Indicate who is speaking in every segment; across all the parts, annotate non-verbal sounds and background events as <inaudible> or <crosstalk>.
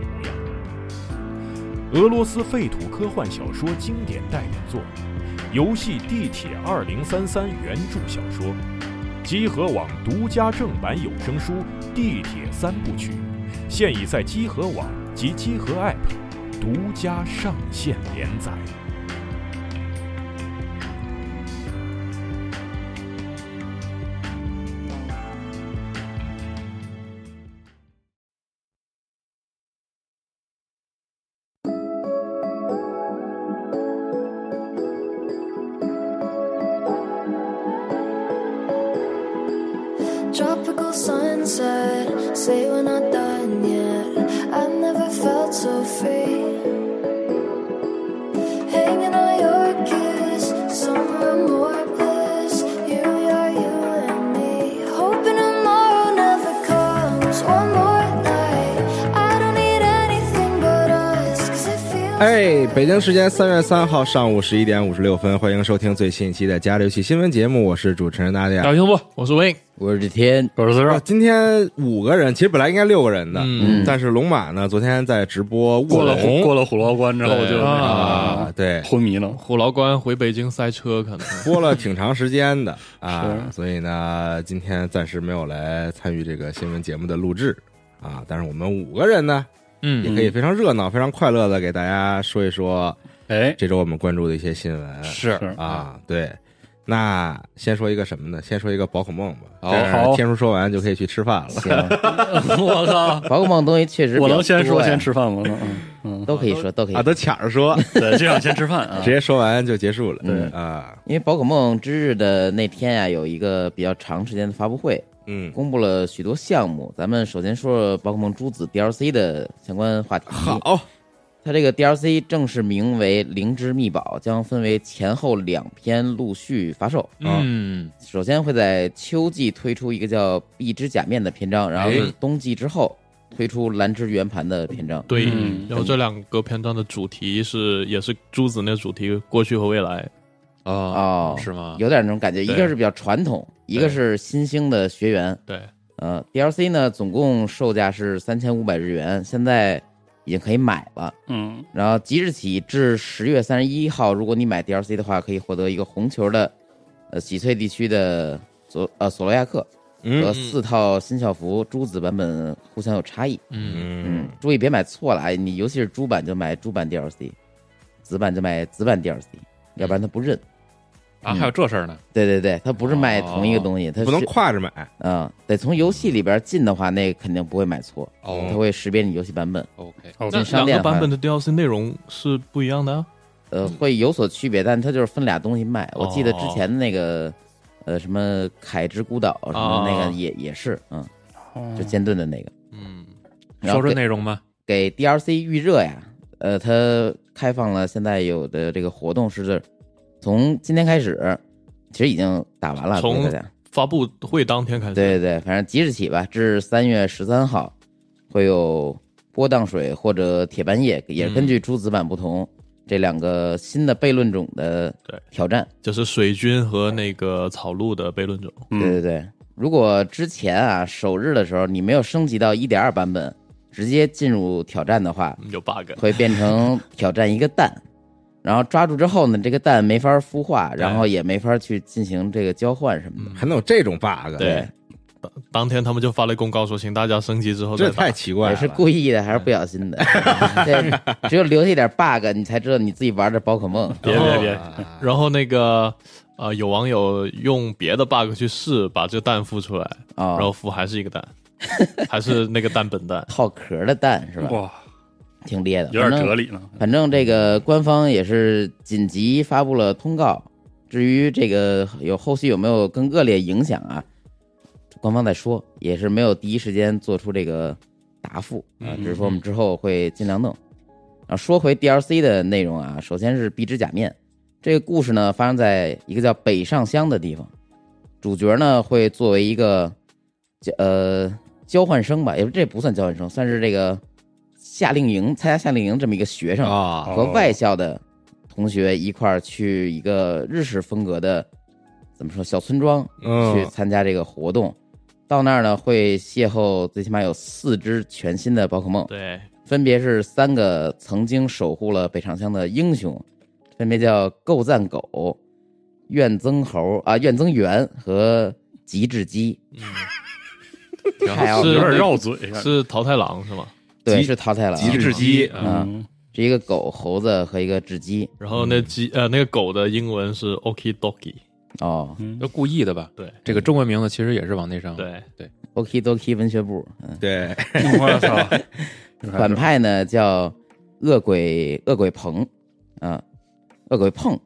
Speaker 1: 模样。俄罗斯废土科幻小说经典代表作，游戏《地铁二零三三》原著小说，集合网独家正版有声书《地铁三部曲》，现已在集合网及集合 App 独家上线连载。
Speaker 2: Tropical sunset, say we're not done yet. I've never felt so free. Hanging on your kiss, somewhere more bliss. You, you're you and me. Hoping tomorrow never comes. One more night. I don't need anything but us, cause it feels.
Speaker 3: 哎，北京时间三月三号上午十一点五十六分，欢迎收听最新一期的《加六系新闻节目》，我是主持人大家。
Speaker 4: 大胸部，我是 Win，
Speaker 5: 我是天，
Speaker 4: 我是四
Speaker 3: 啊，今天五个人，其实本来应该六个人的，
Speaker 4: 嗯
Speaker 3: 但是龙马呢，昨天在直播
Speaker 6: 过
Speaker 3: 卧
Speaker 6: 了
Speaker 3: 龙
Speaker 6: 虎过了虎牢关之后就那个
Speaker 4: 啊，
Speaker 3: 啊，对，
Speaker 6: 昏迷了。
Speaker 4: 虎牢关回北京塞车可能。
Speaker 3: 播了挺长时间的啊，
Speaker 6: 是
Speaker 3: 所以呢，今天暂时没有来参与这个新闻节目的录制啊，但是我们五个人呢，也
Speaker 4: 嗯，
Speaker 3: 可以非常热闹、非常快乐的给大家说一说
Speaker 6: 哎，
Speaker 3: 这周我们关注的一些新闻
Speaker 4: 是
Speaker 6: 是
Speaker 3: 啊，对。那先说一个什么呢？先说一个宝可梦吧。
Speaker 6: 好
Speaker 3: 这样
Speaker 6: 好
Speaker 3: 天叔说完就可以去吃饭了。
Speaker 5: <laughs> 行，
Speaker 6: <laughs> 我靠！
Speaker 5: 宝可梦东西确实比较
Speaker 6: 我能先说
Speaker 5: 多呀
Speaker 6: 先吃饭吗？嗯嗯，
Speaker 5: 都可以说都可以
Speaker 3: 啊，
Speaker 5: 说，
Speaker 3: 都抢着说，
Speaker 6: <laughs> 对，这样先吃饭
Speaker 3: <laughs>
Speaker 6: 啊
Speaker 3: 直。接说完就结束了。
Speaker 5: 对
Speaker 3: 啊，
Speaker 5: 因为宝可梦之日的那天呀、有一个比较长时间的发布会，
Speaker 3: 嗯，
Speaker 5: 公布了许多项目。咱们首先说说宝可梦朱子 DLC 的相关话题。
Speaker 3: 好，
Speaker 5: 它这个 DLC 正式名为《灵芝秘宝》，将分为前后两篇陆续发售。
Speaker 4: 嗯，
Speaker 5: 首先会在秋季推出一个叫《壁之假面》的篇章，然后
Speaker 3: 哎
Speaker 5: 冬季之后推出蓝之圆盘的篇章。
Speaker 4: 对
Speaker 6: 嗯。
Speaker 4: 然后这两个篇章的主题是，也是朱子那主题，过去和未来。
Speaker 5: 哦，
Speaker 4: 是吗？
Speaker 5: 有点那种感觉，一
Speaker 4: 啊对
Speaker 5: 个是比较传统，一个是新兴的学员。
Speaker 4: 对，
Speaker 5: 呃，DLC 呢，总共售价是三千五百日元，现在已经可以买了。
Speaker 6: 嗯，
Speaker 5: 然后即日起至十月三十一号，如果你买 DLC 的话，可以获得一个红球的，呃，喜翠地区的索呃索罗亚克和
Speaker 3: 嗯
Speaker 5: 四套新校服，珠子版本互相有差异。
Speaker 4: 嗯，
Speaker 5: 嗯
Speaker 3: 嗯，，
Speaker 5: 注意别买错了啊！你尤其是猪版就买猪版 DLC，子版就买子版 DLC，要不然他不认。嗯
Speaker 7: 啊，还有这事儿呢？哦
Speaker 5: 对对对，他不是卖同一个东西，他
Speaker 3: 不能
Speaker 5: 是
Speaker 3: 跨着买。
Speaker 5: 啊、得从游戏里边进的话，那肯定不会买错，它
Speaker 7: 哦
Speaker 5: 会识别你游戏版本，
Speaker 7: ，OK，
Speaker 6: 好
Speaker 4: 那
Speaker 6: 的，
Speaker 5: 哦商
Speaker 4: 两
Speaker 5: 店
Speaker 4: 个
Speaker 5: 好
Speaker 4: 版
Speaker 5: 像
Speaker 4: 本的 DLC 内容是不一样的啊。
Speaker 5: 呃，会有所区别，但它就是分俩东西卖。我记得之
Speaker 4: 哦
Speaker 5: 前的那个，呃，什么凯之孤岛什么的那
Speaker 4: 哦
Speaker 5: 个也、也是，嗯，就剑盾的那个。
Speaker 4: 嗯，
Speaker 5: 然后
Speaker 7: 说
Speaker 5: 给
Speaker 7: 说内容吗？
Speaker 5: 给 DLC 预热呀，呃，它开放了现在有的这个活动是从今天开始，其实已经打完了，
Speaker 4: 从
Speaker 5: 对大家。
Speaker 4: 发布会当天开始。
Speaker 5: 对对对，反正即日起吧，至三月十三号，会有波荡水或者铁斑叶，也
Speaker 4: 嗯
Speaker 5: 根据诸子版不同，这两个新的悖论种的
Speaker 4: 对
Speaker 5: 挑战。
Speaker 4: 就是水军和那个草鹿的悖论种。
Speaker 6: 嗯
Speaker 5: 对对对，如果之前啊首日的时候你没有升级到一点二版本，直接进入挑战的话，
Speaker 4: 嗯有 bug，
Speaker 5: 会变成挑战一个蛋。然后抓住之后呢，这个蛋没
Speaker 3: 嗯
Speaker 5: 法孵化，然后也没法去进行这个交换什么的。
Speaker 3: 还能有这种 bug？
Speaker 4: 对，当当天他们就发了公告说，请大家升级之后再
Speaker 3: 这
Speaker 4: 打
Speaker 3: 太。奇怪
Speaker 5: 也
Speaker 3: 了，
Speaker 5: 是故意的还是不小心的？对，只有留下一点 bug，你才知道你自己玩的宝可梦。
Speaker 4: 别别别！
Speaker 3: 啊
Speaker 4: 然后那个呃，有网友用别的 bug 去试，把这蛋孵出来，
Speaker 5: <laughs>
Speaker 4: 然后
Speaker 5: 哦，
Speaker 4: 孵还是一个蛋， <laughs> 还是那个蛋本蛋。
Speaker 5: 套壳的蛋是吧？
Speaker 6: 哇，
Speaker 5: 挺厉害的，
Speaker 6: 有点
Speaker 5: 反正
Speaker 6: 哲理呢。
Speaker 5: 反正这个官方也是紧急发布了通告，至于这个有后续有没有更恶劣影响啊，官方再说，也是没有第一时间做出这个答复啊，只是说我们之后会尽量弄。啊，说回 DLC 的内容啊，首先是《壁纸假面》这个故事呢，发生在一个叫北上乡的地方，主角呢会作为一个叫呃交换生吧，也不这也不算交换生，算是这个夏令营参加夏令营这么一个学生
Speaker 3: 啊，
Speaker 5: 和外校的同学一块儿去一个日式风格的怎么说小村庄去
Speaker 3: 嗯
Speaker 5: 参加这个活动。到那儿呢，会邂逅最起码有四只全新的宝可梦，
Speaker 4: 对，
Speaker 5: 分别是三个曾经守护了北长乡的英雄，分别叫够赞狗、怨增猴啊、怨增猿和极致鸡。
Speaker 3: 嗯
Speaker 5: <laughs>
Speaker 7: 挺
Speaker 5: 太
Speaker 7: 好
Speaker 5: 好
Speaker 4: 是
Speaker 6: 有点
Speaker 4: 那
Speaker 6: 绕嘴，啊
Speaker 4: 是桃太郎是吗？
Speaker 5: 对，
Speaker 3: 极
Speaker 5: 是淘汰了啊、
Speaker 3: 极致鸡
Speaker 7: 啊
Speaker 5: 啊，
Speaker 6: 嗯，
Speaker 5: 是一个狗、猴子和一个雉鸡
Speaker 4: 然后那鸡呃那个狗的英文是 Oki Doki，
Speaker 5: 哦。
Speaker 7: 就故意的吧？
Speaker 4: 对
Speaker 7: 这个中文名字其实也是往那上。，
Speaker 4: 对，
Speaker 5: Oki Doki 文学部，嗯，
Speaker 3: 对，
Speaker 6: 我操，
Speaker 5: 反派呢叫恶鬼恶鬼鹏，啊，恶鬼碰，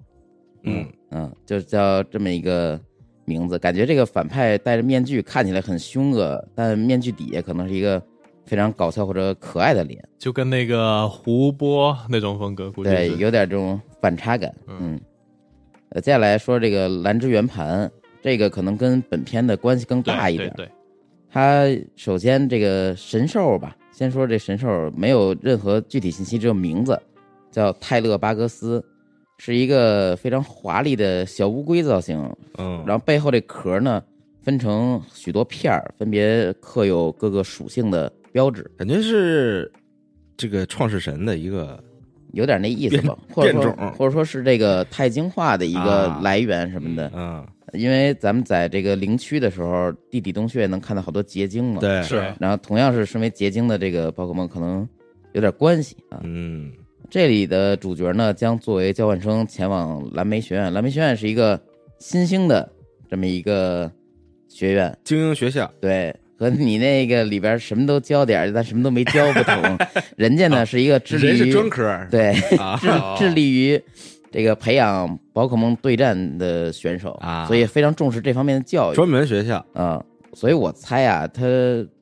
Speaker 3: 嗯
Speaker 5: 嗯，就叫这么一个名字。感觉这个反派戴着面具，看起来很凶恶，但面具底下可能是一个非常搞笑或者可爱的脸，
Speaker 4: 就跟那个胡波那种风格估计
Speaker 5: 对，
Speaker 4: 是
Speaker 5: 有点这种反差感。嗯，呃，接下来说这个兰芝圆盘，这个可能跟本片的关系更
Speaker 4: 对
Speaker 5: 大一点。
Speaker 4: 哎对对，
Speaker 5: 它首先这个神兽吧，先说这神兽没有任何具体信息，只有名字，叫泰勒巴格斯，是一个非常华丽的小乌龟造型，
Speaker 3: 嗯，
Speaker 5: 然后背后这壳呢分成许多片儿，分别刻有各个属性的标志，
Speaker 3: 感觉是这个创世神的一个
Speaker 5: 有点那意思吧，或者
Speaker 3: 变
Speaker 5: 说
Speaker 3: 种
Speaker 5: 或者说是这个钛晶化的一个
Speaker 3: 啊
Speaker 5: 来源什么的，
Speaker 3: 嗯，
Speaker 5: 因为咱们在这个陵区的时候，地底洞穴能看到好多结晶嘛，
Speaker 3: 对，
Speaker 4: 是
Speaker 5: 然后同样是身为结晶的这个宝可梦，可能有点关系啊。
Speaker 3: 嗯
Speaker 5: 这里的主角呢，将作为交换生前往蓝莓学院。蓝莓学院是一个新兴的这么一个学院，
Speaker 3: 精英学校，
Speaker 5: 对，和你那个里边什么都教点儿，但什么都没教不同。
Speaker 3: <laughs>
Speaker 5: 人家呢是一个致
Speaker 3: 人
Speaker 5: 力
Speaker 3: 哦是
Speaker 5: 于
Speaker 3: 专科，
Speaker 5: 对
Speaker 3: 啊
Speaker 5: 致致力于这个培养宝可梦对战的选手
Speaker 3: 啊
Speaker 5: 所以非常重视这方面的教育。
Speaker 3: 专门学校，
Speaker 5: 啊、所以我猜啊，它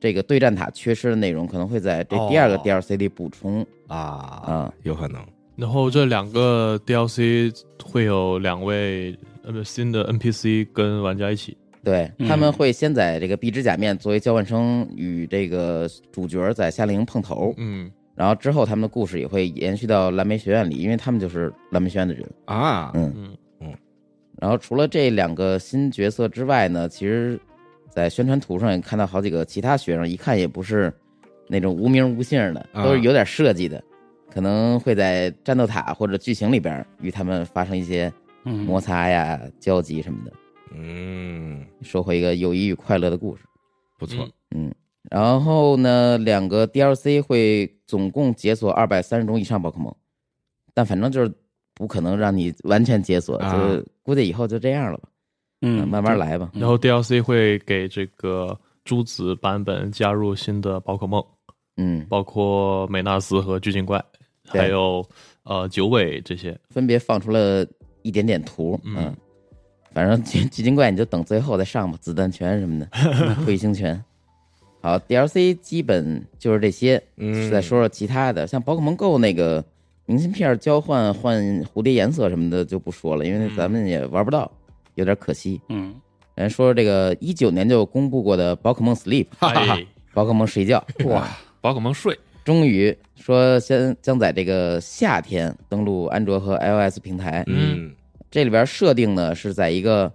Speaker 5: 这个对战塔缺失的内容可能会在这第二个
Speaker 3: 哦
Speaker 5: DLC 里补充。
Speaker 3: 啊，有可能，
Speaker 4: 然后这两个 DLC 会有两位呃不新的 NPC 跟玩家一起，
Speaker 5: 对
Speaker 6: 嗯
Speaker 5: 他们会先在这个壁纸假面作为交换生与这个主角在夏令营碰头，
Speaker 4: 嗯，
Speaker 5: 然后之后他们的故事也会延续到蓝莓学院里，因为他们就是蓝莓学院的人。
Speaker 3: 啊，
Speaker 5: 嗯
Speaker 4: 嗯
Speaker 5: 然后除了这两个新角色之外呢，其实，在宣传图上也看到好几个其他学生，一看也不是那种无名无姓的，
Speaker 3: 啊
Speaker 5: 都是有点设计的，可能会在战斗塔或者剧情里边与他们发生一些摩
Speaker 6: 嗯，
Speaker 5: 擦呀、交集什么的。
Speaker 3: 嗯，
Speaker 5: 说回一个友谊与快乐的故事。
Speaker 3: 不错
Speaker 4: 嗯，
Speaker 5: 然后呢，两个 DLC 会总共解锁二百三十种以上宝可梦，但反正就是不可能让你完全解锁，
Speaker 3: 啊
Speaker 5: 就是估计以后就这样了吧，
Speaker 6: 嗯，
Speaker 5: 慢慢来吧。
Speaker 4: 然后 DLC 会给这个朱子版本加入新的宝可梦，
Speaker 5: 嗯，
Speaker 4: 包括美纳斯和巨颈怪，
Speaker 5: 对
Speaker 4: 还有呃九尾这些，
Speaker 5: 分别放出了一点点图，嗯，
Speaker 4: 嗯
Speaker 5: 反正 <laughs> 巨巨金怪你就等最后再上吧，子弹拳什么 <laughs> 的，嗯彗星拳。好，DLC 基本就是这些，
Speaker 3: 嗯
Speaker 5: 再说说其他的，像宝可梦 Go 那个明信片交换换蝴蝶颜色什么的就不说了，因为咱们也玩不到，有点可惜。
Speaker 6: 嗯，
Speaker 5: 咱说说这个一九年就公布过的宝可梦 Sleep，
Speaker 4: 哎，
Speaker 5: 宝可梦睡觉，
Speaker 6: 哇，
Speaker 7: 宝可梦睡
Speaker 5: 终于说先将在这个夏天登陆安卓和 iOS 平台，
Speaker 3: 嗯
Speaker 5: 这里边设定呢是在一个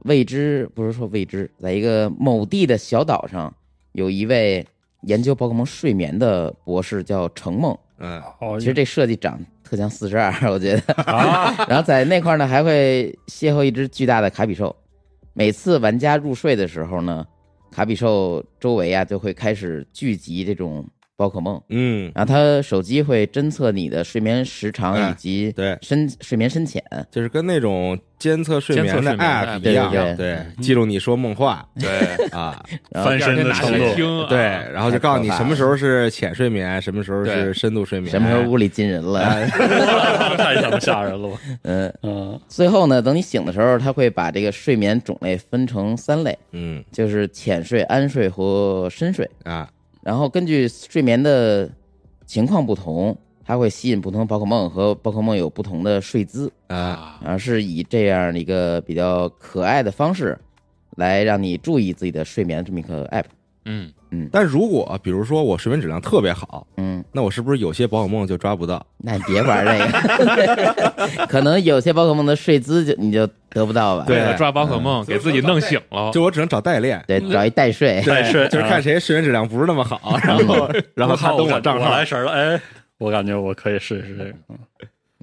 Speaker 5: 未知，不是说未知，在一个某地的小岛上，有一位研究宝可梦睡眠的博士叫程梦。
Speaker 3: 嗯，
Speaker 6: 好，
Speaker 5: 其实这设计长得特像四十二，我觉得。
Speaker 6: 哦啊，
Speaker 5: <laughs> 然后在那块呢，还会邂逅一只巨大的卡比兽。每次玩家入睡的时候呢，卡比兽周围啊就会开始聚集这种宝可梦，
Speaker 3: 嗯，
Speaker 5: 然后它手机会侦测你的睡眠时
Speaker 3: 哎
Speaker 5: 长以及
Speaker 3: 对，
Speaker 5: 深睡眠深浅，
Speaker 3: 就是跟那种监测睡眠的
Speaker 7: 监测睡眠的
Speaker 3: app 一样，
Speaker 5: 对对
Speaker 3: 对，记录你说梦话
Speaker 7: 对，
Speaker 3: 啊，
Speaker 5: 然后
Speaker 6: 翻身的程
Speaker 7: 第二天拿起来
Speaker 6: 度，
Speaker 7: 听啊
Speaker 3: 对，然后就告诉你什么时候是浅睡眠，什么时候是
Speaker 7: 对
Speaker 3: 深度睡眠，
Speaker 5: 什么时候屋里进人了，
Speaker 3: 哎
Speaker 6: 太他妈吓人了吧？
Speaker 5: 嗯，
Speaker 6: 嗯
Speaker 5: <laughs> 最后呢，等你醒的时候，它会把这个睡眠种类分成三类，
Speaker 3: 嗯
Speaker 5: 就是浅睡、安睡和深睡。
Speaker 3: 啊，
Speaker 5: 然后根据睡眠的情况不同，它会吸引不同的宝可梦和宝可梦有不同的睡姿，
Speaker 3: 啊，
Speaker 7: 啊，
Speaker 5: 而是以这样一个比较可爱的方式来让你注意自己的睡眠这么一个 app。
Speaker 7: 嗯，
Speaker 3: 但如果比如说我睡眠质量特别好，
Speaker 5: 嗯，
Speaker 3: 那我是不是有些宝可梦就抓不到？
Speaker 5: 那你别玩这个，可 <laughs> 能有些宝可梦的睡姿就你就得不到吧。
Speaker 3: 对
Speaker 7: 抓宝可
Speaker 6: 嗯
Speaker 7: 梦给自己弄醒了，
Speaker 3: 哎嗯就我只能找代
Speaker 5: <laughs>
Speaker 3: 练，
Speaker 5: 对，找一代睡。
Speaker 3: 对，
Speaker 6: 是嗯
Speaker 3: 就是看谁睡眠质量不是那么好，然后然后他
Speaker 6: 靠
Speaker 3: 登
Speaker 6: 我
Speaker 3: 账
Speaker 6: 我
Speaker 3: 号
Speaker 6: 来，神儿了，哎，我感觉我可以试一试这个，嗯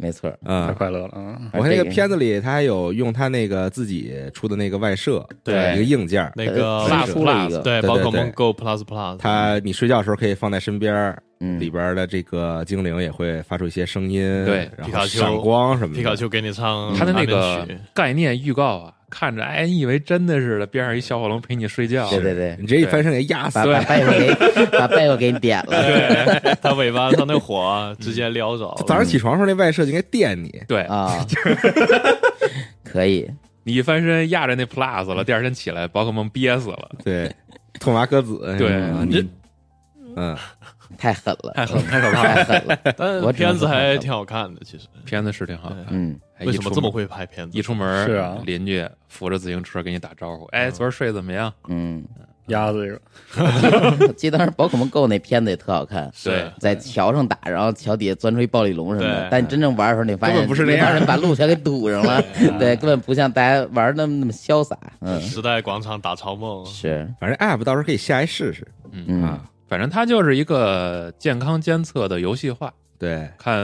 Speaker 5: 没错。
Speaker 6: 太
Speaker 3: 嗯。
Speaker 6: 快乐了，嗯，
Speaker 3: 我看那
Speaker 5: 这
Speaker 3: 个
Speaker 5: 个
Speaker 3: 片子里，他还有用他那个自己出的那个外设，
Speaker 7: 对
Speaker 3: 一个硬件儿，
Speaker 7: 那个
Speaker 5: 呃
Speaker 7: Plus
Speaker 5: 出了一
Speaker 7: Plus，
Speaker 5: 个
Speaker 7: 对
Speaker 3: 对
Speaker 7: 宝可
Speaker 3: 对
Speaker 7: 梦 Go Plus Plus，
Speaker 3: 它你睡觉的时候可以放在身边儿，
Speaker 5: 嗯，
Speaker 3: 里边儿的这个精灵也会发出一些声音，
Speaker 7: 对
Speaker 3: 然
Speaker 4: 皮
Speaker 3: 后
Speaker 4: 卡丘
Speaker 3: 闪光什么的。
Speaker 4: 皮卡丘给你唱
Speaker 7: 它的那
Speaker 4: 安
Speaker 7: 个
Speaker 4: 眠曲
Speaker 7: 概念预告啊，看着哎，你以为真的似的，边上一小火龙陪你睡觉，
Speaker 5: 对对对，
Speaker 3: 你直接一翻身给压死
Speaker 5: 把。把被窝
Speaker 3: <laughs>
Speaker 5: 给把被窝给你点了。
Speaker 4: 对，它尾巴上那火啊直接撩着了，
Speaker 3: 早上起床的时候，那外设就应该电你，
Speaker 7: 对，
Speaker 5: 啊， <laughs> 可以，
Speaker 7: 你一翻身压着那 Plus
Speaker 4: 嗯
Speaker 7: 了，第二天起来宝可梦憋死了，
Speaker 3: 对，痛麻鸽子，
Speaker 7: 对
Speaker 3: 嗯你嗯，
Speaker 5: 太狠了，
Speaker 4: 太狠
Speaker 5: 太可怕，太狠了。
Speaker 4: 但
Speaker 5: 我只
Speaker 4: 片
Speaker 5: 能
Speaker 4: 子
Speaker 5: 说太狠
Speaker 4: 还
Speaker 5: 了
Speaker 4: 挺好看的，其实
Speaker 7: 片子是挺好看。
Speaker 5: 嗯，
Speaker 7: 哎
Speaker 4: 为什么这么？
Speaker 7: 一出门
Speaker 4: 会拍片子？
Speaker 7: 一出门
Speaker 6: 是啊
Speaker 7: 邻居扶着自行车给你打招呼，哎，昨儿睡得怎么样？
Speaker 5: 嗯，
Speaker 6: 鸭子这个，
Speaker 5: 我记得当时宝可梦 GO 那片子也特
Speaker 3: <laughs>
Speaker 5: 好看，
Speaker 7: 对，
Speaker 5: 在桥上打，然后桥底下钻出一暴力龙什么的
Speaker 4: 对。
Speaker 5: 但你真正玩的时候，你发现
Speaker 3: 根本不是那样
Speaker 5: 帮人把路全给堵
Speaker 3: <laughs>
Speaker 5: 上了， <laughs> 对，根本不像大家玩的那么潇洒。嗯，
Speaker 4: 时代广场打超梦，
Speaker 5: 是，
Speaker 3: 反正 app 到时候可以下来试试
Speaker 5: 嗯，
Speaker 3: 啊。
Speaker 7: 反正它就是一个健康监测的游戏化，
Speaker 3: 对，
Speaker 7: 看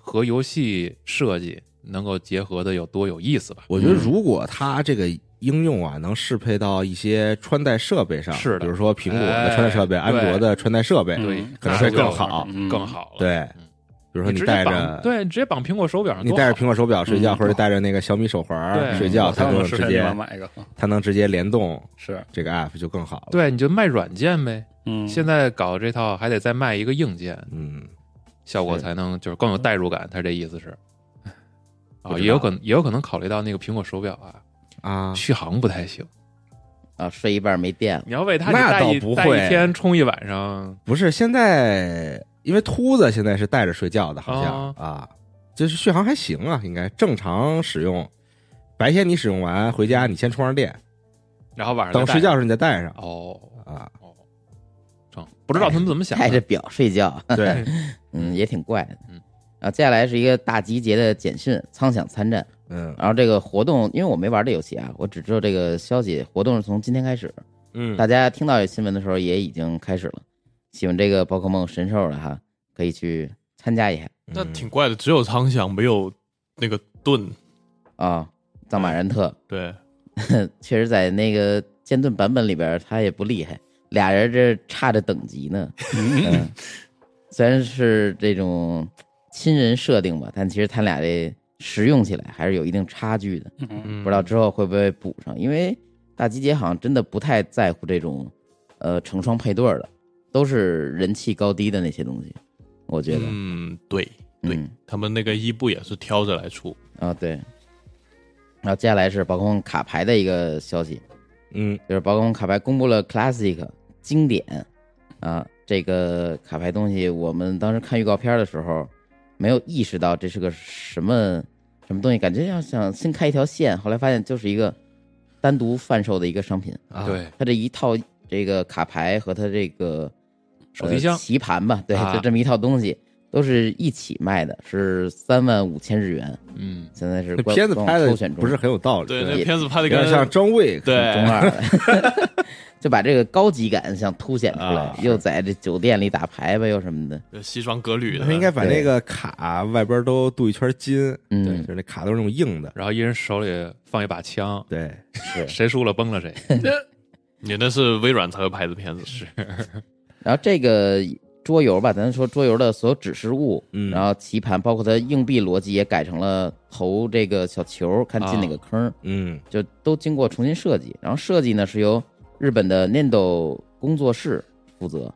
Speaker 7: 和游戏设计能够结合的有多有意思吧。
Speaker 3: 我觉得如果它这个应用啊，能适配到一些穿戴设备上，
Speaker 7: 是的
Speaker 3: 比如说苹果的穿戴设备、
Speaker 7: 哎
Speaker 3: 安卓的穿戴设备，
Speaker 6: 对
Speaker 3: 哎可能会更
Speaker 7: 那
Speaker 3: 好。
Speaker 4: 嗯
Speaker 6: 嗯
Speaker 7: 就更好了。嗯
Speaker 3: 对，比如说
Speaker 7: 你直
Speaker 3: 戴着
Speaker 7: 接绑，，对，你直接绑苹果手表上
Speaker 3: 你
Speaker 7: 多好，
Speaker 3: 戴着苹果手表睡觉，
Speaker 6: 嗯
Speaker 3: 或者戴着那个小米手环儿
Speaker 6: 哎
Speaker 7: 对
Speaker 3: 睡觉，它
Speaker 6: 他
Speaker 3: 就能
Speaker 6: 们是
Speaker 3: 直
Speaker 6: 你
Speaker 3: 接
Speaker 6: 们买一个，嗯
Speaker 3: 它能直接联动
Speaker 6: 是，
Speaker 3: 这个 app 就更好了。，
Speaker 7: 对，你就卖软件呗。
Speaker 6: 嗯，
Speaker 7: 现在搞这套还得再卖一个硬件，
Speaker 3: 嗯，
Speaker 7: 效果才能就是更有代入感。他这意思是，
Speaker 3: 不知
Speaker 7: 啊，
Speaker 3: 道
Speaker 7: 也有可能也有可能考虑到那个苹果手表啊，
Speaker 3: 啊，
Speaker 7: 续航不太行。
Speaker 5: 啊，睡一半没电了，
Speaker 7: 你要为它
Speaker 3: 那
Speaker 7: 你戴
Speaker 3: 倒
Speaker 7: 一
Speaker 3: 不
Speaker 7: 戴
Speaker 3: 会
Speaker 7: 一天充一晚上，
Speaker 3: 不是现在，因为秃子现在是戴着睡觉的，好像、
Speaker 7: 哦
Speaker 3: 啊，就是续航还行啊，应该正常使用。白天你使用完回家，你先充上电，
Speaker 7: 然后晚上
Speaker 3: 等
Speaker 7: 再
Speaker 3: 睡觉
Speaker 7: 戴
Speaker 3: 的时候你再戴上
Speaker 7: 哦
Speaker 3: 啊。
Speaker 7: 哦，成不知道他们怎么想
Speaker 5: 带着
Speaker 7: 的。
Speaker 5: 表
Speaker 3: <laughs>
Speaker 5: 睡觉，
Speaker 3: 对，
Speaker 5: 嗯，也挺怪的。
Speaker 7: 嗯，
Speaker 5: 然后接下来是一个大集结的简讯，苍响参战。
Speaker 3: 嗯
Speaker 5: 然后这个活动，因为我没玩这游戏啊，我只知道这个消息，活动是从今天开始。
Speaker 3: 嗯
Speaker 5: 大家听到这新闻的时候也已经开始了。喜欢这个宝可梦神兽的哈，可以去参加一下
Speaker 4: 那挺怪的，只有苍响没有那个盾，
Speaker 5: 啊、藏马然特
Speaker 4: 对，
Speaker 5: 确实在那个剑盾版本里边，他也不厉害，俩人这差着等级 <laughs> 呢。嗯，虽然是这种亲人设定吧，但其实他俩这实用起来还是有一定差距的。
Speaker 7: 嗯
Speaker 5: 不知道之后会不会补上，因为大集结好像真的不太在乎这种呃成双配对儿的，都是人气高低的那些东西，我觉得。
Speaker 4: 嗯，对对
Speaker 5: 嗯，
Speaker 4: 他们那个伊布也是挑着来出，
Speaker 5: 啊，对。然后接下来是宝可梦卡牌的一个消息，
Speaker 3: 嗯
Speaker 5: 就是宝可梦卡牌公布了 Classic 经典啊这个卡牌东西，我们当时看预告片的时候没有意识到这是个什么什么东西，感觉要想新开一条线，后来发现就是一个单独贩售的一个商品。
Speaker 3: 啊，
Speaker 7: 对，
Speaker 5: 它这一套这个卡牌和它这个
Speaker 7: 手提箱
Speaker 5: 呃棋盘吧，对，
Speaker 7: 啊
Speaker 5: 就这么一套东西，都是一起卖的，是三万五千日元，
Speaker 7: 嗯，
Speaker 5: 现在是
Speaker 3: 那
Speaker 5: 官
Speaker 3: 片子
Speaker 5: 官网
Speaker 3: 拍
Speaker 5: 抽
Speaker 3: 的
Speaker 5: 选中
Speaker 3: 不是很有道理，
Speaker 4: 对，
Speaker 5: 对
Speaker 4: 那片子拍的
Speaker 3: 有点
Speaker 4: 跟
Speaker 3: 像张卫，
Speaker 5: 中
Speaker 4: 对
Speaker 5: 二
Speaker 3: <laughs>
Speaker 5: 了， <laughs> 就把这个高级感想凸显出来，
Speaker 3: 啊
Speaker 5: 又在这酒店里打牌吧，又什么的，
Speaker 4: 西装革履的，
Speaker 3: 他应该把
Speaker 5: 对
Speaker 3: 那个卡外边都镀一圈金，
Speaker 5: 嗯
Speaker 3: 就是那卡都是那种硬的，
Speaker 7: 然后一人手里放一把枪，
Speaker 3: 对，
Speaker 5: 是 <laughs>
Speaker 7: 谁输了崩了谁。
Speaker 4: 你那是微软才会拍的片子，是
Speaker 5: 然后这个桌游吧，咱说桌游的所有指示物，
Speaker 3: 嗯
Speaker 5: 然后棋盘，包括它硬币逻辑也改成了投这个小球，看进哪个坑，
Speaker 3: 嗯
Speaker 5: 就都经过重新设计。然后设计呢是由日本的 Nendo 工作室负责，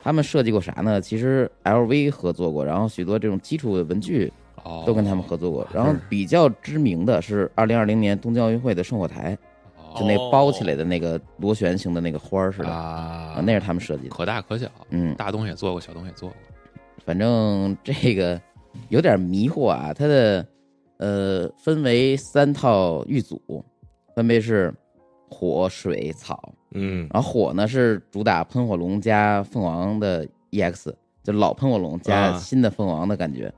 Speaker 5: 他们设计过啥呢？其实 LV 合作过，然后许多这种基础文具
Speaker 7: 哦，
Speaker 5: 都跟他们合作过。然后比较知名的是2020年东京奥运会的圣火台，
Speaker 7: 哦
Speaker 5: 就那包起来的那个螺旋形的那个花儿似的，
Speaker 7: 啊
Speaker 5: 啊，那是他们设计的。
Speaker 7: 可大可小，
Speaker 5: 嗯，
Speaker 7: 大东西也做过，小东西也做过，
Speaker 5: 反正这个有点迷惑啊。它的呃分为三套玉组，分别是火、水、草。
Speaker 3: 嗯
Speaker 5: 然后火呢是主打喷火龙加凤凰的 EX，就老喷火龙加
Speaker 3: 啊
Speaker 5: 新的凤凰的感觉。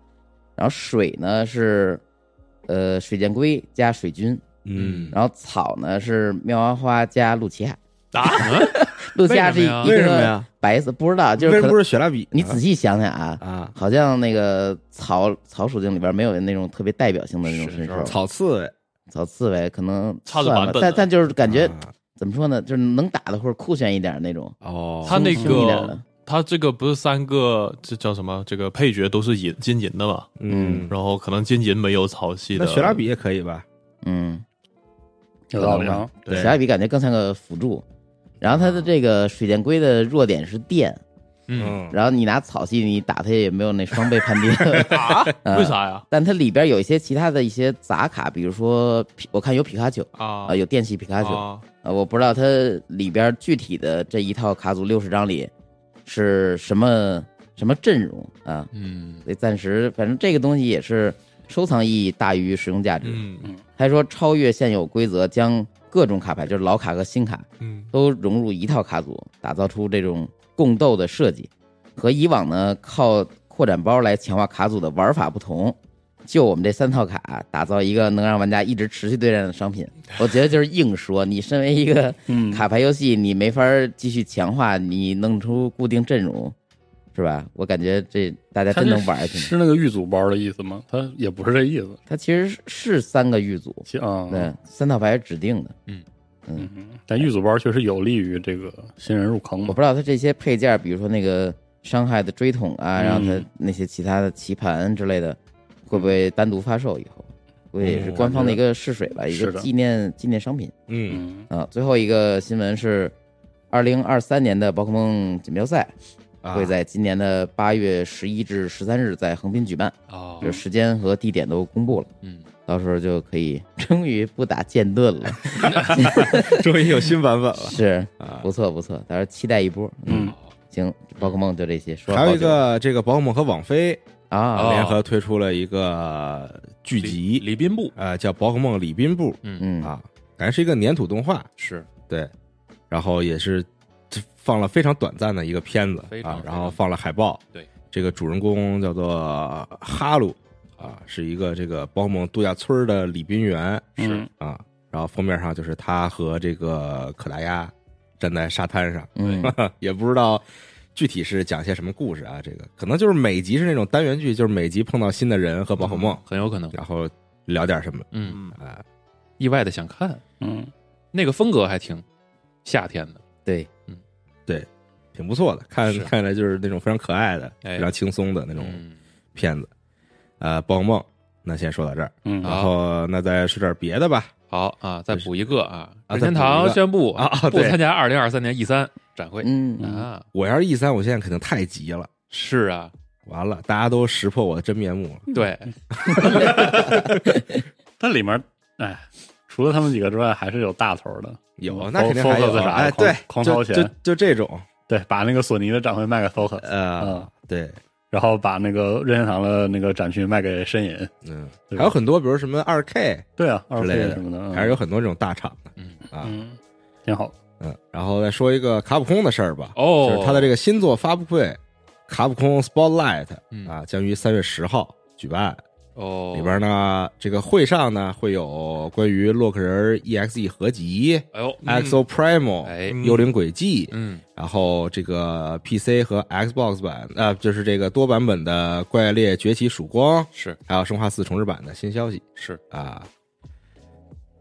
Speaker 5: 然后水呢是呃水箭龟加水军，
Speaker 3: 嗯，
Speaker 5: 然后草呢是妙蛙花加露琪亚。
Speaker 7: 啊，
Speaker 5: 露琪亚是一
Speaker 7: 为什么呀
Speaker 5: 一
Speaker 3: 为什么
Speaker 5: 个
Speaker 3: 呀？
Speaker 5: 白色，不知道就
Speaker 3: 为
Speaker 5: 是
Speaker 3: 什
Speaker 5: 可
Speaker 3: 么不
Speaker 5: 能
Speaker 3: 是雪拉比？
Speaker 5: 你仔细想想啊，
Speaker 3: 啊，
Speaker 5: 好像那个草草属性里边没有那种特别代表性的那种
Speaker 7: 是
Speaker 5: 神
Speaker 7: 是
Speaker 5: 兽，
Speaker 3: 草刺猬
Speaker 5: 草刺猬可能
Speaker 4: 差着
Speaker 5: 算
Speaker 4: 版
Speaker 5: 吧
Speaker 4: 本
Speaker 5: 但
Speaker 4: 呢
Speaker 5: 但就是感觉
Speaker 3: 啊
Speaker 5: 怎么说呢，就是能打的或者酷炫一点那种，
Speaker 7: 嗯
Speaker 3: 哦，
Speaker 7: 啊
Speaker 4: 他那
Speaker 5: 轻松一点
Speaker 4: 个
Speaker 5: 的。
Speaker 4: 他这个不是三个，这叫什么？这个配角都是银金银的嘛，
Speaker 3: 嗯，
Speaker 4: 然后可能金银没有草系
Speaker 3: 那
Speaker 4: 的。
Speaker 3: 雪拉比也可以 <laughs> 吧？
Speaker 5: 嗯，
Speaker 6: 有道理啊。
Speaker 5: 小艾比感觉更像个辅助。然后它的这个水箭龟的弱点是电，
Speaker 7: 嗯，
Speaker 3: 嗯，
Speaker 5: 然后你拿草系你打它也没有那双倍判定，
Speaker 4: <laughs>
Speaker 5: <laughs>
Speaker 4: 啊？
Speaker 5: 嗯
Speaker 4: 为啥呀？
Speaker 5: 但它里边有一些其他的一些杂卡，比如说皮我看有皮卡丘
Speaker 4: 啊
Speaker 5: 啊，有电系皮卡丘，
Speaker 4: 啊
Speaker 5: 呃，我不知道它里边具体的这一套卡组六十张里是什么什么阵容啊，
Speaker 7: 嗯，
Speaker 5: 所以暂时反正这个东西也是收藏意义大于使用价值。
Speaker 4: 嗯
Speaker 5: 他说超越现有规则，将各种卡牌，就是老卡和新卡，
Speaker 4: 嗯
Speaker 5: 都融入一套卡组，打造出这种共斗的设计。和以往呢靠扩展包来强化卡组的玩法不同，就我们这三套卡打造一个能让玩家一直持续对战的商品，我觉得就是硬说。你身为一个
Speaker 6: 嗯
Speaker 5: 卡牌游戏，你没法继续强化，你弄出固定阵容，是吧？我感觉这大家
Speaker 6: 它
Speaker 5: 真
Speaker 6: 这
Speaker 5: 能玩下去呢。
Speaker 6: 是那个玉组包的意思吗？它也不是这意思。
Speaker 5: 它其实是三个玉组，
Speaker 6: 其啊，
Speaker 5: 对，三套牌是指定的。
Speaker 6: 嗯，但玉组包确实有利于这个新人入坑
Speaker 5: 我
Speaker 6: 嘛
Speaker 5: 不。知道它这些配件，比如说那个伤害的锥桶啊，
Speaker 6: 嗯
Speaker 5: 然后它那些其他的棋盘之类的，会不会单独发售以
Speaker 6: 嗯
Speaker 5: 后？估计也是官方的一个试水吧，一个
Speaker 6: 是的
Speaker 5: 纪念纪念商品
Speaker 3: 嗯
Speaker 6: 嗯，
Speaker 5: 啊。最后一个新闻是，二零二三年的宝可梦锦标赛
Speaker 3: 啊
Speaker 5: 会在今年的八月十一至十三日在横滨举办，
Speaker 7: 哦
Speaker 5: 就是，时间和地点都公布了，
Speaker 7: 嗯，
Speaker 5: 到时候就可以终于不打剑盾
Speaker 6: <laughs>
Speaker 5: 了，
Speaker 3: 终于有新版本 <laughs> 了
Speaker 5: 是
Speaker 3: 啊
Speaker 5: 不！错不错，到时候期待一波。
Speaker 7: <laughs>
Speaker 6: 嗯，
Speaker 7: 哦
Speaker 5: 行，宝可梦就这些，说了
Speaker 3: 还有
Speaker 5: 好
Speaker 3: 一
Speaker 5: 久
Speaker 3: 个这个宝可梦和网飞
Speaker 5: 啊，
Speaker 7: 哦
Speaker 3: 联合推出了一个剧
Speaker 7: 李
Speaker 3: 集，
Speaker 7: 李斌部
Speaker 3: 呃，叫《宝可梦礼宾部
Speaker 7: 嗯，
Speaker 5: 嗯》
Speaker 3: 啊，感觉是一个粘土动画，
Speaker 7: 是
Speaker 3: 对，然后也是放了非常短暂的一个片子
Speaker 7: 非常
Speaker 3: 啊，
Speaker 7: 非
Speaker 3: 然
Speaker 7: 常
Speaker 3: 后放了海报，
Speaker 7: 对，
Speaker 3: 这个主人公叫做哈鲁啊，是一个这个宝可梦度假村的礼宾员
Speaker 6: 是
Speaker 3: 啊，然后封面上就是他和这个可达鸭站在沙滩上，
Speaker 5: 嗯，
Speaker 3: 也不知道具体是讲些什么故事啊。这个可能就是每集是那种单元剧，就是每集碰到新的人和宝可梦，
Speaker 7: 嗯很有可
Speaker 6: 嗯
Speaker 7: 能，
Speaker 3: 然后聊点什么
Speaker 7: 嗯，
Speaker 4: 嗯，
Speaker 3: 啊。
Speaker 7: 意外的想看
Speaker 6: 嗯，
Speaker 7: 那个风格还挺夏天的，
Speaker 5: <laughs> 对，
Speaker 3: 挺不错的，看
Speaker 7: 是
Speaker 3: 看着就是那种非常可爱的、
Speaker 7: 哎
Speaker 3: 非常轻松的那种
Speaker 7: 嗯
Speaker 3: 片子。呃，宝可梦，那先说到这儿，
Speaker 6: 嗯
Speaker 7: 好
Speaker 3: 然后那再说点别的吧。
Speaker 7: 好啊，再补一个啊，
Speaker 3: 啊再补一
Speaker 7: 任
Speaker 3: 个
Speaker 7: 天堂宣布
Speaker 3: 啊啊
Speaker 7: <laughs> 不
Speaker 3: 对
Speaker 7: 参加二零二三年 E 三展会
Speaker 5: 嗯，
Speaker 7: 啊，
Speaker 3: 我要是 E 三，我现在肯定太急了，
Speaker 7: 是啊，
Speaker 3: 完了，大家都识破我的真面目了。
Speaker 7: 对，
Speaker 6: 但里面，哎，除了他们几个之外，还是有大头的。
Speaker 3: 有，
Speaker 6: 嗯
Speaker 3: 那肯定还有
Speaker 6: Focus 啥的
Speaker 3: 哎，
Speaker 6: 狂
Speaker 3: 对，
Speaker 6: 狂
Speaker 3: 就
Speaker 6: 掏钱
Speaker 3: 就就这种，
Speaker 6: 对，把那个索尼的展会卖给 Focus，
Speaker 3: 呃
Speaker 6: 嗯，
Speaker 3: 对，
Speaker 6: 然后把那个任天堂的那个展区卖给申银。
Speaker 3: 嗯，
Speaker 6: 对
Speaker 3: 还有很多，比如什么二 K，
Speaker 6: 对啊，二
Speaker 3: 之类
Speaker 6: K
Speaker 3: 的
Speaker 6: 什么的，嗯
Speaker 3: 还是有很多这种大厂的，
Speaker 7: 嗯
Speaker 3: 啊，
Speaker 6: 嗯，挺好。
Speaker 3: 嗯，然后再说一个卡普空的事儿吧，
Speaker 7: 哦
Speaker 3: 就是他的这个新作发布会《卡普空 Spotlight
Speaker 7: 嗯》
Speaker 3: 啊，将于三月十号举办。
Speaker 7: 哦
Speaker 3: 里边呢，这个会上呢会有关于洛克人 EXE 合集、
Speaker 7: 哎呦
Speaker 3: EXO Primal、
Speaker 7: 哎
Speaker 3: 幽灵轨迹，
Speaker 7: 嗯
Speaker 3: 然后这个 PC 和 Xbox 版，呃，就是这个多版本的《怪猎崛起：曙光》，
Speaker 7: 是
Speaker 3: 还有《生化四重置版》的新消息
Speaker 7: 是
Speaker 3: 啊。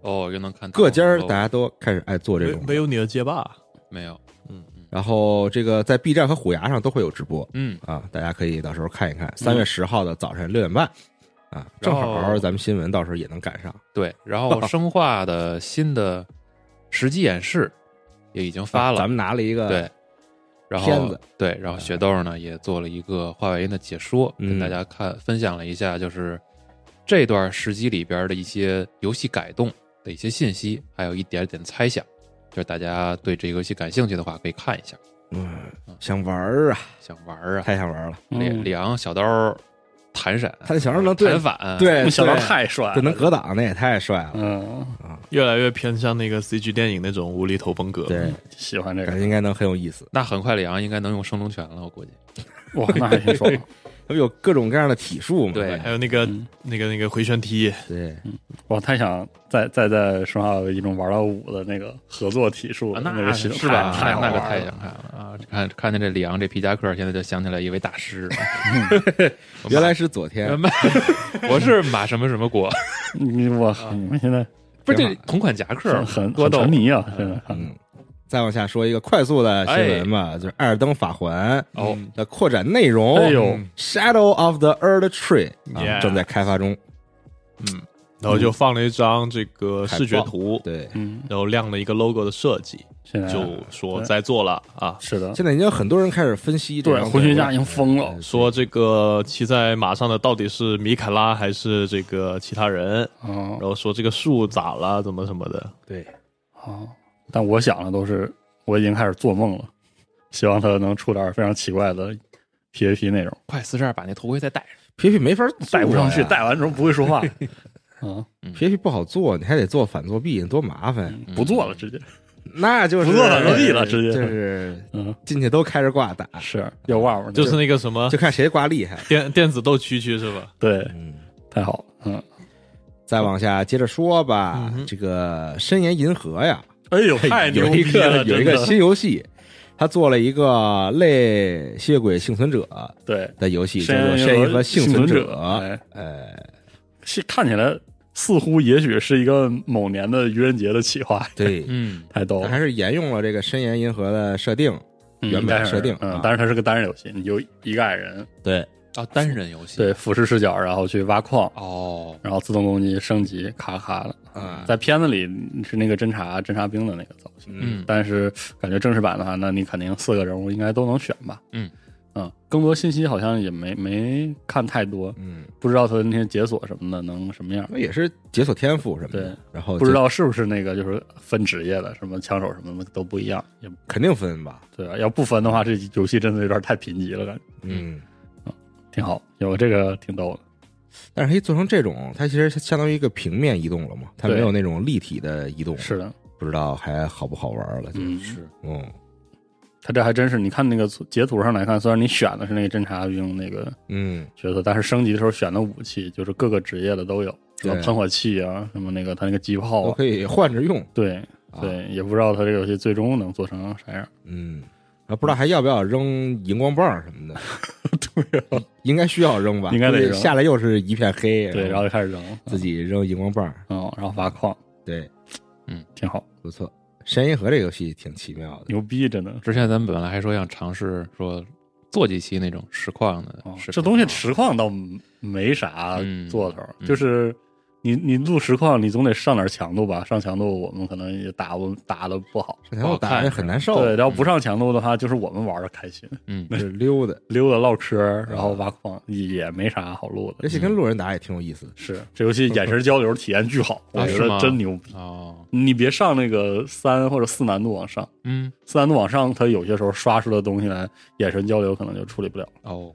Speaker 7: 哦又能看
Speaker 3: 各家儿
Speaker 7: 哦
Speaker 3: 大家都开始爱做这
Speaker 4: 没
Speaker 3: 种
Speaker 4: 没有你的街霸，
Speaker 7: 没有，
Speaker 3: 然后这个在 B 站和虎牙上都会有直播
Speaker 7: 嗯，
Speaker 3: 啊，大家可以到时候看一看。三月十号的早晨六点半啊，正
Speaker 7: 然
Speaker 3: 好
Speaker 7: 后
Speaker 3: 咱们新闻到时候也能赶上。
Speaker 7: 对。
Speaker 3: <laughs>
Speaker 7: 然后生化的新的实际演示也已经发了，
Speaker 3: 咱们拿了一个
Speaker 7: 对，然后
Speaker 3: 片子
Speaker 7: 对，然后雪豆呢也做了一个画外音的解说，
Speaker 3: 嗯
Speaker 7: 跟大家看分享了一下，就是这段时机里边的一些游戏改动的一些信息，还有一点点猜想，就是大家对这个游戏感兴趣的话，可以看一下，
Speaker 3: 想玩儿啊，
Speaker 7: 想玩儿啊，
Speaker 3: 太想玩儿了，
Speaker 6: 嗯
Speaker 7: 里里昂小刀弹闪，
Speaker 3: 他那小时候能对
Speaker 7: 弹反，
Speaker 3: 对
Speaker 6: 那小刀
Speaker 3: 对
Speaker 6: 太帅了，
Speaker 3: 这能格挡，那也太帅了。
Speaker 6: 嗯，
Speaker 4: 越来越偏向那个 CG 电影那种无厘头风格。
Speaker 3: 对，
Speaker 6: 喜欢
Speaker 3: <laughs>
Speaker 6: 这
Speaker 3: 感
Speaker 6: 个，
Speaker 3: 觉应该能很有意思。
Speaker 7: 那很快里昂应该能用生龙拳了，我估计。
Speaker 6: 哇，那还挺爽。
Speaker 3: 他们有各种各样的体术嘛？
Speaker 7: 对
Speaker 4: 还有那个、
Speaker 6: 嗯
Speaker 4: 那个那个回旋踢，
Speaker 3: 对，
Speaker 6: 我太想再再在《生化危机》中玩到五的那个合作体术
Speaker 7: 啊
Speaker 6: 了，
Speaker 7: 那
Speaker 6: 那个系统
Speaker 7: 是吧？
Speaker 6: 太太好
Speaker 7: 那
Speaker 6: 玩
Speaker 7: 个
Speaker 6: 了
Speaker 7: 太想看了啊！看看见这里昂这皮夹克，现在就想起来一位大师了。
Speaker 3: 原来是昨
Speaker 7: 呃
Speaker 3: 天，
Speaker 7: 马，我是马什么什么国，
Speaker 6: 你我你们现在
Speaker 7: 不是这同款夹克
Speaker 6: 很，很
Speaker 7: 多
Speaker 6: 很
Speaker 7: 逗
Speaker 6: 沉迷啊，现在
Speaker 3: 嗯。再往下说一个快速的新闻吧，就是《艾尔登法环》
Speaker 7: 哦
Speaker 3: 的扩展内容，
Speaker 6: 哎呦
Speaker 3: 嗯 Shadow of the Earth Tree》啊
Speaker 4: Yeah
Speaker 3: 正在开发中。
Speaker 4: 然后就放了一张这个视觉图，
Speaker 3: 对，
Speaker 6: 嗯，
Speaker 4: 然后亮了一个 logo 的设计，
Speaker 6: 现在
Speaker 3: 嗯
Speaker 4: 就说
Speaker 6: 对
Speaker 4: 在做了啊。
Speaker 6: 是的，
Speaker 3: 现在已经有很多人开始分析这
Speaker 6: 对，
Speaker 3: 张
Speaker 6: 胡
Speaker 3: 图
Speaker 6: 学
Speaker 3: 了
Speaker 6: 家已经疯了，
Speaker 3: 嗯
Speaker 4: 说这个骑在马上的到底是米凯拉还是这个其他人？
Speaker 6: 嗯
Speaker 4: 然，后说这个树咋了，怎么什么的。
Speaker 3: 对，
Speaker 6: 好，但我想的都是我已经开始做梦了，希望他能出点非常奇怪的 PVP 内容，
Speaker 7: 快四十二把那头盔再戴上。
Speaker 3: 皮皮没法
Speaker 6: 带不上去，
Speaker 3: 带
Speaker 6: 带完之后不会说话，嗯，
Speaker 3: 皮皮不好做，你还得做反作弊，多麻烦。
Speaker 6: 不做了，直接
Speaker 3: 那就是
Speaker 6: 嗯不做反作弊了直接
Speaker 3: 就是 <laughs>
Speaker 6: 嗯
Speaker 3: 进去都开着挂打，
Speaker 6: 是要哇哇，
Speaker 4: 就是那个什么
Speaker 3: 就看谁挂厉
Speaker 6: <laughs>
Speaker 3: 害。
Speaker 4: 电电子斗蛐蛐是吧？
Speaker 6: 对，
Speaker 3: 嗯，
Speaker 6: 太好了，嗯，
Speaker 3: 再往下接着说吧
Speaker 4: 嗯，哼
Speaker 3: 这个《深岩银河》呀，
Speaker 6: 哎呦，太牛
Speaker 3: 有一
Speaker 6: 逼
Speaker 3: 个
Speaker 6: 了，
Speaker 3: 有一
Speaker 6: 真
Speaker 3: 个
Speaker 6: 的
Speaker 3: 新游戏，他做了一个类吸血鬼幸存者 <laughs>
Speaker 6: 对，
Speaker 3: 的游戏，叫
Speaker 6: 山
Speaker 3: 做《
Speaker 6: 羊
Speaker 3: 山
Speaker 6: 和
Speaker 3: 银河幸存
Speaker 6: 者，
Speaker 3: 者》。
Speaker 6: 哎，
Speaker 3: 呃，
Speaker 6: 是看起来似乎也许是一个某年的愚人节的企划，
Speaker 3: 对，
Speaker 7: 嗯，
Speaker 6: 太逗
Speaker 3: 它
Speaker 6: 了
Speaker 3: 还，是沿用了这个《深岩银河》的设定。
Speaker 6: 嗯
Speaker 3: 原版设定
Speaker 6: 但是
Speaker 3: 啊
Speaker 6: 嗯，但是它是个单人游戏，你就一个矮人，
Speaker 3: 对，
Speaker 7: 啊，单人游戏。
Speaker 6: 对，俯视视角，然后去挖矿，
Speaker 7: 哦，
Speaker 6: 然后自动攻击升级，咔咔的。
Speaker 3: 啊，
Speaker 6: 在片子里是那个侦察侦察兵的那个造型，
Speaker 7: 嗯
Speaker 6: 但是感觉正式版的话，那你肯定四个人物应该都能选吧？
Speaker 7: 嗯
Speaker 6: 嗯，更多信息好像也没没看太多，
Speaker 3: 嗯，
Speaker 6: 不知道他的那些解锁什么的能什么样，
Speaker 3: 那也是解锁天赋什么的
Speaker 6: 嗯对，
Speaker 3: 然后
Speaker 6: 不知
Speaker 3: 就
Speaker 6: 道是不是那个就是分职业的，什么枪手什么的都不一样，也
Speaker 3: 肯定分吧。
Speaker 6: 对吧？要不分的话，这游戏真的有点太贫瘠了，感觉
Speaker 3: 嗯，
Speaker 6: 挺好，有这个挺逗的。
Speaker 3: 但是它一做成这种，它其实相当于一个平面移动了嘛，它
Speaker 6: 对
Speaker 3: 没有那种立体的移动，
Speaker 6: 是的，
Speaker 3: 不知道还好不好玩了。就
Speaker 6: 嗯，
Speaker 3: 嗯
Speaker 6: 他这还真是，你看那个截图上来看，虽然你选的是那个侦察兵那个
Speaker 3: 嗯，
Speaker 6: 角色，但是升级的时候选的武器就是各个职业的都有，什么
Speaker 3: 对
Speaker 6: 喷火器啊，什么那个他那个机炮
Speaker 3: 都
Speaker 6: 啊，
Speaker 3: 可以换着用。
Speaker 6: 对
Speaker 3: 啊
Speaker 6: 对，也不知道他这个游戏最终能做成啥样。
Speaker 3: 嗯，啊，不知道还要不要扔荧光棒什
Speaker 6: <laughs>
Speaker 3: 么的。对、应该需要扔吧？
Speaker 6: 啊应该得扔
Speaker 3: 估计下来又是一片黑，
Speaker 6: 对，然后就开始扔，
Speaker 3: 自己扔荧光棒，
Speaker 6: 嗯，然后挖矿，
Speaker 3: 对，
Speaker 6: 挺好，
Speaker 3: 不错。山银河这个游戏挺奇妙的，
Speaker 6: 牛逼，真的。
Speaker 7: 之前咱们本来还说想尝试说做几期那种实况的
Speaker 6: 哦，
Speaker 7: 视频啊
Speaker 6: 这东西实况倒没啥
Speaker 7: 嗯
Speaker 6: 做头儿，
Speaker 7: 嗯
Speaker 6: 就是你你录实况，你总得上点强度吧？上强度我们可能也打不打的不好，
Speaker 3: 然后打人很难受，啊
Speaker 6: 对，然后不上强度的话，就是我们玩的开心，
Speaker 7: 嗯，
Speaker 3: <laughs> 就是溜达。
Speaker 6: 溜达唠嗑儿，然后挖矿也也没啥好录
Speaker 3: 而
Speaker 6: 的。嗯
Speaker 3: 且啊
Speaker 7: 嗯
Speaker 3: 跟路人打也挺有意思的。
Speaker 6: 是这游戏眼神交流体验巨好，
Speaker 3: 啊
Speaker 6: 我觉
Speaker 7: 是
Speaker 6: 得
Speaker 7: 吗
Speaker 6: 真牛逼。
Speaker 7: 哦，
Speaker 6: 你别上那个三或者四难度往上，
Speaker 7: 嗯，
Speaker 6: 四难度往上，它有些时候刷出的东西来，眼神交流可能就处理不了。
Speaker 7: 哦，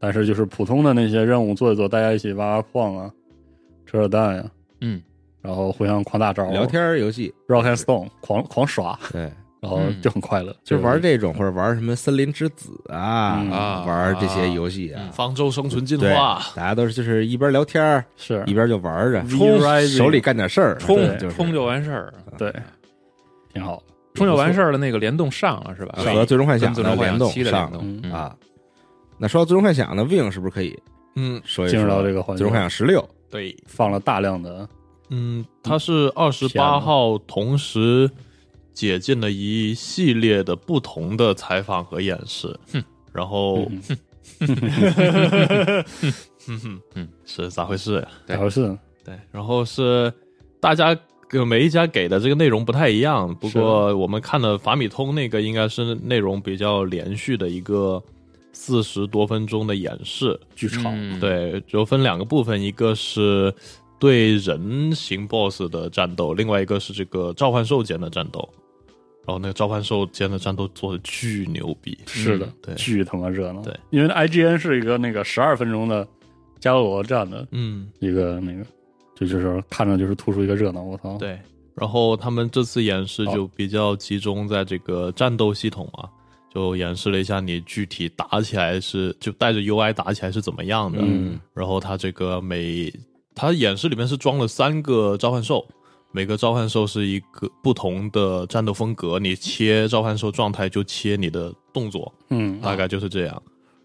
Speaker 6: 但是就是普通的那些任务做一做，大家一起挖挖矿啊，扯扯淡呀、
Speaker 7: 嗯，
Speaker 6: 然后互相狂大
Speaker 7: 哦
Speaker 6: 招，
Speaker 3: 聊天儿游
Speaker 7: <laughs>
Speaker 3: 戏，
Speaker 6: ，rock and stone，狂狂耍，
Speaker 3: 对，
Speaker 6: 然后
Speaker 7: 嗯
Speaker 6: 就很快乐，
Speaker 3: 就玩这种或者玩什么森林之子啊，
Speaker 6: 嗯
Speaker 7: 啊嗯
Speaker 3: 玩这些游戏啊，
Speaker 4: 方舟生存进啊
Speaker 3: 对，
Speaker 4: 化，
Speaker 3: 大家都是就是一边聊天儿
Speaker 6: 是
Speaker 3: 一边就玩着，
Speaker 6: V
Speaker 3: 冲
Speaker 6: Rising
Speaker 3: 手里干点事儿，
Speaker 7: 冲
Speaker 6: 对
Speaker 3: 就是
Speaker 7: 冲就完事儿，
Speaker 6: 对，挺好。
Speaker 7: 冲就完事儿的那个联动上了是吧？
Speaker 3: 啊和最终幻想
Speaker 7: 跟最终
Speaker 3: 的
Speaker 7: 幻
Speaker 3: 联
Speaker 7: 想
Speaker 3: 动
Speaker 7: 七的
Speaker 3: 上
Speaker 7: 联
Speaker 3: 了
Speaker 7: 动嗯
Speaker 3: 啊。那说到最终幻想呢，Wing 是不是可以
Speaker 4: 嗯，
Speaker 3: 说一说
Speaker 6: 进入到这个环
Speaker 3: 最终，
Speaker 6: 节
Speaker 3: 幻想十六？
Speaker 4: 对，嗯
Speaker 6: 放了大量的
Speaker 4: 嗯，它是二十
Speaker 6: 天哪
Speaker 4: 八号同时解禁了一系列的不同的采访和演示，
Speaker 7: 哼
Speaker 4: 然
Speaker 3: 哦
Speaker 4: 后，
Speaker 6: 嗯
Speaker 4: 嗯
Speaker 7: 嗯
Speaker 4: 嗯，是咋回事呀？
Speaker 7: 对
Speaker 6: 然后是
Speaker 4: 对，然后是大家给每一家给的这个内容不太一样，不过我们看的法米通那个应该是内容比较连续的一个四十多分钟的演示，
Speaker 6: 剧场，
Speaker 7: 嗯，
Speaker 4: 对，就分两个部分，一个是对人形 BOSS 的战斗，另外一个是这个召唤兽间的战斗。然后那个召唤兽间的战斗做的巨牛逼，
Speaker 6: 是的
Speaker 4: 嗯，对，
Speaker 6: 巨他妈热闹。
Speaker 4: 对，
Speaker 6: 因为 IGN 是一个那个十二分钟的伽罗罗站的
Speaker 4: 嗯，
Speaker 6: 一个那个，就就是看着就是突出一个热闹。我操，，
Speaker 4: 对。然后他们这次演示
Speaker 6: 好
Speaker 4: 就比较集中在这个战斗系统嘛，就演示了一下你具体打起来是就带着 UI 打起来是怎么样的。
Speaker 6: 嗯，
Speaker 4: 然后它这个每它演示里面是装了三个召唤兽，每个召唤兽是一个不同的战斗风格，你切召唤兽状态就切你的动作，
Speaker 6: 嗯，
Speaker 4: 大概就是这样。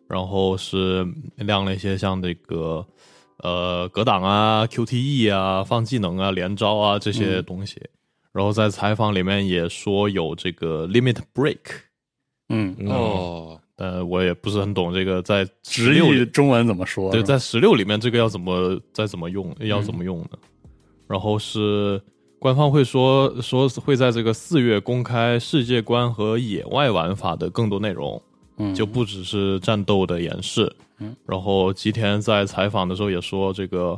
Speaker 4: 然后是亮了一些像这个呃格挡啊、QTE 啊、放技能啊、连招啊这些东西。然后在采访里面也说有这个 limit break，
Speaker 6: 嗯，
Speaker 7: 哦，
Speaker 4: 但我也不是很懂这个在十
Speaker 6: 直
Speaker 4: 六
Speaker 6: 译中文怎么说？
Speaker 4: 对，
Speaker 6: 是吧
Speaker 4: 在十六里面这个要怎么再怎么用，要怎么用呢？然后是官方会说说会在这个四月公开世界观和野外玩法的更多内容，
Speaker 6: 嗯
Speaker 4: 就不只是战斗的演示。
Speaker 6: 嗯
Speaker 4: 然后吉田在采访的时候也说，这个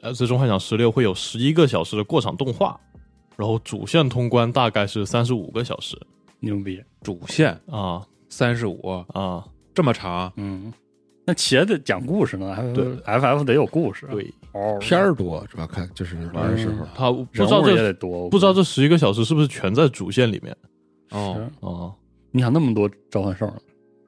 Speaker 4: 呃《最终幻想十六》会有十一个小时的过场动画，然后主线通关大概是三十五个小时
Speaker 6: 牛逼，
Speaker 7: 主线
Speaker 4: 啊
Speaker 7: 三十五
Speaker 4: 啊，
Speaker 7: 这么长，
Speaker 6: 嗯。那且得讲故事呢，还
Speaker 4: 对
Speaker 6: FF 得有故事，
Speaker 4: 对，
Speaker 6: 哦，
Speaker 3: 片儿多，主要看就是玩的时
Speaker 6: 嗯
Speaker 3: 候，
Speaker 4: 他不知
Speaker 6: 人
Speaker 4: 道
Speaker 6: 物也
Speaker 4: 这
Speaker 6: 得多，我
Speaker 4: 不知道
Speaker 6: 估计
Speaker 4: 这十一个小时是不是全在主线里面
Speaker 7: 哦，
Speaker 4: 啊？
Speaker 6: 你想那么多召唤兽呢，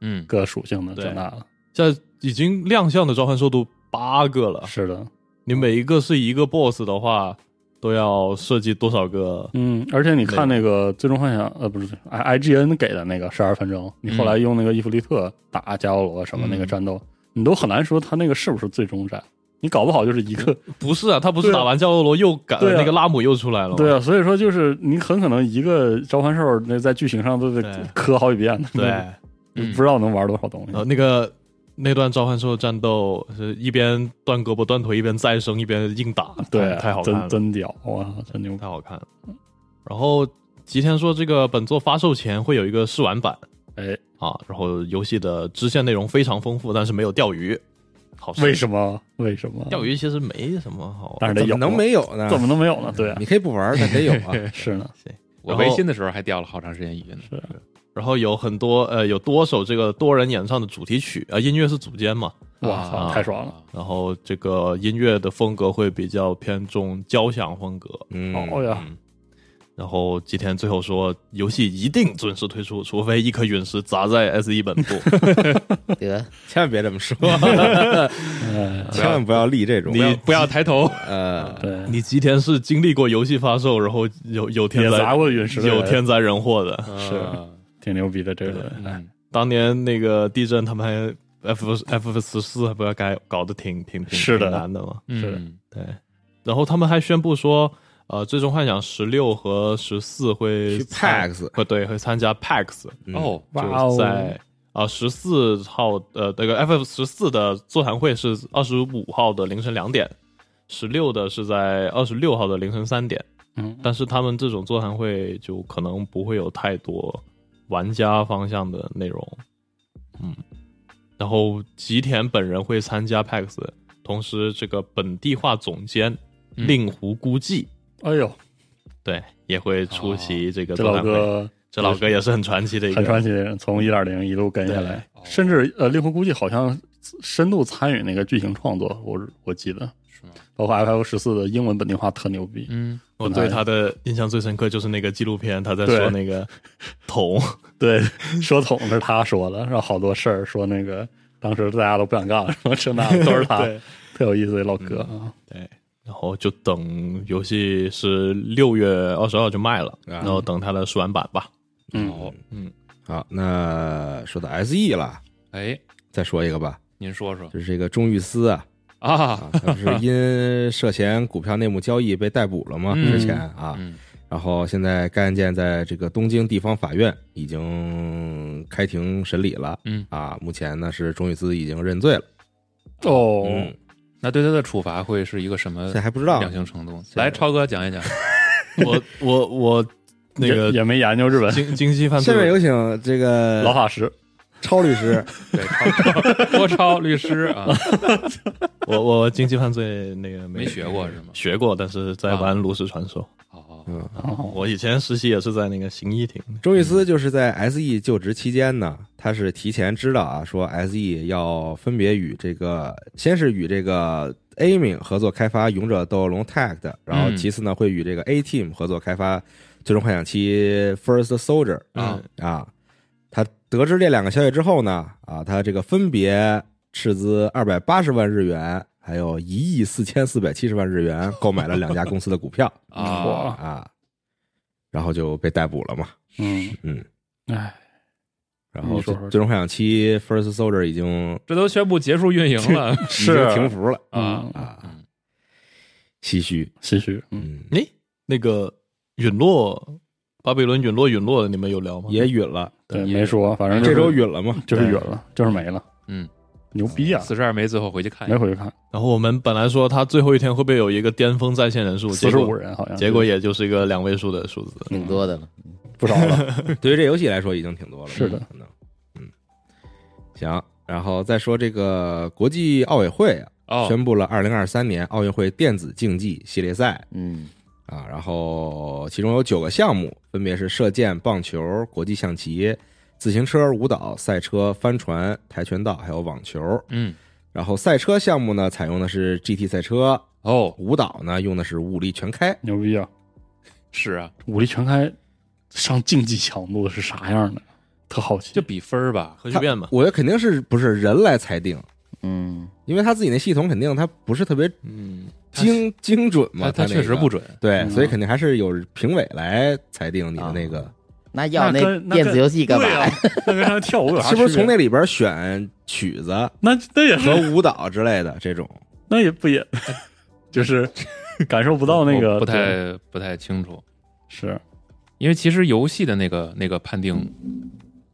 Speaker 7: 嗯，
Speaker 6: 各属性的
Speaker 4: 对
Speaker 6: 这那的，
Speaker 4: 现在已经亮相的召唤兽都八个了，
Speaker 6: 是的，
Speaker 4: 你每一个是一个 BOSS 的话，都要设计多少个？
Speaker 6: 嗯，而且你看那个《最终幻想》，呃，不是 I I G N 给的那个十二分钟，你后来
Speaker 4: 嗯
Speaker 6: 用那个伊芙利特打加奥罗什么那个战斗，你都很难说他那个是不是最终战，你搞不好就是一个，
Speaker 4: 不是啊，他不是
Speaker 6: 对啊
Speaker 4: 打完加罗罗又赶、
Speaker 6: 对啊
Speaker 4: 那个拉姆又出来了吗？
Speaker 6: 对啊，所以说就是你很可能一个召唤兽那在剧情上都
Speaker 4: 对
Speaker 6: 得磕好几遍，，
Speaker 4: 对，
Speaker 7: 嗯
Speaker 6: 不知道能玩多少东西，
Speaker 4: 呃，那个那段召唤兽战斗是一边断胳膊断腿，一边再生，一边硬打，
Speaker 6: 对啊
Speaker 4: 太，太好看了
Speaker 6: 真，真屌，哇，真牛逼，
Speaker 4: 太好看了。然后吉田说，这个本作发售前会有一个试玩版
Speaker 6: 哎，
Speaker 4: 啊，然后游戏的支线内容非常丰富，但是没有钓鱼。好事，
Speaker 6: 为什么？为什么？
Speaker 4: 钓鱼其实没什么好，
Speaker 6: 但是得
Speaker 3: 怎
Speaker 6: 有
Speaker 3: 么
Speaker 6: 啊，
Speaker 3: 能没有呢？
Speaker 6: 怎么能没有呢？对啊
Speaker 3: 你，可以不玩，但得有
Speaker 6: <laughs>
Speaker 3: 啊。
Speaker 6: 是呢，
Speaker 7: 我
Speaker 4: 然后
Speaker 7: 维新的时候还钓了好长时间鱼呢，
Speaker 4: 然后有很多呃有多首这个多人演唱的主题曲，呃音乐是组间嘛，
Speaker 6: 哇操，
Speaker 4: 啊
Speaker 6: 太爽了！
Speaker 4: 然后这个音乐的风格会比较偏重交响风格。
Speaker 6: 哦
Speaker 3: 嗯，
Speaker 7: 哎
Speaker 6: 呀，
Speaker 4: 然后吉田最后说，游戏一定准时推出，除非一颗陨石砸在 S E 本
Speaker 6: <laughs>
Speaker 4: 部。
Speaker 5: 得
Speaker 3: 千万别这么说，
Speaker 6: 哎
Speaker 3: 千万不要立这种。
Speaker 7: 你不要
Speaker 6: <laughs>
Speaker 7: 抬头，
Speaker 3: 呃，
Speaker 6: 对，
Speaker 4: 你吉田是经历过游戏发售，然后有有
Speaker 6: 也
Speaker 4: 天
Speaker 6: 砸
Speaker 4: 灾
Speaker 6: 过陨石的人，
Speaker 4: 有天灾人祸的。
Speaker 7: 是
Speaker 6: 挺牛逼的这个人，哎
Speaker 7: 啊嗯，
Speaker 4: 当年那个地震，他们还 F F 十四还不要改搞得挺挺挺
Speaker 6: 是
Speaker 4: 挺
Speaker 6: 的
Speaker 4: 难的嘛。
Speaker 6: 是的
Speaker 7: 嗯
Speaker 4: 对，然后他们还宣布说，呃，最终幻想十六和十四会
Speaker 3: 去
Speaker 4: 参
Speaker 3: PAX
Speaker 4: 不呃对，会参加 PAX，
Speaker 3: 嗯
Speaker 7: 哦，
Speaker 6: 哇哦
Speaker 4: 就在啊十四号呃那个 FF 十四的座谈会是二十五号的凌晨两点，十六的是在二十六号的凌晨三点，
Speaker 6: 嗯，
Speaker 4: 但是他们这种座谈会就可能不会有太多玩家方向的内容，嗯，然后吉田本人会参加 PAX，同时这个本地化总监
Speaker 7: 嗯
Speaker 4: 令狐孤寂、
Speaker 6: 哎呦，
Speaker 4: 对也会出席这个
Speaker 6: 哦这
Speaker 4: 座
Speaker 6: 老
Speaker 4: 谈会。
Speaker 6: 哥
Speaker 4: 这老哥也是很传奇的一个，
Speaker 6: 很传奇的人，从一点零一路跟下来，甚至呃，令狐估计好像深度参与那个剧情创作，我我记得，
Speaker 7: 是吗？
Speaker 6: 包括 FF 十四的英文本地化特牛逼，
Speaker 7: 嗯，
Speaker 4: 我对他的印象最深刻就是那个纪录片，他在
Speaker 6: 对
Speaker 4: 说那个桶，
Speaker 6: 对， <laughs> 说桶是他说的，然后好多事儿说那个当时大家都不想干，什么这那的都
Speaker 4: <laughs>
Speaker 6: 是 <laughs> 他，特有意思的老哥啊，
Speaker 4: 然后就等游戏是六月二十号就卖了，
Speaker 3: 啊
Speaker 4: 然后等它的试玩版吧。
Speaker 6: 嗯，
Speaker 3: 好，那说到 SE 了，
Speaker 7: 哎，
Speaker 3: 再说一个吧，
Speaker 7: 您说说
Speaker 3: 就是这个钟玉思啊，
Speaker 7: 啊
Speaker 3: 啊，他不是因涉嫌股票内幕交易被逮捕了吗？
Speaker 7: 嗯
Speaker 3: 之前啊，
Speaker 7: 嗯
Speaker 3: 然后现在该案件在这个东京地方法院已经开庭审理了
Speaker 7: 嗯，
Speaker 3: 啊，目前呢是钟宇姿已经认罪了，
Speaker 6: 哦，
Speaker 3: 嗯，
Speaker 7: 那对他的处罚会是一个什么
Speaker 3: 现在还不知道
Speaker 7: 量刑程度？来，超哥讲一讲。
Speaker 4: 嗯我我我那
Speaker 6: 也
Speaker 4: 个
Speaker 6: 也没研究日本
Speaker 4: 经经济犯
Speaker 3: 下
Speaker 4: 罪
Speaker 3: 面有请这个
Speaker 6: 老法师，
Speaker 3: 超律师，
Speaker 7: 对，超郭超律师啊，
Speaker 4: 我我经济犯罪那个
Speaker 7: 没学过是吗？
Speaker 4: 学过，但是在玩炉石传说。
Speaker 7: 哦，
Speaker 6: 哦
Speaker 4: 我以前实习也是在那个行医厅，
Speaker 3: 钟玉思就是在 S.E 就职期间呢，他是提前知道啊，说 S.E 要分别与这个，先是与这个 Aiming 合作开发《勇者斗恶龙 Tag》的，然后
Speaker 7: 嗯
Speaker 3: 其次呢会与这个 A Team 合作开发《最终幻想七 First Soldier
Speaker 7: 啊》
Speaker 3: 啊。他得知这两个消息之后呢，啊，他这个分别斥资二百八十万日元，还有一亿四千四百七十万日元购买了两家公司的股票
Speaker 7: <laughs> 啊，
Speaker 3: 啊，然后就被逮捕了嘛。
Speaker 6: 嗯
Speaker 3: 嗯，
Speaker 6: 哎，
Speaker 3: 然后
Speaker 6: 你说
Speaker 3: 最
Speaker 6: 说
Speaker 3: 《最终幻想七 First Soldier》已经
Speaker 7: 这都宣布结束运营了
Speaker 3: 已
Speaker 6: 是
Speaker 3: 经停服了
Speaker 7: 啊
Speaker 6: 嗯
Speaker 3: 啊
Speaker 7: 嗯，
Speaker 3: 唏嘘。
Speaker 6: 唏嘘，嗯，
Speaker 3: 嗯，
Speaker 4: 诶，那个陨落，巴比伦陨落陨落，你们有聊吗？
Speaker 3: 也允了，
Speaker 6: 对，没说，反正就
Speaker 3: 这
Speaker 6: 是
Speaker 3: 周允了嘛？
Speaker 6: 就是远了，就是没了，
Speaker 7: 嗯，哎
Speaker 6: 牛逼啊！
Speaker 7: 四十二枚最后回去看一
Speaker 6: 没
Speaker 7: 眼，
Speaker 6: 回去看，
Speaker 4: 然后我们本来说他最后一天会不会有一个巅峰在线人数，
Speaker 6: 四
Speaker 4: 结
Speaker 6: 十
Speaker 4: 果
Speaker 6: 五人好像，
Speaker 4: 结果也就是一个两位数的数字。
Speaker 5: 挺多的了。
Speaker 6: 不少了，
Speaker 3: 对于这游戏来说，已经挺多了。
Speaker 6: 是的
Speaker 3: 可能。嗯，行。然后再说这个国际奥委会啊，
Speaker 7: 哦，
Speaker 3: 宣布了二零二三年奥运会电子竞技系列赛
Speaker 5: <laughs> 嗯，
Speaker 3: 啊，然后其中有九个项目，分别是射箭、棒球、国际象棋、自行车、舞蹈、赛车、帆船、跆拳道，还有网球。
Speaker 7: 嗯，
Speaker 3: 然后赛车项目呢，采用的是 GT 赛车，
Speaker 7: 哦，
Speaker 3: 舞蹈呢用的是武力全开，
Speaker 6: 牛逼啊！
Speaker 7: 是啊，
Speaker 6: 武力全开上竞技强度是啥样的？特好奇，
Speaker 7: 就比分儿吧，
Speaker 4: 核聚变嘛，
Speaker 3: 我觉得肯定是不是人来裁定，
Speaker 5: 嗯，
Speaker 3: 因为他自己那系统肯定他不是特别
Speaker 4: 嗯，
Speaker 3: 精精准嘛，
Speaker 7: 他他
Speaker 3: 那
Speaker 7: 确
Speaker 3: 个
Speaker 7: 实不准，
Speaker 3: 对，
Speaker 6: 嗯
Speaker 3: 所以肯定还是有评委来裁定你的那
Speaker 7: 啊
Speaker 3: 个，
Speaker 5: 那要
Speaker 6: 那跟那
Speaker 5: 电
Speaker 6: 跟
Speaker 5: 子游戏干嘛
Speaker 6: 对
Speaker 5: 呀？
Speaker 6: 啊？那跟他跳舞有啥
Speaker 3: 是
Speaker 5: <laughs>
Speaker 6: 区别？
Speaker 3: 不是从那里边选曲子
Speaker 6: 那那也是
Speaker 3: 和舞蹈之类的这种？
Speaker 6: 那也不也， <laughs> 就是感受不到哦那
Speaker 7: 我
Speaker 6: 个
Speaker 7: 不
Speaker 6: 对
Speaker 7: 太不太清楚，
Speaker 6: 是
Speaker 7: 因为其实游戏的那个那个判定，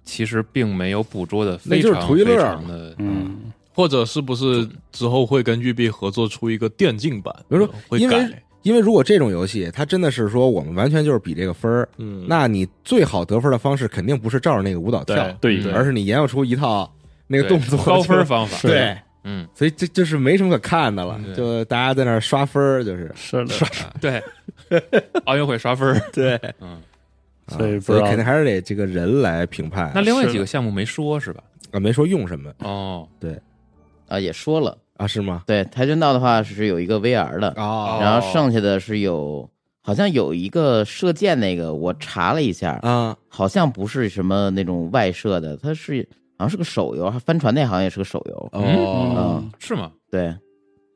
Speaker 7: 其实并没有捕捉的
Speaker 3: 那
Speaker 7: 非
Speaker 3: 就是
Speaker 7: 常
Speaker 3: 图一乐
Speaker 7: 非
Speaker 3: 儿
Speaker 7: 常的，
Speaker 6: 嗯
Speaker 4: 或者是不是之后会跟育碧合作出一个电竞版？呃
Speaker 3: 比如说
Speaker 4: 会
Speaker 3: 因为
Speaker 4: 改，
Speaker 3: 因为如果这种游戏，它真的是说我们完全就是比这个分儿，
Speaker 4: 嗯，
Speaker 3: 那你最好得分的方式肯定不是照着那个舞蹈跳，
Speaker 4: 对
Speaker 6: 对
Speaker 7: 嗯
Speaker 3: 而是你研究出一套那个
Speaker 7: 对
Speaker 3: 动作
Speaker 7: 高分儿
Speaker 3: 就
Speaker 7: 方法，
Speaker 6: 是
Speaker 3: 对，
Speaker 7: 嗯，
Speaker 3: 所以这就是没什么可看的了，
Speaker 7: 嗯
Speaker 3: 就大家在那儿刷分儿，就是
Speaker 6: 是的，
Speaker 7: 对， <laughs> 奥运会刷分儿，
Speaker 3: <laughs> 对，
Speaker 7: 嗯，
Speaker 3: 啊
Speaker 6: 所以不
Speaker 3: 所
Speaker 6: 知
Speaker 3: 以
Speaker 6: 道
Speaker 3: 肯定还是得这个人来评判。
Speaker 7: 那另外
Speaker 6: 是的
Speaker 7: 几个项目没说是吧？
Speaker 3: 啊，没说用什么
Speaker 7: 哦，
Speaker 5: 啊，也说了，
Speaker 3: 啊？是吗？
Speaker 5: 对跆拳道的话是有一个 VR 的，
Speaker 3: 啊
Speaker 5: 然后剩下的是有，好像有一个射箭那个，我查了一下，
Speaker 3: 啊，
Speaker 5: 好像不是什么那种外设的，它是好像是个手游，还帆船那好像也是个手游，
Speaker 3: 哦，
Speaker 5: 嗯，
Speaker 7: 是吗？
Speaker 5: 对，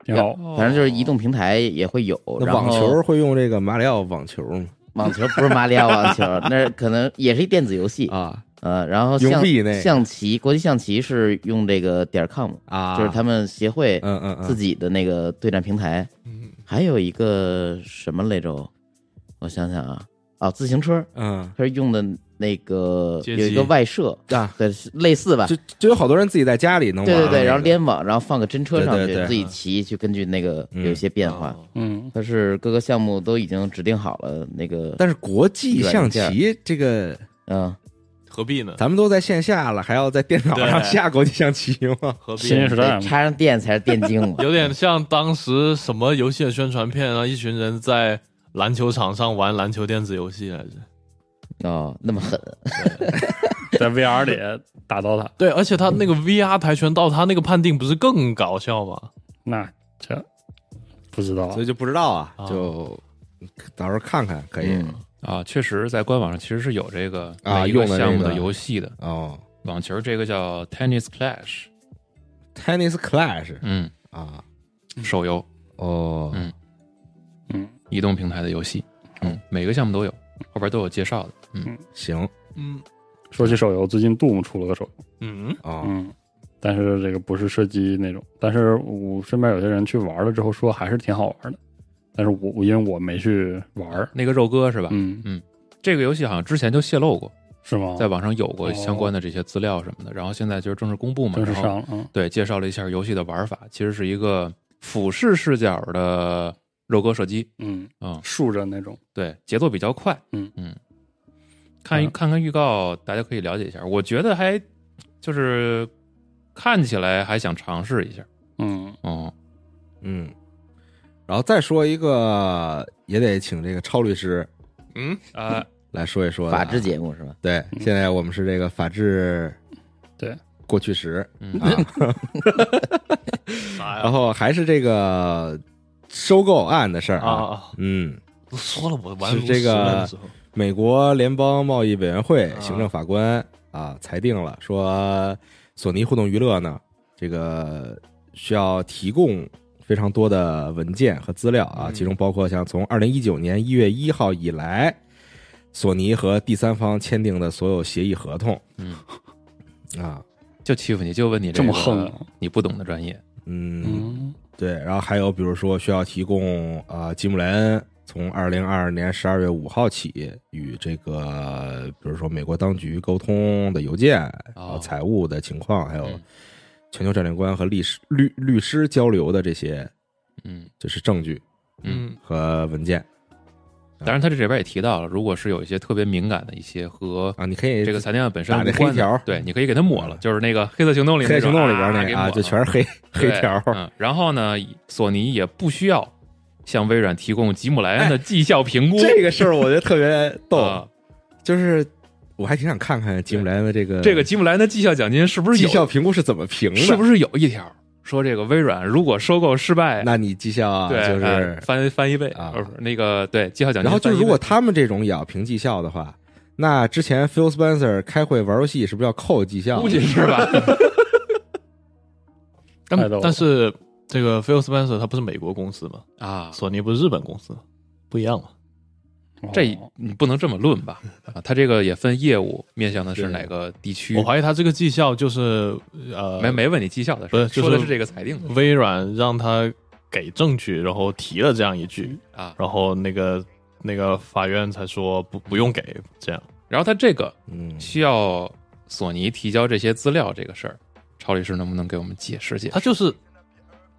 Speaker 6: 挺好，
Speaker 5: 反正就是移动平台也会有。
Speaker 3: 那
Speaker 5: 然后
Speaker 3: 网球会用这个马里奥网球吗？
Speaker 5: 网球不是马里奥网球，那可能也是一电子游戏。
Speaker 3: 啊
Speaker 5: 呃，然后
Speaker 3: 硬
Speaker 5: 象
Speaker 3: 币那个
Speaker 5: 象棋，国际象棋是用这个点儿 com，
Speaker 3: 啊，
Speaker 5: 就是他们协会
Speaker 3: 嗯嗯
Speaker 5: 自
Speaker 3: 嗯，
Speaker 5: 己的那个对战平台。
Speaker 4: 嗯
Speaker 5: 还有一个什么来着？我想想啊，哦，自行车，
Speaker 3: 嗯
Speaker 5: 它是用的那个
Speaker 4: 街
Speaker 5: 有
Speaker 4: 机
Speaker 5: 一个外设，
Speaker 3: 啊，
Speaker 5: 对，类似吧
Speaker 3: 就？就有好多人自己在家里能玩
Speaker 5: 对
Speaker 3: 那
Speaker 5: 对
Speaker 3: 个，
Speaker 5: 对，然后联网，然后放个真车上
Speaker 3: 对
Speaker 5: 去
Speaker 3: 对对，
Speaker 5: 自己骑，去根据那个
Speaker 3: 嗯
Speaker 5: 有一些变
Speaker 4: 哦
Speaker 5: 化。
Speaker 6: 嗯，
Speaker 5: 它是各个项目都已经指定好了那个，
Speaker 3: 但是国际象棋这个，
Speaker 5: 嗯，
Speaker 4: 何必呢？
Speaker 3: 咱们都在线下了，还要在电脑上
Speaker 4: 对
Speaker 3: 下国际象棋吗？
Speaker 4: 何必
Speaker 6: 新
Speaker 4: 呢？。
Speaker 6: 时代
Speaker 5: 得插上电才是电竞嘛
Speaker 4: <laughs> 有点像当时什么游戏的宣传片啊，一群人在篮球场上玩篮球电子游戏来着。
Speaker 5: 哦，那么狠，
Speaker 6: 在 VR 里打到他，
Speaker 4: 对，而且他那个 VR 跆拳道，他那个判定不是更搞笑吗？
Speaker 6: 那这不知道
Speaker 3: 所以就不知道啊
Speaker 4: 啊，
Speaker 3: 就到时候看看可以
Speaker 5: 嗯，
Speaker 7: 啊，确实，在官网上其实是有这个
Speaker 3: 啊
Speaker 7: 每一个
Speaker 3: 用的这
Speaker 7: 项目的
Speaker 3: 个
Speaker 7: 游戏的，
Speaker 3: 哦。
Speaker 7: 网球这个叫 Tennis Clash，
Speaker 3: Tennis Clash
Speaker 7: 嗯，
Speaker 3: 啊，
Speaker 7: 手游
Speaker 3: 哦
Speaker 7: 嗯
Speaker 6: 嗯，
Speaker 7: 移动平台的游戏，嗯，每个项目都有，后边都有介绍的，
Speaker 3: 行
Speaker 4: 嗯
Speaker 6: 说起手游，最近 Doom 出了个手游，
Speaker 4: 嗯，
Speaker 3: 啊，
Speaker 6: 嗯，但是这个不是射击那种，但是我身边有些人去玩了之后说还是挺好玩的，但是我我因为我没去玩儿，
Speaker 7: 那个肉鸽是吧？
Speaker 6: 嗯，
Speaker 7: 这个游戏好像之前就泄露过，
Speaker 6: 是吗？
Speaker 7: 在网上有过
Speaker 6: 哦
Speaker 7: 相关的这些资料什么的，然后现在就是正式公布嘛，
Speaker 6: 正式
Speaker 7: 然后
Speaker 6: 上了，嗯，
Speaker 7: 对，介绍了一下游戏的玩法，其实是一个俯视视角的肉鸽射击，
Speaker 6: 嗯，
Speaker 7: 嗯，
Speaker 6: 竖着那种，
Speaker 7: 对，节奏比较快，
Speaker 6: 嗯
Speaker 7: 嗯，看一
Speaker 6: 嗯
Speaker 7: 看看预告，大家可以了解一下，我觉得还就是看起来还想尝试一下，
Speaker 6: 嗯，
Speaker 7: 哦，
Speaker 3: 嗯，然后再说一个，也得请这个超律师
Speaker 7: 嗯啊，
Speaker 3: 来说一说的啊
Speaker 5: 法制嗯节目是吧？
Speaker 3: 对，现在我们是这个法制
Speaker 6: 对
Speaker 3: 过去时 <laughs>
Speaker 7: 嗯
Speaker 5: <laughs>
Speaker 3: 啊，
Speaker 4: 啥
Speaker 3: 然？后还是这个收购案的事儿
Speaker 4: 啊啊，啊！
Speaker 3: 嗯，
Speaker 4: 都说了我玩
Speaker 3: 是
Speaker 4: 炉
Speaker 3: 这
Speaker 4: 石了
Speaker 3: 个
Speaker 4: 那时候
Speaker 3: 美国联邦贸易委员会
Speaker 4: 啊
Speaker 3: 行政法官啊裁定了，说索尼互动娱乐呢，这个需要提供非常多的文件和资料啊，
Speaker 4: 嗯
Speaker 3: 其中包括像从二零一九年一月一号以来，索尼和第三方签订的所有协议合同，
Speaker 7: 嗯
Speaker 3: 啊，
Speaker 7: 就欺负你，就问你
Speaker 6: 这
Speaker 7: 个
Speaker 6: 么横啊，
Speaker 7: 你不懂的专业，
Speaker 3: 嗯，
Speaker 6: 嗯，
Speaker 3: 对，然后还有比如说需要提供呃，吉姆莱恩从二零二二年十二月五号起与这个比如说美国当局沟通的邮件，然后财务的情况，还有
Speaker 7: 哦嗯
Speaker 3: 全球战略观和律师律律师交流的这些
Speaker 7: 嗯
Speaker 3: 就是证据
Speaker 7: 嗯。
Speaker 3: 和文件
Speaker 7: 当然，他这里边也提到了，如果是有一些特别敏感的一些和
Speaker 3: 啊，你可以
Speaker 7: 这个裁定案本身
Speaker 3: 打那
Speaker 7: 无关的
Speaker 3: 黑条
Speaker 7: 对，你可以给它抹了，就是那个《黑色行动》里
Speaker 3: 嗯黑
Speaker 7: 那
Speaker 3: 暗
Speaker 7: 种
Speaker 3: 行动里边那
Speaker 7: 给
Speaker 3: 个
Speaker 7: 抹
Speaker 3: 啊，
Speaker 7: 了
Speaker 3: 就全是黑黑
Speaker 7: 对
Speaker 3: 条，
Speaker 7: 嗯，然后呢，索尼也不需要向微软提供吉姆莱恩的绩效评估，
Speaker 3: 哎这个事儿我觉得特别逗，
Speaker 7: 啊
Speaker 3: 就是我还挺想看看吉姆莱恩的这个
Speaker 7: 这个吉姆莱恩的绩效奖金是不是
Speaker 3: 嗯绩
Speaker 7: 有
Speaker 3: 效评估是怎么评的，
Speaker 7: 是不是有一条说这个微软如果收购失败，
Speaker 3: 那你绩效啊
Speaker 7: 对
Speaker 3: 就
Speaker 7: 哎
Speaker 3: 是
Speaker 7: 翻翻一倍
Speaker 3: 啊
Speaker 7: 呃不是那个对绩效奖金翻一倍，
Speaker 3: 然后就是，如果他们这种也要评绩效的话，那之前 Phil Spencer 开会玩游戏是不是要扣绩效？啊
Speaker 7: 估计是吧？ <laughs>
Speaker 4: 但
Speaker 6: 太逗了
Speaker 4: 但是这个 Phil Spencer 他不是美国公司吗？
Speaker 3: 哦
Speaker 7: 啊，
Speaker 4: 索尼不是日本公司吗？不一样嘛。
Speaker 7: 这
Speaker 6: 哦
Speaker 7: 你不能这么论吧？啊，他这个也分业务，面向的是
Speaker 3: 对
Speaker 7: 哪个地区
Speaker 4: 我？怀疑他这个绩效就是呃，
Speaker 7: 没没问你绩效的事
Speaker 4: 不
Speaker 7: 儿，
Speaker 4: 是就是
Speaker 7: 说的是这个裁定的
Speaker 4: 微软让他给证据，然后提了这样一句，
Speaker 7: 啊。
Speaker 4: 然后那个那个法院才说不不用给这样。
Speaker 7: 然后他这个
Speaker 3: 嗯，
Speaker 7: 需要索尼提交这些资料这个事儿，超律师能不能给我们解释解释
Speaker 4: 他就是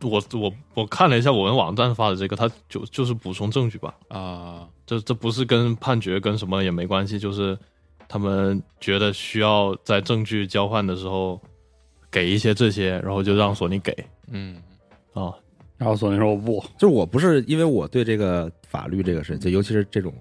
Speaker 4: 我我我看了一下我们网站发的这个，他就就是补充证据吧。
Speaker 7: 啊？
Speaker 4: 这这不是跟判决跟什么也没关系，就是他们觉得需要在证据交换的时候给一些这些，然后就让索尼给
Speaker 7: 嗯
Speaker 4: 啊，
Speaker 6: 然后索尼说我不，
Speaker 3: 就是我不是因为我对这个法律这个事，就尤其是这种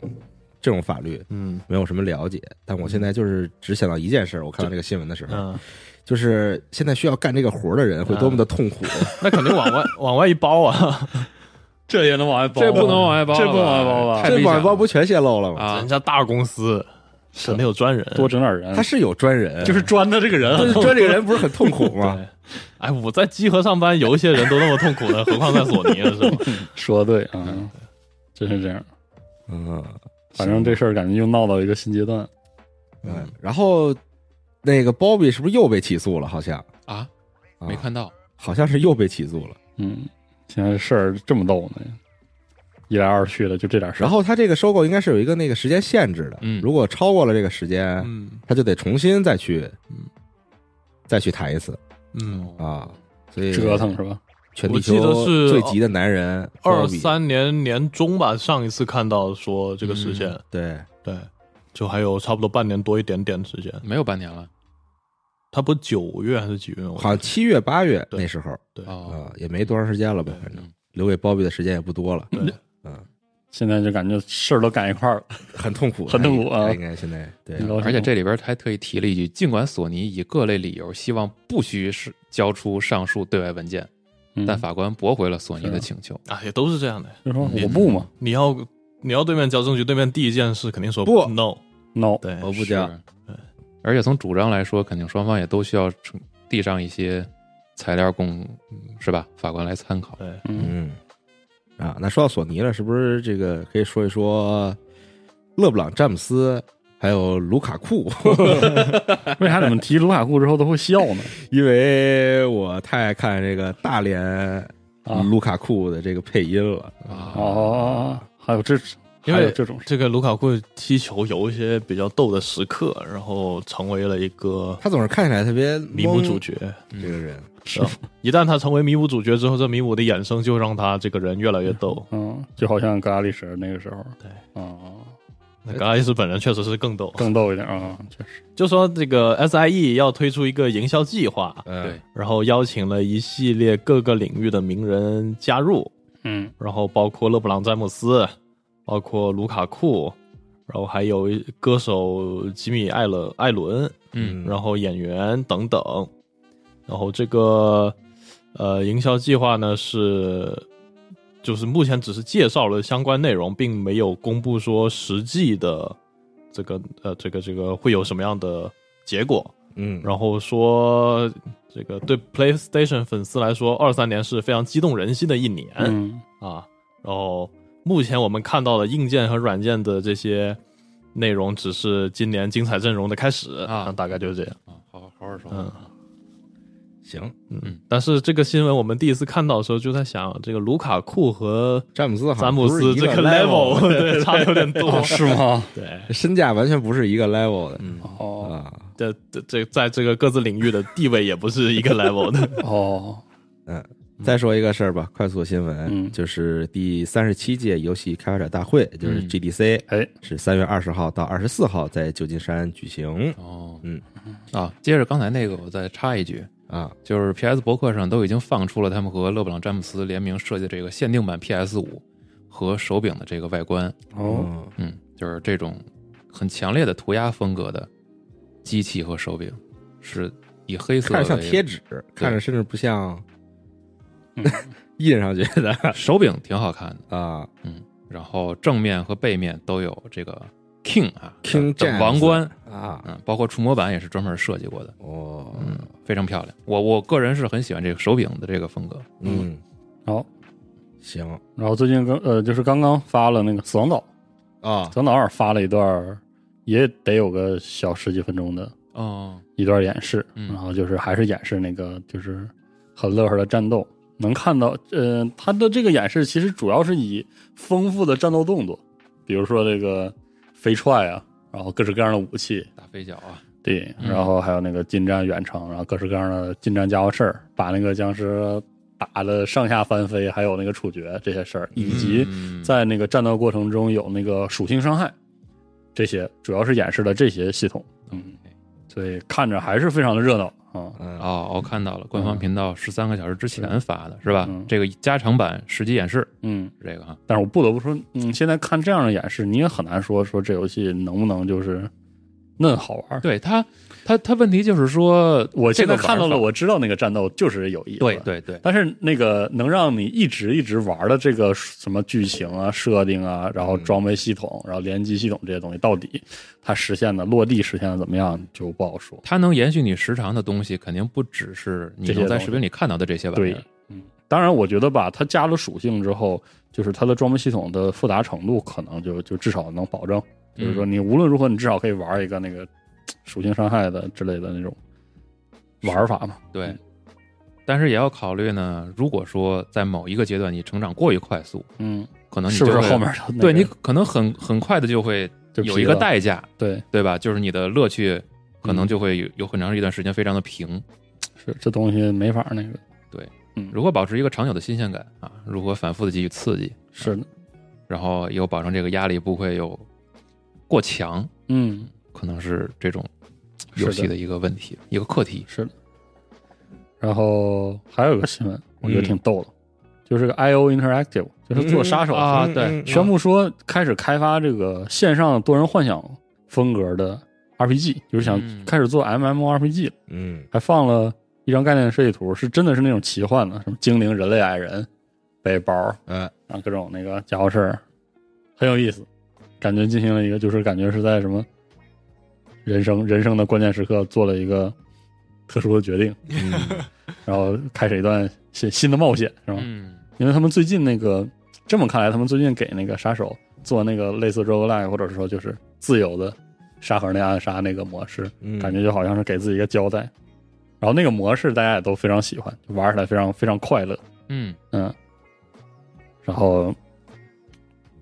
Speaker 3: 这种法律
Speaker 4: 嗯
Speaker 3: 没有什么了解，但我现在就是只想到一件事儿，我看到这个新闻的时候，
Speaker 4: 嗯，
Speaker 3: 就是现在需要干这个活儿的人会多么的痛苦。啊
Speaker 4: 那肯定往外往外一包啊，
Speaker 6: <laughs> 这也能往外包，啊
Speaker 7: 这不能往外包吧
Speaker 6: 这不能往外包吧？
Speaker 7: 太
Speaker 3: <laughs> 这
Speaker 7: 危险
Speaker 3: 网
Speaker 7: 了
Speaker 3: 包不全泄露了吗？
Speaker 7: 啊
Speaker 4: 人，家大公司肯定有专人，
Speaker 6: 多整点人，
Speaker 3: 他是有专人，
Speaker 6: 就是专的这个人啊
Speaker 3: 就是专这个人不是很痛苦 <laughs> 吗？
Speaker 4: 对。哎，我在集合上班，有一些人都那么痛苦了，何况在索尼了，啊
Speaker 6: <laughs>
Speaker 4: 是吧？
Speaker 6: 说的对啊，嗯真是这样。
Speaker 3: 嗯，
Speaker 6: 反正这事儿感觉又闹到一个新阶段，
Speaker 3: 嗯，然后那个鲍比是不是又被起诉了？好像
Speaker 7: 啊，
Speaker 3: 啊
Speaker 7: 没看到，
Speaker 3: 好像是又被起诉了。
Speaker 6: 嗯，现在事儿这么逗呢，一来二去的就这点事儿。
Speaker 3: 然后他这个收购应该是有一个那个时间限制的，
Speaker 7: 嗯
Speaker 3: 如果超过了这个时
Speaker 6: 哎
Speaker 3: 间，
Speaker 4: 嗯
Speaker 3: 他就得重新再去，
Speaker 4: 嗯
Speaker 3: 再去谈一次
Speaker 4: 嗯，
Speaker 7: 哦
Speaker 3: 啊。所以
Speaker 6: 折腾是吧？
Speaker 3: 全地
Speaker 4: 我记
Speaker 3: 球
Speaker 4: 得是
Speaker 3: 最急的男人
Speaker 4: 二
Speaker 3: 科比
Speaker 4: 三年年中吧，上一次看到说这个时间，
Speaker 6: 嗯
Speaker 3: 对，
Speaker 4: 对，就还有差不多半年多一点点时间。
Speaker 7: 没有半年了
Speaker 4: 他不九月还是几月？我
Speaker 3: 好像七月八月
Speaker 4: 对
Speaker 3: 那时候
Speaker 4: 对
Speaker 7: 哦。
Speaker 3: 啊，也没多长时间了吧，反正
Speaker 7: 嗯
Speaker 3: 留给鲍比的时间也不多了，啊
Speaker 4: 对，
Speaker 6: 现在就感觉事儿都赶一块儿了，
Speaker 3: 很痛苦，哎
Speaker 6: 很痛苦啊
Speaker 3: 他应该现在对
Speaker 6: 你知道吗
Speaker 7: 而且这里边还特意提了一句，尽管索尼以各类理由希望不需是交出上述对外文件，
Speaker 6: 嗯
Speaker 7: 但法嗯官驳回了索尼的请求。
Speaker 4: 啊，也都是这样的。
Speaker 6: 就说我不嘛
Speaker 4: 你要你要对面交证据，对面第一件事肯定说
Speaker 3: 不
Speaker 4: no，
Speaker 6: ，no，
Speaker 4: 对，
Speaker 3: 我不
Speaker 7: 是
Speaker 3: 交，
Speaker 7: 而且从主张来说，肯定双方也都需要呈递上一些材料供，是吧？法官来参考。
Speaker 4: 对，
Speaker 6: 嗯，
Speaker 3: 嗯啊，那说到索尼了，是不是这个可以说一说勒布朗詹姆斯还有卢卡库？
Speaker 6: <laughs>
Speaker 3: <laughs>
Speaker 6: 为啥你们提卢卡库之后都会笑呢？
Speaker 3: 因为我太爱看这个大连
Speaker 6: 啊
Speaker 3: 卢卡库的这个配音了。
Speaker 7: 啊，
Speaker 6: 哦，还有这，
Speaker 4: 因
Speaker 6: 还
Speaker 4: 为
Speaker 6: 有这种事，
Speaker 4: 这个卢卡库踢球有一些比较逗的时刻，然后成为了一个
Speaker 3: 他总是看起来特别
Speaker 4: 迷雾
Speaker 3: 懵
Speaker 4: 主角。
Speaker 3: 这个人，
Speaker 4: 是
Speaker 7: 啊
Speaker 4: 吧一旦他成为迷雾主角之后，这迷雾的衍生就让他这个人越来越逗。
Speaker 6: 嗯，就好像格拉利什那个时候，
Speaker 4: 对，
Speaker 6: 哦，
Speaker 4: 那格拉利斯本人确实是更逗。
Speaker 6: 更逗一点啊，确实，
Speaker 4: 就说这个 SIE 要推出一个营销计划，
Speaker 3: 嗯
Speaker 7: 对，
Speaker 4: 然后邀请了一系列各个领域的名人加入，
Speaker 6: 嗯，
Speaker 4: 然后包括勒布朗·詹姆斯，包括卢卡库，然后还有歌手吉米·艾伦、艾伦，
Speaker 7: 嗯，
Speaker 4: 然后演员等等。然后这个呃营销计划呢是，就是目前只是介绍了相关内容，并没有公布说实际的这个呃这个这个会有什么样的结果。
Speaker 3: 嗯，
Speaker 4: 然后说这个对 PlayStation 粉丝来说，二三年是非常激动人心的一
Speaker 7: 哎
Speaker 4: 年、
Speaker 6: 嗯，
Speaker 4: 啊。然后目前我们看到的硬件和软件的这些内容，只是今年精彩阵容的开始
Speaker 7: 啊
Speaker 4: 大概就是这样。
Speaker 7: 啊好好好说， <laughs>
Speaker 4: 嗯
Speaker 3: 行，
Speaker 4: 嗯，但是这个新闻我们第一次看到的时候，就在想，这个卢卡库和
Speaker 3: 詹姆斯好像
Speaker 4: 詹姆
Speaker 3: 啊不
Speaker 4: 斯
Speaker 3: 是一
Speaker 4: 这个 level
Speaker 3: level，
Speaker 4: 对差有点多
Speaker 6: 哦，，是吗？
Speaker 4: 对，
Speaker 3: 身价完全不是一个 level 的
Speaker 4: 嗯，
Speaker 6: 哦
Speaker 3: 啊，
Speaker 4: 这这这在这个各自领域的地位也不是一个 level 的。
Speaker 7: 嗯
Speaker 6: 哦，
Speaker 4: 嗯
Speaker 3: 再说一个事儿吧，快速新闻，
Speaker 6: 嗯
Speaker 3: 就是第三十七届游戏开发者大会，就是
Speaker 7: 嗯
Speaker 3: GDC，、
Speaker 6: 哎，
Speaker 3: 是三月二十号到二十四号在旧金山举行
Speaker 7: 哦，
Speaker 3: 嗯
Speaker 7: 啊，接着刚才那个，我再插一句，
Speaker 3: 啊，
Speaker 7: 就是 PS 博客上都已经放出了他们和勒布朗詹姆斯联名设计的这个限定版 PS 五和手柄的这个外观，
Speaker 6: 哦，
Speaker 3: 嗯
Speaker 7: 嗯，就是这种很强烈的涂鸦风格的机器和手柄，是以黑色
Speaker 3: 看着像贴
Speaker 7: 为
Speaker 3: 纸，看着甚至不像 <laughs> 印上去的
Speaker 7: 手柄挺好看的，
Speaker 3: 啊。
Speaker 7: 嗯，然后正面和背面都有这个 King 啊
Speaker 3: King
Speaker 7: 的
Speaker 3: James
Speaker 7: 王冠，
Speaker 3: 啊，
Speaker 7: 嗯，包括触摸板也是专门设计过的，
Speaker 3: 哦，
Speaker 7: 嗯，非常漂亮。我我个人是很喜欢这个手柄的这个风格，
Speaker 3: 嗯，
Speaker 6: 好。
Speaker 3: 行
Speaker 6: 然后最近刚呃，就是刚刚发了那个《死亡岛》，
Speaker 3: 啊
Speaker 6: 《死，亡岛二》发了一段儿，也得有个小十几分钟的
Speaker 7: 哦，
Speaker 6: 一段演示，
Speaker 7: 嗯
Speaker 6: 然后就是还是演示那个就是很乐呵的战斗，能看到，呃，它的这个演示其实主要是以丰富的战斗动作，比如说这个飞踹啊，然后各式各样的武器，
Speaker 7: 大飞脚啊，
Speaker 6: 对，
Speaker 7: 嗯
Speaker 6: 然后还有那个近战远程，然后各式各样的近战家伙事儿，把那个僵尸打的上下翻飞，还有那个处决这些事儿，以及、
Speaker 7: 嗯
Speaker 6: 在那个战斗过程中有那个属性伤害，这些主要是演示了这些系统，嗯，所以看着还是非常的热闹啊。
Speaker 3: 嗯
Speaker 7: 哦，我看到了，官方
Speaker 6: 嗯
Speaker 7: 频道十三个小时之前发的是吧？
Speaker 6: 嗯
Speaker 7: 这个加长版实际演示
Speaker 6: 嗯，
Speaker 7: 是这个啊，
Speaker 6: 但是我不得不说，嗯，现在看这样的演示，你也很难说说这游戏能不能就是嫩好玩儿。
Speaker 7: 对他，他他问题就是说，
Speaker 6: 我现在看到
Speaker 7: 这个玩法
Speaker 6: 了，我知道那个战斗就是有意思，
Speaker 7: 对。对对，
Speaker 6: 但是那个能让你一直一直玩的这个什么剧情啊、设定啊，然后装备系统、然后联机系统这些东西，到底它实现的落地实现的怎么样，就不好说。
Speaker 7: 它能延续你时长的东西，肯定不只是你
Speaker 6: 这些
Speaker 7: 能在
Speaker 6: 东西
Speaker 7: 视频里看到的这些玩
Speaker 6: 对
Speaker 7: 意儿。，
Speaker 6: 嗯，当然，我觉得吧，它加了属性之后，就是它的装备系统的复杂程度，可能就就至少能保证，就是
Speaker 7: 嗯
Speaker 6: 说你无论如何，你至少可以玩一个那个嘖属性伤害的之类的那种玩法嘛。
Speaker 7: 对，嗯但是也要考虑呢，如果说在某一个阶段你成长过于快速，
Speaker 6: 嗯，
Speaker 7: 可能你
Speaker 6: 是不是
Speaker 7: 就会
Speaker 6: 后面就那个
Speaker 7: 对你可能很很快的就会
Speaker 6: 就
Speaker 7: 有
Speaker 6: 疲
Speaker 7: 一个
Speaker 6: 了
Speaker 7: 代价，
Speaker 6: 对
Speaker 7: 对吧？就是你的乐趣可能
Speaker 6: 嗯
Speaker 7: 就会有有很长一段时间非常的平。
Speaker 6: 是这东西没法那个
Speaker 7: 如何保持一个长久的新鲜感啊？如何反复的给予刺激，
Speaker 6: 是的，
Speaker 7: 然后又保证这个压力不会有过强，
Speaker 6: 嗯，
Speaker 7: 可能是这种
Speaker 6: 是的
Speaker 7: 游戏的一个问题，一个课题。
Speaker 6: 是的。然后还有一个新闻，我觉得
Speaker 3: 嗯
Speaker 6: 挺逗的，就是这个 IO Interactive，就是做杀手的
Speaker 7: 啊
Speaker 3: 嗯
Speaker 7: 对
Speaker 3: 嗯
Speaker 6: 宣布说开始开发这个线上多人幻想风格的 RPG，就是想
Speaker 7: 嗯
Speaker 6: 开始做 MMORPG 了，
Speaker 3: 嗯
Speaker 6: 还放了一张概念设计图，是真的是那种奇幻的，什么精灵、人类、矮人、背包
Speaker 3: 呃
Speaker 6: 啊，各种那个家伙事儿，很有意思，感觉进行了一个就是感觉是在什么人生人生的关键时刻做了一个特殊的决定，
Speaker 3: 嗯
Speaker 6: <laughs> 然后开始一段新新的冒险，是吧？
Speaker 7: 嗯，
Speaker 6: 因为他们最近那个这么看来，他们最近给那个杀手做那个类似 roguelike 或者说就是自由的沙盒那暗杀那个模式，
Speaker 3: 嗯
Speaker 6: 感觉就好像是给自己一个交代。然后那个模式大家也都非常喜欢，就玩起来非常非常快乐。
Speaker 7: 嗯
Speaker 6: 嗯，然后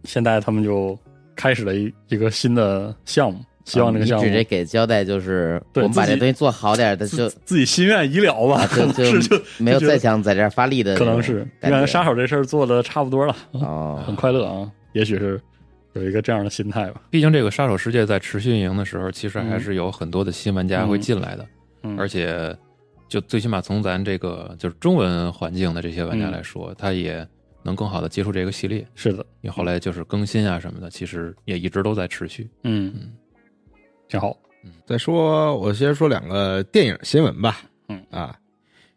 Speaker 6: 现在他们就开始了一一个新的项目，希望这
Speaker 5: 啊
Speaker 6: 个
Speaker 5: 你
Speaker 6: 项目
Speaker 5: 指这给交代就是，我
Speaker 6: 对
Speaker 5: 们把
Speaker 6: 自己
Speaker 5: 这东西做好点儿的就
Speaker 6: 自自己心愿已了吧
Speaker 5: 啊，就
Speaker 6: 是就
Speaker 5: 没有
Speaker 6: 就觉
Speaker 5: 再
Speaker 6: 得
Speaker 5: 想在这儿发力的那
Speaker 6: 可
Speaker 5: 种
Speaker 6: 能
Speaker 5: 感觉，
Speaker 6: 是感觉杀手这事儿做的差不多了，很
Speaker 5: 哦，
Speaker 6: 快乐啊，也许是有一个这样的心态吧。
Speaker 7: 毕竟这个杀手世界在持续运营的时候，其实还
Speaker 6: 嗯
Speaker 7: 是有很多的新玩家会进来的，
Speaker 6: 嗯，
Speaker 7: 而且就最起码从咱这个就是中文环境的这些玩家来说，他也能更好的接触这个系列。
Speaker 6: 是的，
Speaker 7: 因为后来就是更新啊什么的，其实也一直都在持续。
Speaker 6: 嗯，挺好。
Speaker 3: 再说，我先说两个电影新闻吧。
Speaker 6: 嗯
Speaker 3: 啊，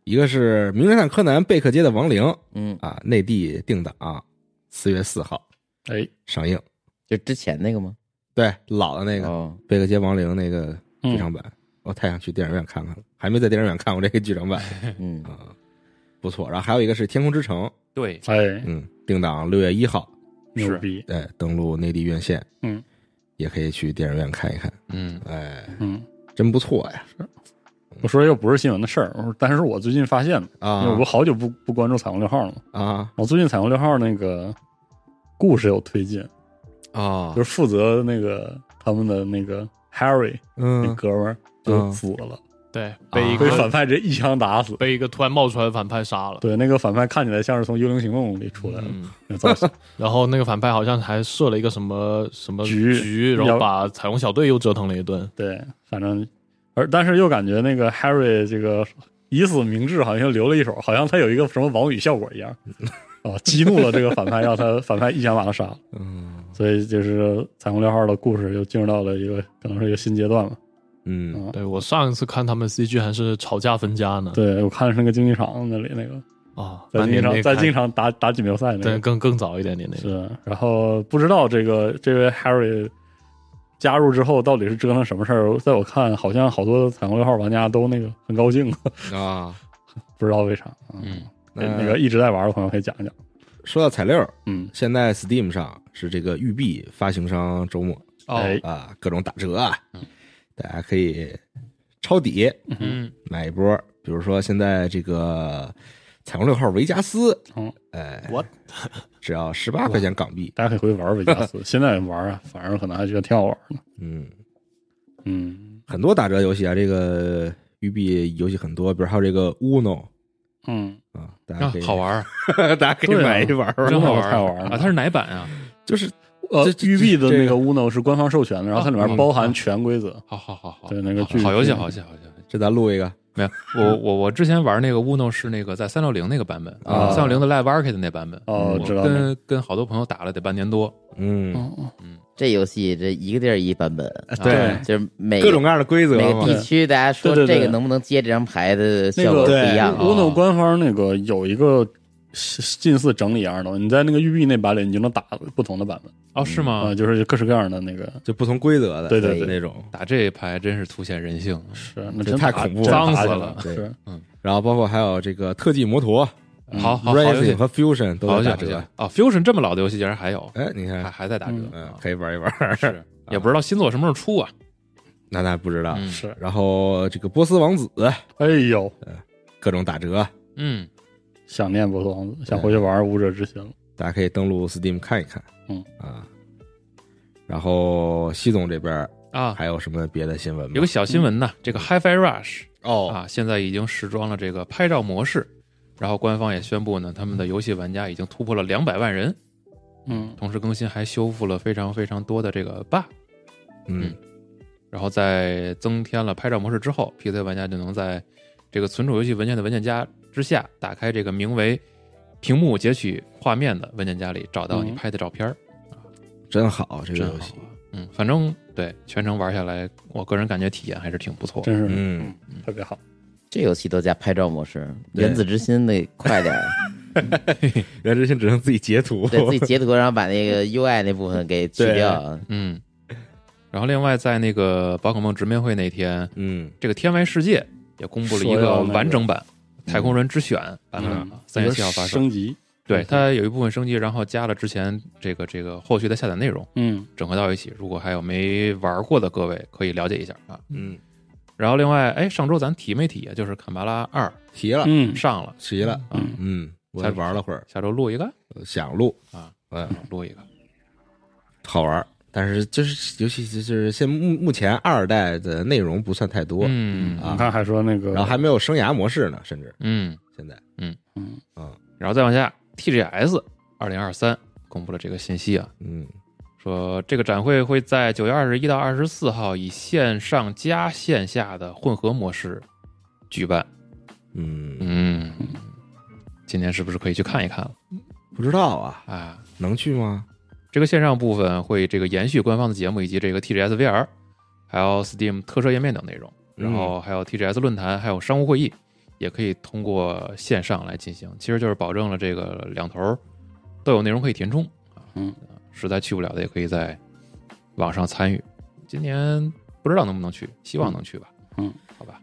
Speaker 3: 一个是《名侦探柯南：贝克街的亡灵》
Speaker 5: 嗯，
Speaker 3: 啊，内地定档四、4月四号
Speaker 6: 哎，
Speaker 3: 上映。
Speaker 5: 就之前那个吗？
Speaker 3: 对，老的那个《
Speaker 5: 哦，
Speaker 3: 贝克街亡灵》那个剧
Speaker 6: 嗯
Speaker 3: 场版，我太想去电影院看看了，还没在电影院看过这个剧场版 <laughs>
Speaker 5: 嗯，
Speaker 3: 啊，不错。然后还有一个是《天空之城》，
Speaker 7: 对，
Speaker 6: 哎，
Speaker 3: 嗯，定档六月一号，
Speaker 6: 牛逼，
Speaker 3: 哎，登陆内地院线，
Speaker 6: 嗯，
Speaker 3: 也可以去电影院看一看，
Speaker 7: 嗯，
Speaker 3: 哎，
Speaker 6: 嗯。
Speaker 3: 真不错呀！
Speaker 6: 我说又不是新闻的事儿，我说但是我最近发现了，因为我
Speaker 3: 啊
Speaker 6: 不好久不不关注彩虹六号了嘛。
Speaker 3: 啊
Speaker 6: 我最近彩虹六号那个故事有推进，
Speaker 3: 啊
Speaker 6: 哦
Speaker 7: 哦
Speaker 6: 就是，负责那个他们的那个 Harry 那
Speaker 3: 嗯
Speaker 6: 哥们儿就死了，
Speaker 4: 对，被一
Speaker 6: 被
Speaker 4: 个、
Speaker 6: 反派直接一枪打死。
Speaker 4: 被一个突然冒出来的反派杀了。
Speaker 6: 啊对，那个反派看起来像是从《幽灵行动》里出来的
Speaker 4: 嗯，
Speaker 6: 那造型，
Speaker 4: 然后那个反派好像还设了一个什么什么
Speaker 6: 局
Speaker 4: 然
Speaker 6: 要
Speaker 4: 后把彩虹小队又折腾了一顿。
Speaker 6: 对，反正而但是又感觉那个 Harry 这个以死明志，好像又留了一手，好像他有一个什么王宇效果
Speaker 4: <laughs>
Speaker 6: 一样，啊，激怒了这个反派，让他反派一枪把他杀了。
Speaker 3: 嗯
Speaker 6: 所以就是彩虹六号的故事又进入到了一个可能是一个新阶段吧。
Speaker 3: 嗯
Speaker 4: 对我上一次看他们 CG 还是吵架分家呢。
Speaker 6: 对我看的是那个竞技场那里那个，
Speaker 4: 啊，
Speaker 6: 在
Speaker 4: 那
Speaker 6: 竞
Speaker 4: 你
Speaker 6: 技
Speaker 4: 那
Speaker 6: 场
Speaker 4: 个
Speaker 6: 在
Speaker 4: 看
Speaker 6: 竞技场打打锦标赛那
Speaker 4: 对
Speaker 6: 个
Speaker 4: 更更早一点，你那个
Speaker 6: 是，然后不知道这个这位 Harry 加入之后到底是折腾什么事儿，在我看好像好多彩虹六号玩家都那个很高兴，
Speaker 3: 啊，
Speaker 6: 不知道为啥。
Speaker 7: 嗯，
Speaker 6: 那那个一直在玩的朋友可以讲一讲。
Speaker 3: 说到彩六，
Speaker 6: 嗯，
Speaker 3: 现在 Steam 上是这个育碧发行商周末
Speaker 6: 哎，
Speaker 3: 啊，各种打折啊
Speaker 7: 嗯，
Speaker 3: 大家可以抄底
Speaker 7: 嗯，
Speaker 3: 买一波。比如说现在这个彩虹六号维加斯
Speaker 6: 嗯，
Speaker 3: 哎
Speaker 4: What？
Speaker 3: 只要十八块钱港币，
Speaker 6: 大家可以回去玩维加斯，现在玩啊，反正可能还觉得挺好玩的。
Speaker 3: 嗯，
Speaker 6: 嗯
Speaker 3: 很多打折游戏啊，这个育碧游戏很多，比如还有这个 Uno
Speaker 6: 嗯，
Speaker 3: 啊，大家
Speaker 7: 啊
Speaker 3: 可以、
Speaker 7: 好玩儿，
Speaker 6: <laughs>
Speaker 3: 大家可以
Speaker 6: 对啊
Speaker 3: 买一玩玩，
Speaker 7: 真好玩
Speaker 6: <laughs>
Speaker 7: 儿，
Speaker 6: 太好玩儿了
Speaker 7: 啊！它是哪版啊？
Speaker 3: 就是
Speaker 6: 呃
Speaker 3: 这，这
Speaker 6: 育碧的
Speaker 3: 这
Speaker 6: 那个 Uno 是官方授权的，然后它里面包含全规则。
Speaker 7: 好好好好，
Speaker 6: 对那个
Speaker 7: 好
Speaker 6: 剧
Speaker 7: 好游戏，
Speaker 6: 剧
Speaker 7: 好游戏，好游戏。好游戏
Speaker 3: 这咱录一个，
Speaker 7: 没有，我我我之前玩那个乌弄是那个在三六零那个版本，
Speaker 3: 啊
Speaker 7: 三六零的 Live Arcade 那版本，
Speaker 6: 哦
Speaker 7: 我
Speaker 6: 知道
Speaker 7: 跟跟好多朋友打了得半年多，
Speaker 3: 嗯，哎
Speaker 6: 嗯
Speaker 5: 这游戏这一个地儿一版本，
Speaker 6: 哎
Speaker 3: 对
Speaker 6: 对
Speaker 5: 就是每
Speaker 3: 各种各样的规则
Speaker 5: 每
Speaker 3: 嘛
Speaker 5: 个地区大家说
Speaker 6: 对对
Speaker 5: 这
Speaker 6: 对
Speaker 5: 个能不能接这张牌的
Speaker 6: 那
Speaker 5: 效果
Speaker 6: 个
Speaker 5: 不一样啊。
Speaker 6: Uno 官方那个有一个近似整理一样的东西，你在那个育碧那版里，你就能打不同的版本
Speaker 7: 哦，是吗
Speaker 6: 啊，？就是各式各样的那个。
Speaker 3: 就不同规则的，
Speaker 6: 对对对
Speaker 3: 那种。
Speaker 7: 打这一排真是凸显人性，
Speaker 6: 是，那
Speaker 3: 这
Speaker 6: 真
Speaker 3: 太
Speaker 6: 打
Speaker 3: 恐怖
Speaker 6: 真
Speaker 7: 了
Speaker 6: 打
Speaker 7: 脏死
Speaker 6: 起来
Speaker 7: 了
Speaker 3: 对
Speaker 6: 是，
Speaker 3: 然后包括还有这个特技摩托、
Speaker 7: 好好好游
Speaker 3: Rising
Speaker 7: 戏，
Speaker 3: 和 Fusion 都
Speaker 7: 好游
Speaker 3: 在打
Speaker 7: 戏好游戏
Speaker 3: 折
Speaker 7: 啊。！Fusion 这么老的游戏竟然还有，
Speaker 3: 哎，你
Speaker 7: 还
Speaker 3: 看，
Speaker 7: 还在打折
Speaker 6: 嗯
Speaker 3: 嗯
Speaker 7: 啊，
Speaker 3: 可以玩一玩，
Speaker 7: 是也不知道新作什么时候出啊？
Speaker 3: 那咱不知道。
Speaker 7: 嗯
Speaker 6: 是，
Speaker 3: 然后这个波斯王子
Speaker 6: 哎呦，
Speaker 3: 各种打折，
Speaker 7: 嗯，
Speaker 6: 想念波斯王子，想回去玩武者之心了。
Speaker 3: 大家可以登录 Steam 看一看。
Speaker 6: 嗯
Speaker 3: 啊，然后西总这边
Speaker 7: 啊，
Speaker 3: 还有什么别的新闻
Speaker 7: 有
Speaker 3: 吗
Speaker 7: 个？小新闻呢，这个 HiFi Rush
Speaker 3: 哦，
Speaker 7: 啊，现在已经试装了这个拍照模式，然后官方也宣布呢，他们的游戏玩家已经突破了两百万人，
Speaker 6: 嗯
Speaker 7: 同时更新还修复了非常非常多的这个 bug，
Speaker 3: 嗯
Speaker 7: 然后在增添了拍照模式之后，PC 玩家就能在这个存储游戏文件的文件夹之下，打开这个名为“屏幕截取画面”的文件夹里，找到你
Speaker 6: 嗯
Speaker 7: 拍的照片儿，
Speaker 3: 真好这个
Speaker 7: 真
Speaker 3: 游
Speaker 7: 好
Speaker 3: 戏，
Speaker 7: 啊。嗯，反正对全程玩下来，我个人感觉体验还是挺不错的。
Speaker 6: 真是
Speaker 3: 嗯，
Speaker 6: 特别好。
Speaker 5: 这游戏都加拍照模式，
Speaker 3: 对
Speaker 5: 原子之心得快
Speaker 6: <laughs>
Speaker 5: 点儿，
Speaker 3: 原之心只能自己截图，
Speaker 5: 对自己截图，然后把那个 UI 那部分给去
Speaker 3: 对
Speaker 5: 掉。
Speaker 7: 嗯，然后另外在那个宝可梦直面会那天，
Speaker 3: <laughs> 嗯
Speaker 7: 这个天外世界也公布了一
Speaker 6: 说要
Speaker 7: 个
Speaker 6: 那个
Speaker 7: 完整版《太空人之选》版本
Speaker 6: 嗯
Speaker 7: 啊，三月七号发售。
Speaker 6: 升级，
Speaker 7: 对，它有一部分升级，然后加了之前这个这个后续的下载内容。
Speaker 6: 嗯
Speaker 7: 整合到一起。如果还有没玩过的各位，可以了解一下啊。
Speaker 3: 嗯，
Speaker 7: 然后另外，哎，上周咱提没提啊？就是《坎巴拉二啊
Speaker 3: 提了
Speaker 6: 嗯》
Speaker 7: 上了，
Speaker 3: 提了，
Speaker 6: 嗯
Speaker 3: 嗯，
Speaker 7: 我
Speaker 3: 才玩了会儿，
Speaker 7: 下周录一个，
Speaker 3: 呃想录
Speaker 7: 啊，
Speaker 3: 嗯，
Speaker 7: 录一个。
Speaker 3: 好玩儿。但是就是，尤其就是现目目前二代的内容不算太多，
Speaker 7: 嗯
Speaker 3: 啊
Speaker 6: 你看还说那个，
Speaker 3: 然后还没有生涯模式呢，甚至
Speaker 7: 嗯，
Speaker 3: 现在
Speaker 6: 嗯
Speaker 7: 然后再往下，TGS 二零二三公布了这个信息啊，
Speaker 3: 嗯
Speaker 7: 说这个展会会在九月二十一到二十四号以线上加线下的混合模式举办。
Speaker 3: 嗯，
Speaker 7: 嗯，今年是不是可以去看一看了？
Speaker 3: 不知道啊，
Speaker 7: 啊，
Speaker 3: 能去吗？
Speaker 7: 这个线上部分会这个延续官方的节目以及这个 TGS VR，还有 Steam 特设页面等内容，
Speaker 3: 嗯
Speaker 7: 然后还有 TGS 论坛，还有商务会议，也可以通过线上来进行。其实就是保证了这个两头儿都有内容可以填充啊。
Speaker 6: 嗯，
Speaker 7: 实在去不了的也可以在网上参与。今年不知道能不能去，希望能去吧。
Speaker 6: 嗯，
Speaker 7: 好吧。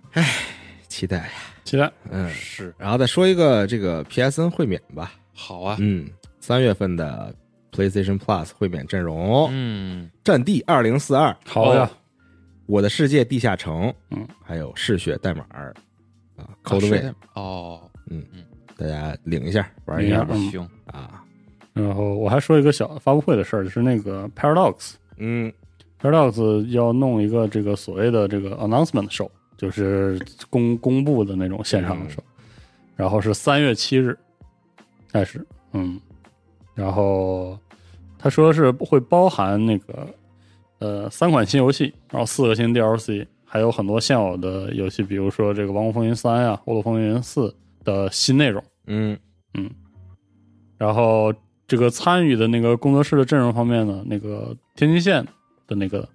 Speaker 3: 期待，
Speaker 6: 期待
Speaker 3: 嗯。
Speaker 7: 是
Speaker 3: 然后再说一个这个 PSN 会免吧，
Speaker 7: 好啊。
Speaker 3: 嗯，三月份的 PlayStation Plus 会免阵容，
Speaker 7: 嗯，
Speaker 3: 《战地二零四二》《
Speaker 6: 好呀，
Speaker 3: 我的世界地下城》，
Speaker 6: 嗯，
Speaker 3: 还有《嗜血代码》儿啊，《
Speaker 7: 口
Speaker 3: Cold
Speaker 7: 对
Speaker 3: Way》，
Speaker 7: 哦，
Speaker 3: 大家领一下，玩
Speaker 6: 领
Speaker 3: 一
Speaker 6: 一
Speaker 3: 下
Speaker 6: 下
Speaker 3: 吧
Speaker 6: 嗯
Speaker 7: 行，
Speaker 3: 啊，
Speaker 6: 然后我还说一个小发布会的事儿，就是那个 Paradox
Speaker 3: 嗯
Speaker 6: Paradox 要弄一个这个所谓的这个 announcement show，就是公公布的那种线上的 show，、然后是三月七日开始，嗯，然后他说是会包含那个呃三款新游戏，然后四个新 DLC，还有很多现有的游戏，比如说这个《王国风云三》啊，《欧陆风云四》的新内容。
Speaker 3: 嗯
Speaker 6: 然后这个参与的那个工作室的阵容方面呢，那个天津县的那个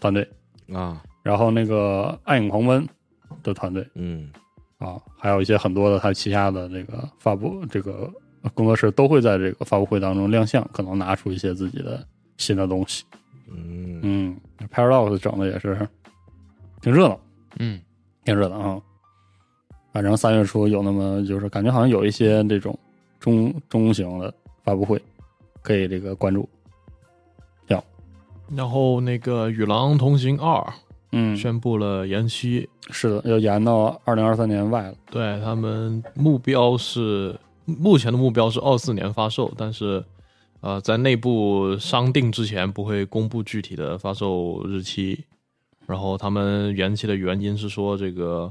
Speaker 6: 团队，
Speaker 3: 啊，
Speaker 6: 然后那个暗影狂奔的团队
Speaker 3: 嗯
Speaker 6: 啊，还有一些很多的他旗下的这个发布这个工作室都会在这个发布会当中亮相，可能拿出一些自己的新的东西。
Speaker 3: 嗯
Speaker 6: 嗯，Paradox 整的也是挺热闹，
Speaker 7: 嗯
Speaker 6: 挺热闹啊。反正三月初有那么就是感觉好像有一些这种中中型的发布会，可以这个关注。
Speaker 4: 然后那个《与狼同行二》
Speaker 6: 嗯，
Speaker 4: 宣布了延期，
Speaker 6: 是的，要延到二零二三年外了。
Speaker 4: 对他们目标是目前的目标是二四年发售，但是呃，在内部商定之前不会公布具体的发售日期。然后他们延期的原因是说这个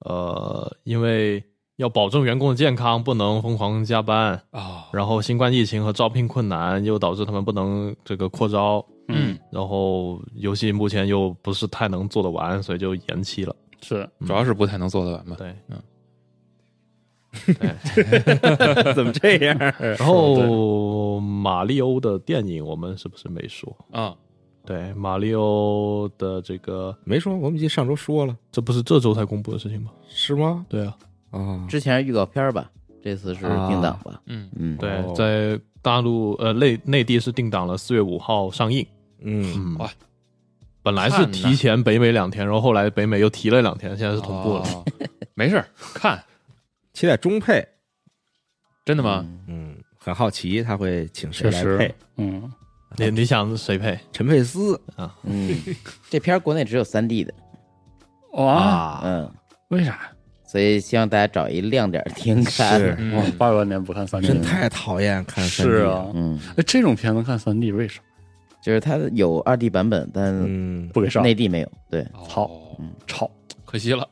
Speaker 4: 呃，因为要保证员工的健康，不能疯狂加班，
Speaker 7: 哦，
Speaker 4: 然后新冠疫情和招聘困难又导致他们不能这个扩招，
Speaker 7: 嗯，
Speaker 4: 然后游戏目前又不是太能做得完，所以就延期了。
Speaker 6: 是
Speaker 7: 主要是不太能做得完吧。
Speaker 4: 对，
Speaker 7: 嗯，
Speaker 4: 对。
Speaker 3: 怎么这样？
Speaker 4: 然
Speaker 3: 哦
Speaker 4: 后马里欧的电影我们是不是没说？
Speaker 7: 啊，
Speaker 4: 对，马里欧的这个，
Speaker 3: 没说，我们已经上周说了，
Speaker 4: 这不是这周才公布的事情吗？
Speaker 3: 是吗？
Speaker 4: 对啊，
Speaker 3: 啊，
Speaker 5: 之前是预告片儿吧，这次是定档吧？
Speaker 7: 嗯，
Speaker 5: 嗯，
Speaker 4: 对，
Speaker 3: 哦
Speaker 4: 在大陆呃内内地是定档了四月五号上映。
Speaker 3: 嗯，
Speaker 4: 嗯
Speaker 7: 哇，
Speaker 4: 本来是提前北美两天，然后后来北美又提了两天，现在是同步了。
Speaker 7: 哦。没事儿，看，
Speaker 3: 期待中配，
Speaker 7: 真的
Speaker 5: 是
Speaker 7: 吗？？
Speaker 3: 嗯，很好奇他会请谁来
Speaker 6: 确实
Speaker 3: 配，
Speaker 6: 嗯，
Speaker 4: 你你想谁配？
Speaker 3: 陈佩斯
Speaker 5: 嗯，这片儿国内只有三 D 的，
Speaker 6: 哇，
Speaker 3: 啊，
Speaker 5: 嗯，
Speaker 6: 为啥？
Speaker 5: 所以希望大家找一亮点儿听看。
Speaker 3: 是
Speaker 7: 嗯
Speaker 6: 我八万年不看三 D，
Speaker 3: 真太讨厌看三 D
Speaker 6: 是
Speaker 3: 了，
Speaker 6: 啊。
Speaker 5: 嗯，
Speaker 6: 哎，这种片子看三 D 为啥
Speaker 5: 就是它有二 D 版本，但
Speaker 3: 嗯，
Speaker 6: 不给上？
Speaker 5: 内地没有。对，
Speaker 6: 好
Speaker 7: 哦，
Speaker 6: 吵，
Speaker 7: 可惜了。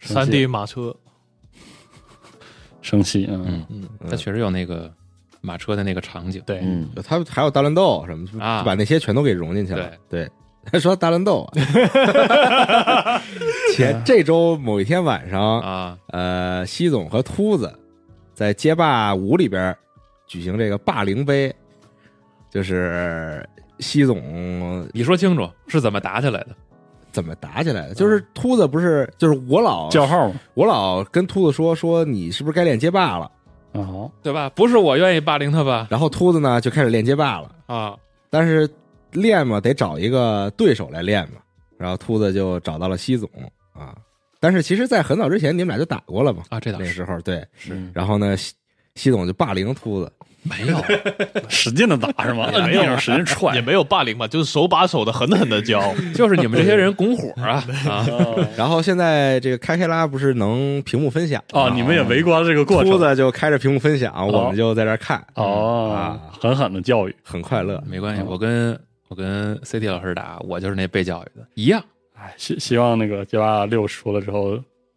Speaker 4: 三 D 马车，
Speaker 6: 生气，嗯，
Speaker 7: 嗯，
Speaker 4: 嗯，
Speaker 7: 它确实有那个马车的那个场景。
Speaker 4: 对，
Speaker 5: 嗯，
Speaker 3: 他还有大乱斗什么，就
Speaker 7: 啊
Speaker 3: 把那些全都给融进去了。对，说到大乱斗啊，
Speaker 7: <laughs>
Speaker 3: 前这周某一天晚上，
Speaker 7: 嗯啊，
Speaker 3: 呃，西总和秃子在街霸五里边举行这个霸凌杯，就是西总
Speaker 7: 你说清楚是怎么打起来的？
Speaker 3: 怎么打起来的？
Speaker 7: 嗯
Speaker 3: 就是秃子不是，就是我老
Speaker 6: 叫，
Speaker 3: <laughs>
Speaker 6: 号嘛，
Speaker 3: 我老跟秃子说说你是不是该练街霸了？
Speaker 6: 啊，
Speaker 7: 对吧？不是我愿意霸凌他吧？
Speaker 3: 然后秃子呢就开始练街霸了。
Speaker 7: 啊，
Speaker 3: 但是练嘛，得找一个对手来练嘛。然后秃子就找到了西总啊。但是其实，在很早之前，你们俩就打过了嘛。
Speaker 7: 啊这倒
Speaker 3: 那个
Speaker 7: 是
Speaker 3: 时候对。
Speaker 5: 是
Speaker 3: 然后呢，西系统就霸凌秃子，
Speaker 7: 没有， <laughs>
Speaker 6: 使劲的打是吗？
Speaker 4: 也
Speaker 6: 摁
Speaker 4: 没有
Speaker 6: 地上使劲
Speaker 3: <laughs>
Speaker 6: 踹
Speaker 4: 也，没有霸凌吧，就是手把手的狠狠的教。
Speaker 7: 就是你们这些人拱火啊啊！
Speaker 3: 哎
Speaker 6: 哦
Speaker 3: 然后现在这个开开拉不是能屏幕分享吗
Speaker 6: 哦，你们也围观了这个过
Speaker 3: 秃
Speaker 6: 程
Speaker 3: 子就开着屏幕分享，我们就在这儿看，啊嗯
Speaker 6: 哦，狠狠的教育，
Speaker 3: 很快乐。
Speaker 7: 没关系，我跟我跟 CT 老师打，我就是那被教育的，一样。
Speaker 6: 哎，希希望那个街霸六出了之后，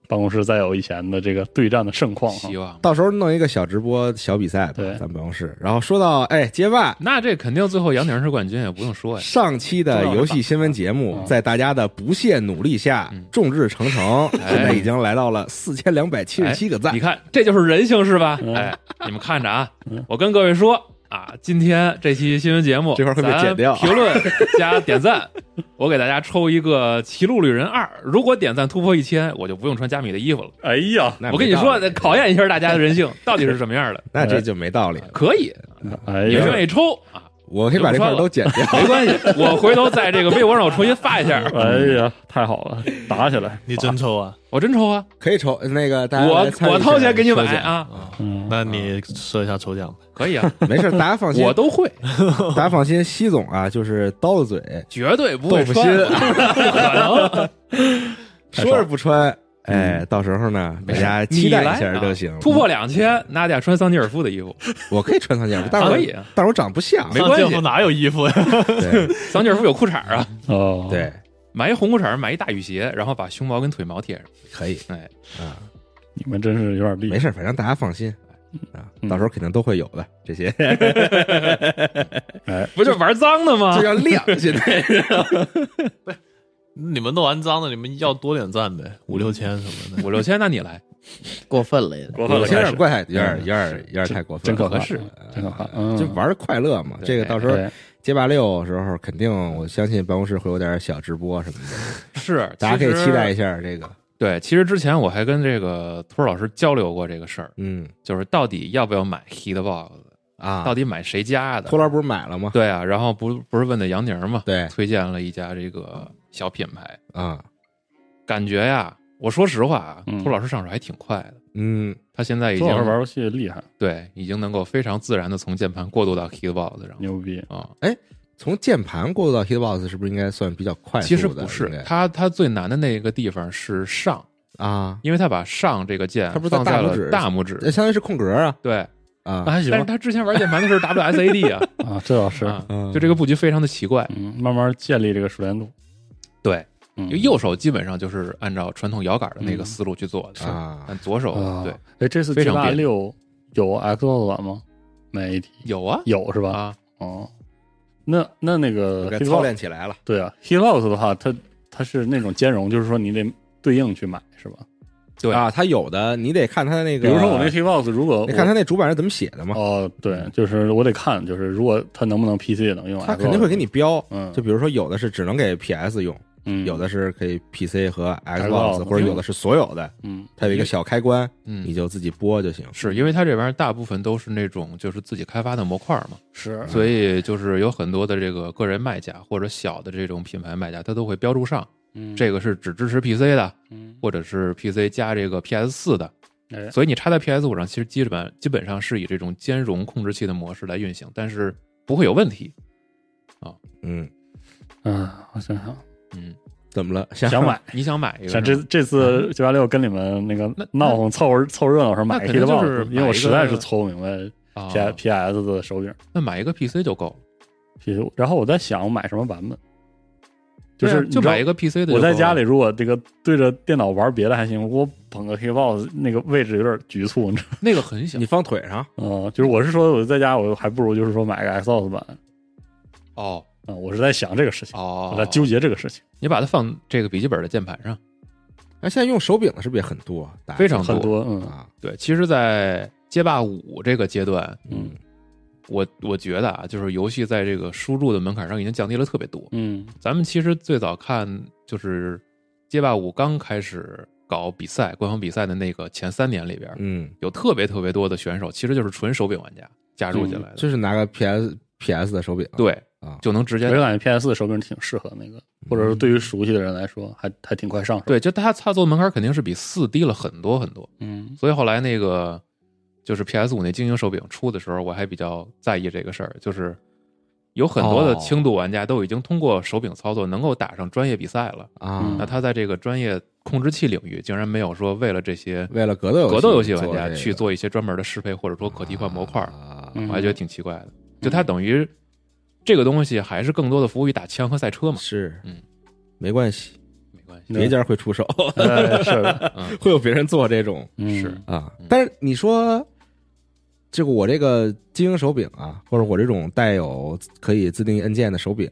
Speaker 6: 办公室再有以前的这个对战的盛况哈
Speaker 7: 希。望
Speaker 3: 到时候弄一个小直播、小比赛吧，
Speaker 6: 对
Speaker 3: 咱办公室。然后说到哎，街霸
Speaker 7: 那这肯定最后杨宁是冠军，也不用说呀。
Speaker 3: 上期的游戏新闻节目
Speaker 6: 嗯，
Speaker 3: 在大家的不懈努力下
Speaker 7: 嗯，
Speaker 3: 众志成城，
Speaker 7: 哎
Speaker 3: 现在已经来到了四千两百七十七个赞
Speaker 7: 你。看，这就是人性是吧？
Speaker 6: 嗯
Speaker 7: 哎，你们看着啊
Speaker 6: 嗯，
Speaker 7: 我跟各位说啊，今天这期新闻节目
Speaker 3: 这块儿会被
Speaker 7: 咱
Speaker 3: 剪掉
Speaker 7: 评论加点赞， <laughs> 我给大家抽一个《骑路旅人二》，如果点赞突破一千，我就不用穿加米的衣服了。
Speaker 6: 哎呀，
Speaker 3: 那没
Speaker 7: 我跟你
Speaker 3: 道
Speaker 7: 说，
Speaker 3: 理
Speaker 7: 得考验一下大家的人性 <laughs> 到底是什么样的。
Speaker 3: 那这就没道理。
Speaker 7: 可以，
Speaker 6: 哎
Speaker 7: 你们
Speaker 6: 呀，
Speaker 7: 愿意抽啊，
Speaker 3: 我可以把这块儿都剪掉，
Speaker 7: 没关系，我回头在这个微博上我重新发一下。
Speaker 6: 哎呀，太好了，打起来，
Speaker 4: 你真抽啊！
Speaker 7: 我真抽啊，
Speaker 3: <laughs> 可以抽那个大家
Speaker 7: 我
Speaker 3: 来参与
Speaker 7: 我
Speaker 3: 一下
Speaker 7: 掏钱给你买
Speaker 3: 抽奖，
Speaker 7: 啊，
Speaker 6: 嗯，
Speaker 4: 那你说一下抽奖吧。
Speaker 7: 可以啊，
Speaker 3: 没事，大家放心
Speaker 7: 我，都会，
Speaker 3: 大家放心，西总啊，就是刀子嘴，
Speaker 7: 绝对不
Speaker 3: 豆
Speaker 7: 会
Speaker 3: 腐
Speaker 7: 穿 <laughs>
Speaker 3: 心，
Speaker 7: 的。
Speaker 3: 说是不穿，
Speaker 7: 嗯
Speaker 3: 哎，到时候呢，大家期待一下就行了。
Speaker 7: 啊突破两千，娜姐穿桑吉尔夫的衣服，
Speaker 3: 我可以穿三件，但是
Speaker 7: 可以
Speaker 3: 我但是我长不像，
Speaker 7: 哎没关系
Speaker 4: 上镜夫哪有衣服呀？
Speaker 3: 对
Speaker 7: 桑吉尔夫有裤衩啊，
Speaker 6: 哦，，
Speaker 3: 对，
Speaker 7: 买一红裤衩，买一大雨鞋，然后把胸毛跟腿毛贴上。
Speaker 3: 可以，
Speaker 7: 哎，
Speaker 3: 啊，
Speaker 6: 你们真是有点厉
Speaker 3: 没
Speaker 6: 害，
Speaker 3: 事，反正大家放心啊，
Speaker 6: 嗯
Speaker 3: 到时候肯定都会有的这些。
Speaker 6: 哎，
Speaker 7: 不就玩脏的吗
Speaker 3: 就？要亮，现在
Speaker 4: <laughs> 你们弄完脏的，你们要多点赞呗，五六千什么的。
Speaker 7: 五六千，那你
Speaker 3: <laughs>
Speaker 7: 来，
Speaker 5: 过分了也。
Speaker 6: <laughs> 过分
Speaker 3: 有
Speaker 6: 了，
Speaker 3: 些有
Speaker 6: 开
Speaker 3: 点
Speaker 6: 始，嗯
Speaker 3: 怪，有点有点有点太过分
Speaker 6: 真
Speaker 3: 了，啊
Speaker 6: 可怕，
Speaker 7: 合适
Speaker 6: 真可怕，嗯，
Speaker 3: 就玩的快乐嘛。这个到时候
Speaker 6: 对，
Speaker 3: 街霸六时候，肯定我相信办公室会有点小直播什么的，
Speaker 7: 是，
Speaker 3: 大家可以期待一
Speaker 7: 下。
Speaker 3: 下这个。
Speaker 7: 对，其实之前我还跟这个托儿老师交流过这个事儿，
Speaker 3: 嗯
Speaker 7: 就是到底要不要买 Hitbox，
Speaker 3: 啊，
Speaker 7: 到底买谁家的
Speaker 3: 拖？拉不是买了吗？
Speaker 7: 对啊，然后不不是问的杨宁嘛，
Speaker 3: 对
Speaker 7: 推荐了一家这个小品牌，
Speaker 3: 啊，
Speaker 7: 感觉呀，我说实话啊，
Speaker 6: 嗯
Speaker 7: 托儿老师上手还挺快的，
Speaker 3: 嗯，
Speaker 7: 他现在已
Speaker 6: 主
Speaker 7: 经
Speaker 6: 要是玩游戏厉害，
Speaker 7: 对，已经能够非常自然的从键盘过渡到 Hitbox 上
Speaker 6: 牛逼，
Speaker 7: 啊。
Speaker 3: 从键盘过渡到 Hitbox 是不是应该算比较快速
Speaker 7: 其
Speaker 3: 的？
Speaker 7: 实不是
Speaker 3: 应，该
Speaker 7: 它它最难的那个地方是上，
Speaker 3: 啊，
Speaker 7: 因为它把上这个键
Speaker 3: 它不是在
Speaker 7: 放在
Speaker 3: 大拇
Speaker 7: 了
Speaker 3: 指
Speaker 7: 大拇指，
Speaker 3: 那相当于是空格啊
Speaker 7: 对。
Speaker 3: 啊
Speaker 6: 还行
Speaker 7: 但是他之前玩键盘的时候
Speaker 3: <laughs>
Speaker 7: WSAD 啊，
Speaker 6: 啊，这
Speaker 7: <laughs>
Speaker 6: 倒是，
Speaker 7: 啊
Speaker 3: 嗯
Speaker 7: 就这个布局非常的奇怪。
Speaker 6: 嗯，慢慢建立这个熟练度，
Speaker 7: 对，
Speaker 6: 嗯
Speaker 7: 因为右手基本上就是按照传统摇杆的那个思路去做的，
Speaker 3: 嗯啊，
Speaker 7: 但左手
Speaker 6: 啊，
Speaker 7: 对，
Speaker 6: 哎，这次
Speaker 7: 非
Speaker 6: 街
Speaker 7: 常
Speaker 6: 霸
Speaker 7: 便利
Speaker 6: 六有 Xbox 版吗？没提，
Speaker 7: 有啊
Speaker 6: 有是吧？
Speaker 7: 啊，
Speaker 6: 哦，那那那
Speaker 3: 我
Speaker 6: 个
Speaker 3: 该
Speaker 6: Hitbox-
Speaker 3: 操练起来了。
Speaker 6: 对啊 h e l o s 的话，它它是那种兼容，就是说你得对应去买是吧？
Speaker 7: 对
Speaker 3: 啊，它有的你得看它那
Speaker 6: 比
Speaker 3: 个，
Speaker 6: 如说我那 h e l o s 如
Speaker 7: 哦
Speaker 6: 果我
Speaker 3: 你看它那主板是怎么写的嘛，
Speaker 6: 哦，对，就是我得看，就是如果它能不能 PC 也能用，
Speaker 3: 它肯定会给你，标。
Speaker 6: 嗯，
Speaker 3: 就比如说，有的是只能给 PS 用，
Speaker 6: 嗯
Speaker 3: 有的是可以 PC 和
Speaker 6: Xbox
Speaker 3: Xbox，或者有的是所有的，
Speaker 6: 嗯
Speaker 3: 它有一个小开关，你
Speaker 7: 嗯，
Speaker 3: 就自己拨就行。
Speaker 7: 是因为它这玩意儿大部分都是那种就是自己开发的模块嘛，
Speaker 6: 是
Speaker 7: 所以就是有很多的这个个人卖家或者小的这种品牌卖家，它都会标注上
Speaker 6: 嗯
Speaker 7: 这个是只支持 PC 的，
Speaker 6: 嗯
Speaker 7: 或者是 PC 加这个 PS 四的，
Speaker 6: 哎
Speaker 7: 所以你插在 PS 五上，其实基本基本上是以这种兼容控制器的模式来运行，但是不会有问题。
Speaker 3: 嗯，
Speaker 6: 啊，我想想，
Speaker 7: 嗯，
Speaker 3: 怎么了？想
Speaker 6: 想
Speaker 7: <laughs>
Speaker 6: 买。
Speaker 7: 你想买一个是
Speaker 6: 像
Speaker 7: 吗，
Speaker 6: 这这次九八六跟你们那个
Speaker 7: 嗯那
Speaker 6: 闹哄凑合凑热闹时候买
Speaker 7: 那
Speaker 6: h
Speaker 7: 肯
Speaker 6: e
Speaker 7: 定
Speaker 6: l o
Speaker 7: 就
Speaker 6: s
Speaker 7: 是买一个
Speaker 6: 因为我实在是凑不明白 P
Speaker 7: 啊
Speaker 6: P S 的手柄
Speaker 7: 那买一个 PC 就够了，
Speaker 6: P，然后我在想我买什么版本，就
Speaker 7: 对啊
Speaker 6: 是
Speaker 7: 就买一
Speaker 6: 个。
Speaker 7: 个 PC 的就够
Speaker 6: 我
Speaker 7: 了。
Speaker 6: 在家里如果这个对着电脑玩别的还行，我捧个 Hitbox 那个位置有点局促，你 <laughs> 知道
Speaker 7: 那个很小
Speaker 3: 你放腿上，
Speaker 6: 吗？嗯，就是我是说我在家我还不如就是说买个 Xbox 版啊、
Speaker 7: 哦
Speaker 6: 嗯我是在想这个事情，
Speaker 7: 哦
Speaker 6: 我，在纠结这个事情，
Speaker 7: 你把它放这个笔记本的键盘上，
Speaker 3: 那现在用手柄的是不是也很多？大家
Speaker 7: 非常
Speaker 6: 很多
Speaker 3: 都
Speaker 6: 嗯
Speaker 3: 啊，
Speaker 7: 对，其实，在街霸五这个阶段，
Speaker 6: 嗯
Speaker 7: 我我觉得啊，就是游戏在这个输入的门槛上已经降低了特别多。
Speaker 6: 嗯
Speaker 7: 咱们其实最早看就是街霸五刚开始搞比赛，官方比赛的那个前三年里边，
Speaker 3: 嗯，
Speaker 7: 有特别特别多的选手，其实就是纯手柄玩家加入进来的，
Speaker 3: 嗯就是拿个 PS PS 的手柄，
Speaker 7: 对，
Speaker 3: 啊，嗯
Speaker 7: 就能直
Speaker 6: 我
Speaker 7: 接
Speaker 6: 就感觉 PS 手柄挺适合那个，或者是对于熟悉的人来说还还挺快上手，
Speaker 7: 对，就他操作门槛肯定是比四低了很多很多，
Speaker 6: 嗯
Speaker 7: 所以后来那个。就是 PS 五那精英手柄出的时候，我还比较在意这个事儿，就是有很多的
Speaker 8: 哦
Speaker 7: 轻度玩家都已经通过手柄操作能够打上专业比赛了，
Speaker 8: 啊
Speaker 7: 那
Speaker 3: 嗯
Speaker 7: 他在这个专业控制器领域竟然没有说为了这些
Speaker 3: 为了格斗游戏
Speaker 7: 格斗游戏玩家
Speaker 3: 这个
Speaker 7: 去做一些专门的适配或者说可替换模块儿，
Speaker 3: 啊
Speaker 6: 嗯
Speaker 7: 我还觉得挺奇怪的。
Speaker 3: 嗯
Speaker 7: 就它等于这个东西还是更多的服务于打枪和赛车嘛，
Speaker 3: 是，
Speaker 7: 嗯，
Speaker 3: 没关系，
Speaker 7: 没关系，
Speaker 3: 别家会出手，
Speaker 6: 哎是的，
Speaker 3: <laughs>
Speaker 7: 嗯
Speaker 3: 会有别人做这种
Speaker 6: 嗯
Speaker 7: 是
Speaker 3: 啊
Speaker 7: 嗯。
Speaker 3: 但是你说，这个我这个精英手柄啊，或者我这种带有可以自定义按键的手柄，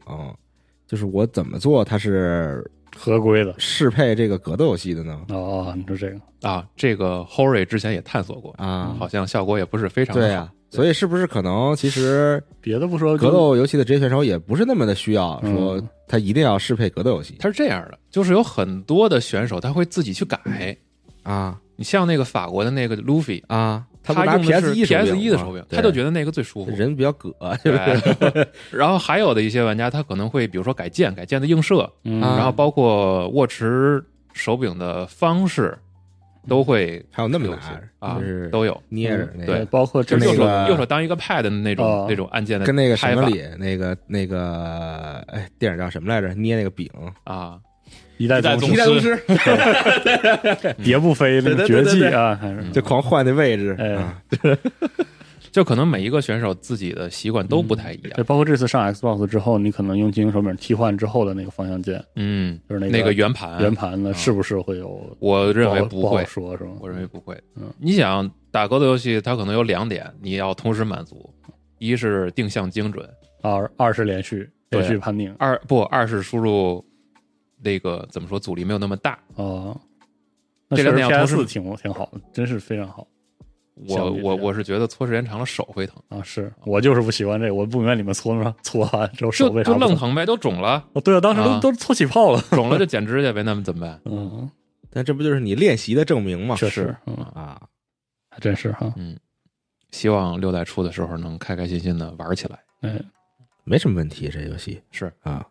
Speaker 3: 就是我怎么做它是
Speaker 6: 合规的
Speaker 3: 适配这个格斗游戏的呢？
Speaker 6: 哦，你说这个
Speaker 7: 啊。这个 Hori 之前也探索过，
Speaker 3: 啊，
Speaker 7: 嗯好像效果也不是非常
Speaker 3: 对
Speaker 7: 好
Speaker 3: 啊，所以是不是可能其实
Speaker 6: 别的不说，
Speaker 3: 格斗游戏的职业选手也不是那么的需要
Speaker 6: 嗯
Speaker 3: 说他一定要适配格斗游戏
Speaker 7: 它是这样的，就是有很多的选手他会自己去改。
Speaker 3: 啊
Speaker 7: 你像那个法国的那个 Luffy，
Speaker 3: 啊，
Speaker 7: 他
Speaker 3: 不拿
Speaker 7: 用的
Speaker 3: PS 一
Speaker 7: 是 PS 一的
Speaker 3: 手
Speaker 7: 手
Speaker 3: 柄
Speaker 7: 柄
Speaker 3: 吗，，
Speaker 7: 他就觉
Speaker 3: 得
Speaker 7: 得那个最舒服。
Speaker 3: 人比较葛，是不是？
Speaker 7: 对， <laughs> 然后还有的一些玩家，他可能会比如说改键，改键的映射，
Speaker 6: 嗯
Speaker 3: 啊
Speaker 7: 然后包括握持手柄的方
Speaker 6: 嗯
Speaker 7: 式，都会
Speaker 3: 还有那么
Speaker 7: 有
Speaker 3: 拿
Speaker 7: 些啊
Speaker 3: 就是，
Speaker 7: 都嗯有，
Speaker 3: 捏着那个
Speaker 7: 对
Speaker 6: 呃包括这
Speaker 7: 就
Speaker 3: 跟
Speaker 7: 是右
Speaker 3: 那
Speaker 7: 手
Speaker 3: 个
Speaker 7: 右手当一个 pad 的那种
Speaker 6: 哦
Speaker 7: 那种按键的
Speaker 3: 跟那个什
Speaker 7: 拍
Speaker 3: 么
Speaker 7: 法
Speaker 3: 里那个那个哎电影叫什么来着？捏那个饼，
Speaker 7: 啊，
Speaker 6: 一代宗
Speaker 4: 一代宗
Speaker 6: 师，蝶步飞那个绝技啊，还是
Speaker 3: 就狂换那位置
Speaker 6: 哎
Speaker 3: 啊
Speaker 7: 就可能每一个选手自己的习惯都不太一
Speaker 6: 对，
Speaker 7: 样。
Speaker 6: 包括这次上 Xbox 之后，你可能用精英手柄替换之后的那个方向键，
Speaker 7: 嗯，
Speaker 6: 就是那
Speaker 7: 那
Speaker 6: 个
Speaker 7: 个圆盘，
Speaker 6: 圆盘呢，是不是会有？
Speaker 7: 我认为
Speaker 6: 不
Speaker 7: 不
Speaker 6: 好不
Speaker 7: 会
Speaker 6: 好，说，是吗？
Speaker 7: 我认为不会
Speaker 6: 嗯。
Speaker 7: 你想打格斗游戏，它可能有两点你要同时满足，一是定向精准，
Speaker 6: 二二是连续
Speaker 7: 对啊
Speaker 6: 连续判定
Speaker 7: 二不二是输入那个怎么说阻力没有那么大。
Speaker 6: 哦，那
Speaker 7: 这
Speaker 6: 确实
Speaker 7: 两点要
Speaker 6: PS
Speaker 7: 同
Speaker 6: 四
Speaker 7: 时
Speaker 6: 挺挺好的，真是非常好
Speaker 7: 我
Speaker 6: 相比之下
Speaker 7: 我我是觉得搓时间长了手会疼，
Speaker 6: 啊！是我就是不喜欢这个，我不明白你们搓上搓完之后手
Speaker 7: 就
Speaker 6: 为啥
Speaker 7: 就
Speaker 6: 不
Speaker 7: 愣？疼呗，都肿了，
Speaker 6: 哦，对啊，当时
Speaker 7: 啊
Speaker 6: 都都搓起泡了。
Speaker 7: 肿了就剪指甲呗，那么怎么办？
Speaker 6: 嗯，
Speaker 3: 但这不就是你练习的证明
Speaker 7: 哦
Speaker 3: 吗？
Speaker 6: 确实，嗯，
Speaker 3: 啊，
Speaker 6: 还真是哈。
Speaker 7: 嗯希望六代出的时候能开开心心的玩起来。
Speaker 6: 哎，
Speaker 3: 没什么问题，这游戏
Speaker 7: 是
Speaker 3: 啊，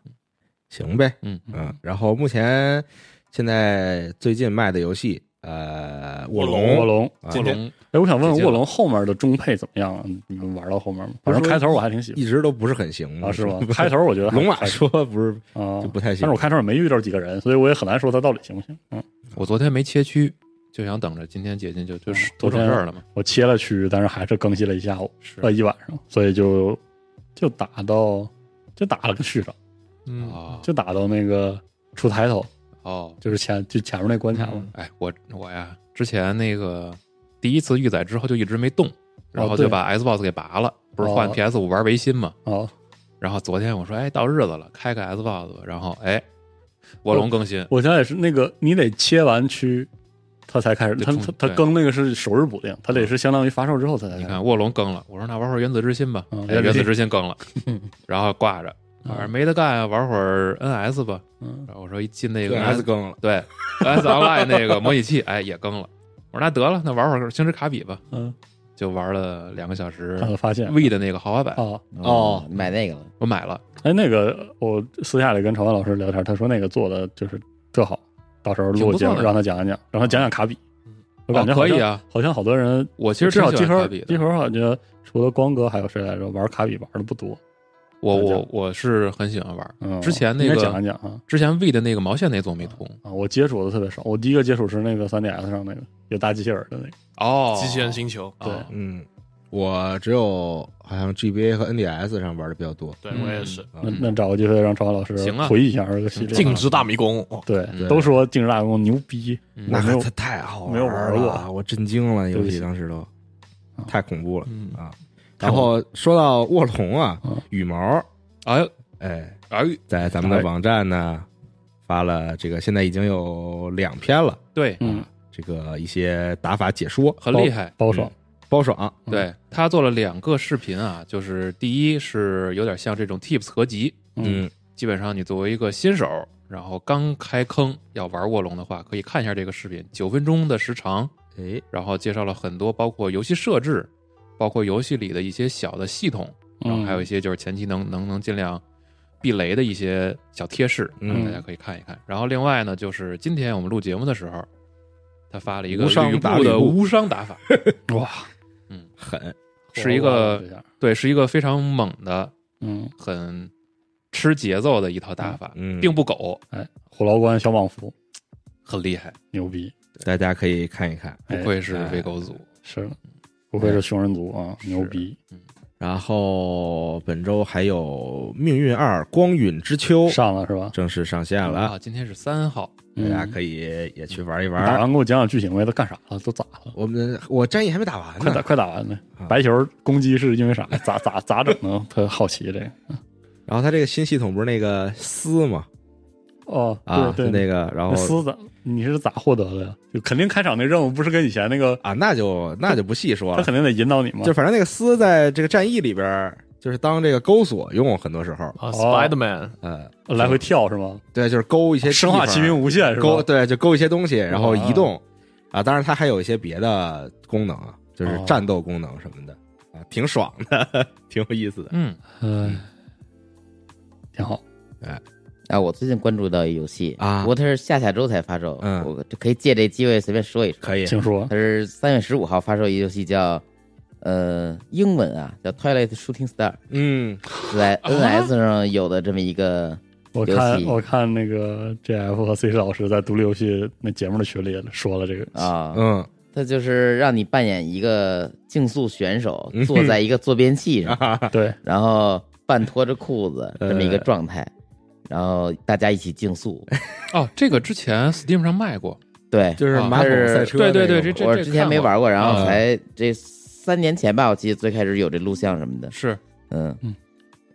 Speaker 3: 行呗，
Speaker 7: 嗯
Speaker 3: 嗯。然后目前现在最近卖的游戏，呃，卧
Speaker 6: 卧
Speaker 3: 龙，
Speaker 6: 龙，
Speaker 3: 啊
Speaker 7: 卧龙
Speaker 6: 哎，我想问
Speaker 7: 直接
Speaker 6: 问卧龙后面的中配怎么样啊？你们玩到后面吗？反正开头我还挺喜欢
Speaker 3: 一直都嗯不是很行？
Speaker 6: 啊，是吗 <laughs>
Speaker 3: <laughs>
Speaker 6: 开头我觉得还
Speaker 3: 龙马
Speaker 6: 还
Speaker 3: 说不是，
Speaker 6: 啊
Speaker 3: 就不太行
Speaker 6: 但是我开头也没遇到几个人，所以我也很难说他到底行不行。嗯，
Speaker 7: 我昨天没切区，就想等着今天解禁就就是
Speaker 6: 嗯
Speaker 7: 都
Speaker 6: 昨
Speaker 7: 成
Speaker 6: 天
Speaker 7: 事儿了嘛。
Speaker 6: 我切了区，但是还是更新了一下午，
Speaker 7: 是
Speaker 6: 呃，一晚上，所以就就打到就打了个续上，
Speaker 4: 嗯，
Speaker 7: 啊
Speaker 6: 就打到那个出抬头，
Speaker 7: 哦，
Speaker 6: 就是前就前面那关卡嘛。
Speaker 7: 哎，我我呀，之前那个第一次预载之后就一直没动，然后
Speaker 6: 哦对
Speaker 7: 就把 Xbox 给拔了，不是换
Speaker 6: 哦
Speaker 7: PS 五玩维新嘛。
Speaker 6: 哦，
Speaker 7: 然后昨天我说，哎，到日子了，开个 Xbox，吧然后哎，卧龙更新，
Speaker 6: 我现在也是那个，你得切完区，他才开始，
Speaker 7: 就
Speaker 6: 他
Speaker 7: 冲
Speaker 6: 他他
Speaker 7: 对
Speaker 6: 更那个是首日补丁，他得是相当于发售之后他才开
Speaker 7: 你
Speaker 6: 始。啊
Speaker 7: 看卧龙更了，我说那玩会儿原子之心吧，
Speaker 6: 嗯
Speaker 7: 哎，原子之心
Speaker 6: <laughs>
Speaker 7: 更了，然后挂着，反正没得干啊，玩会儿 NS 吧。
Speaker 6: 嗯，
Speaker 7: 然后我说一进那个
Speaker 3: 对，还是更了，
Speaker 7: <laughs> 对 NS Online 那个模拟器，哎，也更了。我说那得了，那玩会儿星之卡比吧，
Speaker 6: 嗯，
Speaker 7: 就玩了两个小时
Speaker 6: 看了发现
Speaker 7: V 的那个豪华版，
Speaker 6: 啊，
Speaker 3: 哦，
Speaker 5: 买那个了，
Speaker 7: 我买了。
Speaker 6: 哎，那个我私下里跟朝阳老师聊天，他说那个做的就是特好，到时候
Speaker 7: 挺
Speaker 6: 录
Speaker 7: 不
Speaker 6: 节
Speaker 7: 错
Speaker 6: 目
Speaker 7: 的
Speaker 6: 让他讲一讲，让他讲讲卡比。我感觉
Speaker 7: 哦
Speaker 6: 好
Speaker 7: 可
Speaker 6: 像
Speaker 7: 以啊，
Speaker 6: 好像好多人，
Speaker 7: 我其实
Speaker 6: 至少
Speaker 7: 挺喜
Speaker 6: 集
Speaker 7: 欢
Speaker 6: 合
Speaker 7: 卡比的
Speaker 6: 集合好像觉得除了光哥还有谁来着，玩卡比玩的不多。
Speaker 7: 我
Speaker 6: 大家
Speaker 7: 我我是很喜欢玩。
Speaker 6: 嗯，
Speaker 7: 之前那
Speaker 6: 应该
Speaker 7: 个
Speaker 6: 讲一讲啊
Speaker 7: 之前 V 的那个毛线那座没通
Speaker 6: 啊，我接触的特别少，我第一个接触是那个三 DS 上那个有大机器人的那个，
Speaker 7: 哦
Speaker 4: 机器人星球，
Speaker 6: 对
Speaker 7: 哦
Speaker 3: 嗯，我只有好像 GBA 和 NDS 上玩的比较多，
Speaker 4: 对
Speaker 7: 嗯
Speaker 4: 我也是，
Speaker 3: 啊
Speaker 6: 那那找个机会让朝阳老师
Speaker 7: 行啊
Speaker 6: 回忆一下这个系列。啊
Speaker 4: 静止大迷宫，哦
Speaker 6: 对
Speaker 7: 嗯，
Speaker 6: 都说静止大公牛逼，
Speaker 7: 嗯
Speaker 3: 那
Speaker 6: 我没有
Speaker 3: 可太好
Speaker 6: 没有
Speaker 3: 玩
Speaker 6: 玩
Speaker 3: 了，
Speaker 6: 过
Speaker 3: 我震惊了，
Speaker 6: 对不
Speaker 3: 游戏
Speaker 6: 起
Speaker 3: 当时都
Speaker 6: 啊
Speaker 3: 太恐怖了
Speaker 4: 嗯
Speaker 3: 啊。
Speaker 6: 太
Speaker 3: 然后说到卧龙啊
Speaker 6: 嗯，
Speaker 3: 羽毛，
Speaker 7: 哎呦
Speaker 3: 哎，
Speaker 7: 哎呦，
Speaker 3: 在咱们的网站呢发了这个，现在已经有两篇了，
Speaker 7: 对，
Speaker 6: 嗯，
Speaker 3: 这个一些打法解说，
Speaker 7: 很厉害。
Speaker 6: 包爽，
Speaker 3: 包爽，
Speaker 6: 嗯
Speaker 7: 对他做了两个视频啊，就是第一是有点像这种 Tips 合集，
Speaker 3: 嗯
Speaker 7: 基本上你作为一个新手，然后刚开坑要玩卧龙的话，可以看一下这个视频，九分钟的时长，
Speaker 3: 哎，
Speaker 7: 然后介绍了很多包括游戏设置，包括游戏里的一些小的系统，嗯然后
Speaker 6: 嗯
Speaker 7: 还有一些就是前期能能能尽量避雷的一些小贴士，
Speaker 3: 嗯
Speaker 7: 大家可以看一看。然后另外呢，就是今天我们录节目的时候，他发了一个
Speaker 3: 无伤
Speaker 7: 吕
Speaker 3: 打
Speaker 7: 布
Speaker 3: 吕
Speaker 7: 的
Speaker 3: 布
Speaker 7: 无伤打法，
Speaker 6: 哇，
Speaker 7: 嗯，狠，是一个对，是一个非常猛的、
Speaker 6: 嗯，
Speaker 7: 很吃节奏的一套打法，
Speaker 3: 嗯，
Speaker 7: 并不苟，
Speaker 6: 虎牢关小莽夫
Speaker 7: 很厉害，
Speaker 6: 牛逼，
Speaker 3: 大家可以看一看。
Speaker 6: 哎
Speaker 7: 不愧是
Speaker 3: 哎
Speaker 7: 喂狗组。
Speaker 6: 是的，不愧是熊人族啊，牛逼，
Speaker 3: 然后本周还有《命运二：光陨之秋》
Speaker 6: 上了是吧？
Speaker 3: 正式上线了
Speaker 7: 啊，，今天是三号，
Speaker 3: 哦大家
Speaker 6: 以
Speaker 3: 可以也去玩一
Speaker 6: 嗯打
Speaker 3: 玩。
Speaker 6: 完给我讲讲剧情呗，都干啥了？都咋
Speaker 3: <laughs>
Speaker 6: 了？
Speaker 3: 我们我战役还没打完
Speaker 6: 快打
Speaker 3: 呢，
Speaker 6: 快打完呢
Speaker 3: 啊！
Speaker 6: 白球攻击是因为啥？咋咋咋整呢？特好奇这个。
Speaker 3: 然后它这个新系统不是那个丝嘛
Speaker 6: 哦，
Speaker 3: 啊，
Speaker 6: 对
Speaker 3: 是
Speaker 6: 对，
Speaker 3: 那个，然
Speaker 6: 那
Speaker 3: 后
Speaker 6: 狮子，你是咋获得的呀？就肯定开场那任务不是跟以前那个，
Speaker 3: 啊，那就那就不细说
Speaker 6: 他
Speaker 3: 了，
Speaker 6: 肯定得引导你嘛。
Speaker 3: 就反正那个丝在这个战役里边儿，就是当这个钩索用，很多时候，
Speaker 4: 啊，Spiderman，
Speaker 3: 呃，
Speaker 6: 来回跳是吗？
Speaker 3: 对，就是勾一些
Speaker 6: 生化
Speaker 3: 地方
Speaker 6: 奇兵无限是吧嗯
Speaker 3: 勾？对，就勾一些东西，然后移动啊。当然，它还有一些别的功能，啊，就是
Speaker 6: 哦
Speaker 3: 战斗功能什么的啊，挺爽的， <laughs> 挺有意思的。
Speaker 7: 嗯，
Speaker 6: 嗯，挺好。
Speaker 5: 啊，我最近关注到一游戏
Speaker 3: 啊
Speaker 5: 不过它是下下周才发售，
Speaker 3: 嗯
Speaker 5: 我就可以借这机会随便说一说。
Speaker 3: 可以，
Speaker 6: 请说
Speaker 5: 它是三月十五号发售一游戏叫，呃，英文啊叫《Twilight Shooting Star》，
Speaker 3: 嗯，
Speaker 5: 是在 NS 上有的这么一个，
Speaker 6: 我
Speaker 5: 游
Speaker 6: 看
Speaker 5: 戏
Speaker 6: 我看那个 GF 和 C 老师在独立游戏那节目的群里说了这个
Speaker 5: 啊，
Speaker 3: 嗯，
Speaker 5: 它就是让你扮演一个竞速选手，坐在一个坐便器上，
Speaker 3: 啊
Speaker 6: 对，
Speaker 5: 然后半脱着裤子这么一个状态，然后大家一起竞速。
Speaker 7: 哦，这个之前 Steam 上卖过，
Speaker 5: 对，
Speaker 3: 就是
Speaker 4: 啊
Speaker 3: 马桶赛车那
Speaker 7: 对
Speaker 3: 个嘛，
Speaker 7: 对对，这这
Speaker 5: 我
Speaker 7: 这
Speaker 5: 之前
Speaker 7: 看
Speaker 5: 没
Speaker 7: 过
Speaker 5: 玩过，然后
Speaker 7: 嗯
Speaker 5: 才这三年前吧，我记得最开始有这录像什么的。
Speaker 7: 是
Speaker 5: 嗯
Speaker 6: 嗯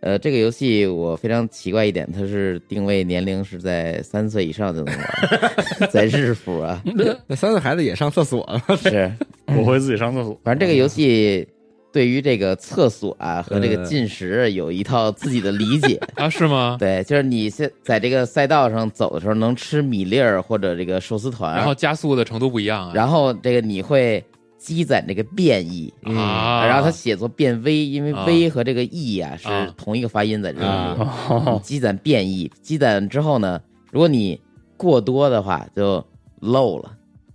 Speaker 5: 呃，这个游戏我非常奇怪一点，它是定位年龄是在三岁以上就能玩，在日服啊，
Speaker 3: 那三岁孩子也上厕所了，
Speaker 5: 是。
Speaker 6: 我会自己上厕所。嗯
Speaker 5: 反正这个游戏对于这个厕所啊和这个
Speaker 3: 呃
Speaker 5: 进食有一套自己的理解。
Speaker 7: 啊，是吗？
Speaker 5: <laughs> 对，就是你现在这个赛道上走的时候，能吃米粒儿或者这个寿司团，
Speaker 7: 然后加速的程度不一样啊，
Speaker 5: 然后这个你会积攒这个变异，
Speaker 3: 嗯
Speaker 7: 啊，
Speaker 5: 然后它写作变微，因为
Speaker 7: 啊
Speaker 5: 微和这个 e 啊是
Speaker 7: 啊
Speaker 5: 同一个发音在这里，
Speaker 3: 啊
Speaker 5: 你积攒变异，积攒之后呢，如果你过多的话就漏了，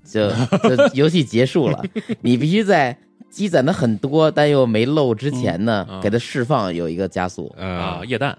Speaker 5: 就
Speaker 7: <laughs>
Speaker 5: 就游戏结束了，你必须在。积攒的很多，但又没漏之前呢，
Speaker 7: 嗯啊
Speaker 5: 给它释放有一个加速，
Speaker 7: 啊，
Speaker 3: 啊，
Speaker 7: 液氮，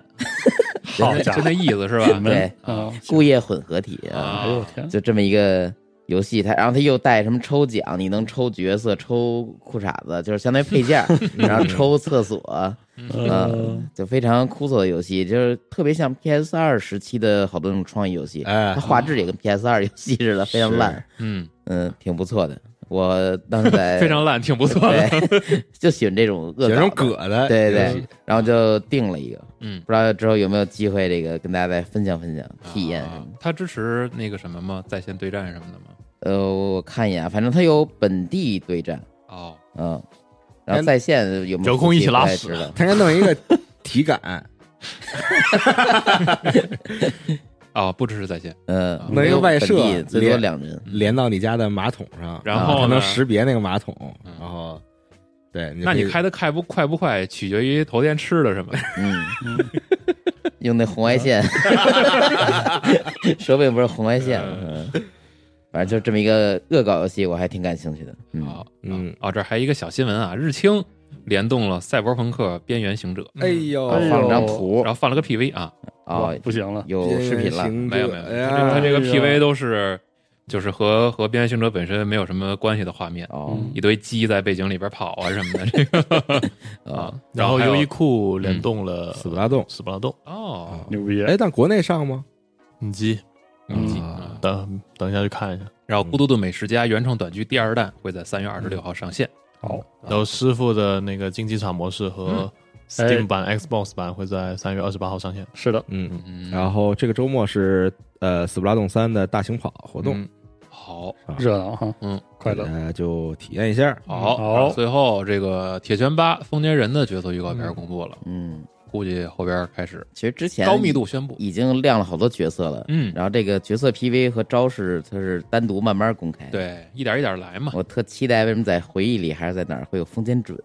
Speaker 6: 好家
Speaker 7: 就
Speaker 6: 伙
Speaker 7: 那，意思是
Speaker 6: 你
Speaker 7: 吧？
Speaker 6: 们
Speaker 5: <laughs> 对
Speaker 6: <laughs> 啊，
Speaker 5: 固液混合体
Speaker 7: 啊
Speaker 6: 哎呦我天，
Speaker 5: 就这么一个游戏，它然后它又带什么抽奖，你能抽角色、抽裤衩子，就是相当于配件儿，然后抽厕所，
Speaker 6: 呃，
Speaker 5: 就非常枯燥的游戏，就是特别像 PS 二时期的好多那种创意游戏，
Speaker 3: 哎
Speaker 5: 它画质也跟 PS 二游戏似的，非常烂，
Speaker 7: 嗯，
Speaker 5: 嗯，挺不错的。我当时在
Speaker 7: <laughs> 非常烂，挺不错的。
Speaker 5: 对， <laughs> 就喜欢这种
Speaker 3: 有
Speaker 5: 恶搞的
Speaker 3: 种葛的，
Speaker 5: 对对，然后就定了一个，
Speaker 7: 嗯
Speaker 5: 不知道之后有没有机会这个跟大家再分享分享体验什嗯么的。
Speaker 7: 它哦支持那个什么吗？在线对战什么的吗？
Speaker 5: 呃，我看一眼啊，反正它有本地对战，
Speaker 7: 哦，
Speaker 5: 嗯，然后在线有没有
Speaker 4: 折空一起拉屎
Speaker 5: 不太知道
Speaker 3: 他应该弄一个体感，
Speaker 7: 哦，不支持在线。
Speaker 5: 嗯，
Speaker 3: 弄一个外设
Speaker 5: 本地最多两人，
Speaker 3: 连到你家的马桶上，
Speaker 7: 然
Speaker 3: 后
Speaker 7: 后
Speaker 3: 它
Speaker 7: 呢
Speaker 3: 能识别那个马桶，
Speaker 7: 嗯
Speaker 3: 然后对，就
Speaker 7: 那
Speaker 3: 可以
Speaker 7: 你开的快不快不快，取决于头天吃的什么。
Speaker 5: 嗯，用那红外线，手柄不是红外线，嗯，反正就这么一个恶搞游戏，我还挺感兴趣的，嗯，
Speaker 7: 好，
Speaker 3: 嗯
Speaker 7: 哦，这儿还有一个小新闻啊，日清联动了《赛博朋克：边缘行者》，
Speaker 3: 哎呦，
Speaker 6: 哎
Speaker 5: 哦嗯放了张
Speaker 6: 呦
Speaker 5: 图
Speaker 7: 然后放了个 PV 啊，
Speaker 5: 啊，
Speaker 6: 不行了，
Speaker 5: 有视频了，
Speaker 7: 没有没有，
Speaker 3: 哎
Speaker 7: 它这它
Speaker 3: 呀，
Speaker 7: 这个
Speaker 6: 哎呀
Speaker 7: PV 都是就是和和《边缘行者》本身没有什么关系的画面，
Speaker 5: 哦
Speaker 6: 嗯
Speaker 7: 一堆鸡在背景里边跑啊什么的，这
Speaker 5: <laughs>
Speaker 7: 个
Speaker 5: 啊，
Speaker 4: 然后
Speaker 7: 还有
Speaker 4: 优衣
Speaker 3: 嗯
Speaker 4: 库联动了
Speaker 3: 死不拉动。
Speaker 4: 斯巴拉洞，
Speaker 7: 哦，
Speaker 6: 牛逼！
Speaker 3: 哎，但国内上吗？
Speaker 4: 你记，
Speaker 7: 嗯
Speaker 5: 哦
Speaker 3: 啊
Speaker 4: 等等一下去看一下。
Speaker 7: 然后《孤独的美食家》原创短剧第二弹会在三月二十六号上线。
Speaker 6: 好，
Speaker 4: 然后师傅的那个竞技场模式和 Steam 版、Xbox
Speaker 3: 哎
Speaker 4: 版会在三月二十八号上线。
Speaker 6: 是的，
Speaker 3: 嗯，
Speaker 7: 嗯，
Speaker 3: 然后这个周末是呃《斯普拉洞三》的大型跑活
Speaker 7: 活
Speaker 3: 动，
Speaker 7: 嗯好
Speaker 6: 热闹哈，
Speaker 7: 嗯，
Speaker 6: 快乐
Speaker 3: 大。家就体验一下。
Speaker 7: 好
Speaker 6: 好
Speaker 7: 然后最后这个《铁拳八：疯癫人》的角色预告片公布了，
Speaker 5: 嗯，
Speaker 7: 估计后边开始
Speaker 5: 其实之前
Speaker 7: 高密度宣布。
Speaker 5: 已经亮了好多角色了，
Speaker 7: 嗯，
Speaker 5: 然后这个角色 PV 和招式它是单独慢慢公开，，
Speaker 7: 对，一点一点 <laughs> 来嘛。
Speaker 5: 我特期待为什么在回忆里还是在哪儿会有风间准，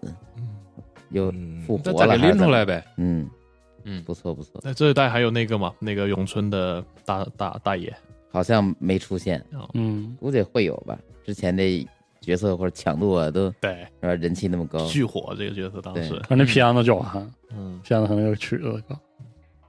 Speaker 5: 又
Speaker 3: 嗯
Speaker 5: 复
Speaker 7: 再
Speaker 5: 活
Speaker 7: 再
Speaker 5: 了，
Speaker 7: 给
Speaker 5: 还是
Speaker 7: 拎出
Speaker 5: 怎么
Speaker 7: 来，呗。
Speaker 5: 嗯
Speaker 7: 嗯
Speaker 5: 不错不错，
Speaker 4: 那这一代还有那个嘛，那个咏春的大大大爷，
Speaker 5: 好像没出现，
Speaker 6: 嗯，
Speaker 5: 估计会有吧。之前这角色或者强度啊，都
Speaker 4: 对，
Speaker 5: 是吧？人气那么高，
Speaker 4: 巨火这个角色当时
Speaker 5: 对，
Speaker 6: 看那皮安子就完，
Speaker 4: 嗯，
Speaker 6: 皮安子那个曲子，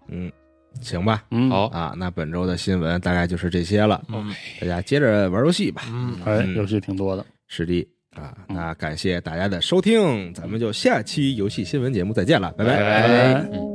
Speaker 3: 嗯，行吧，
Speaker 6: 嗯，，
Speaker 7: 好，
Speaker 3: 啊，那本周的新闻大概就是这些了，
Speaker 4: 嗯
Speaker 3: 大家接着玩游戏吧，
Speaker 4: 嗯，
Speaker 6: 哎，
Speaker 3: 嗯
Speaker 6: 游戏挺多的，
Speaker 3: 是的啊，那感谢大家的收听，咱们就下期游戏新闻节目再见了，拜拜
Speaker 6: 拜拜。
Speaker 5: 嗯。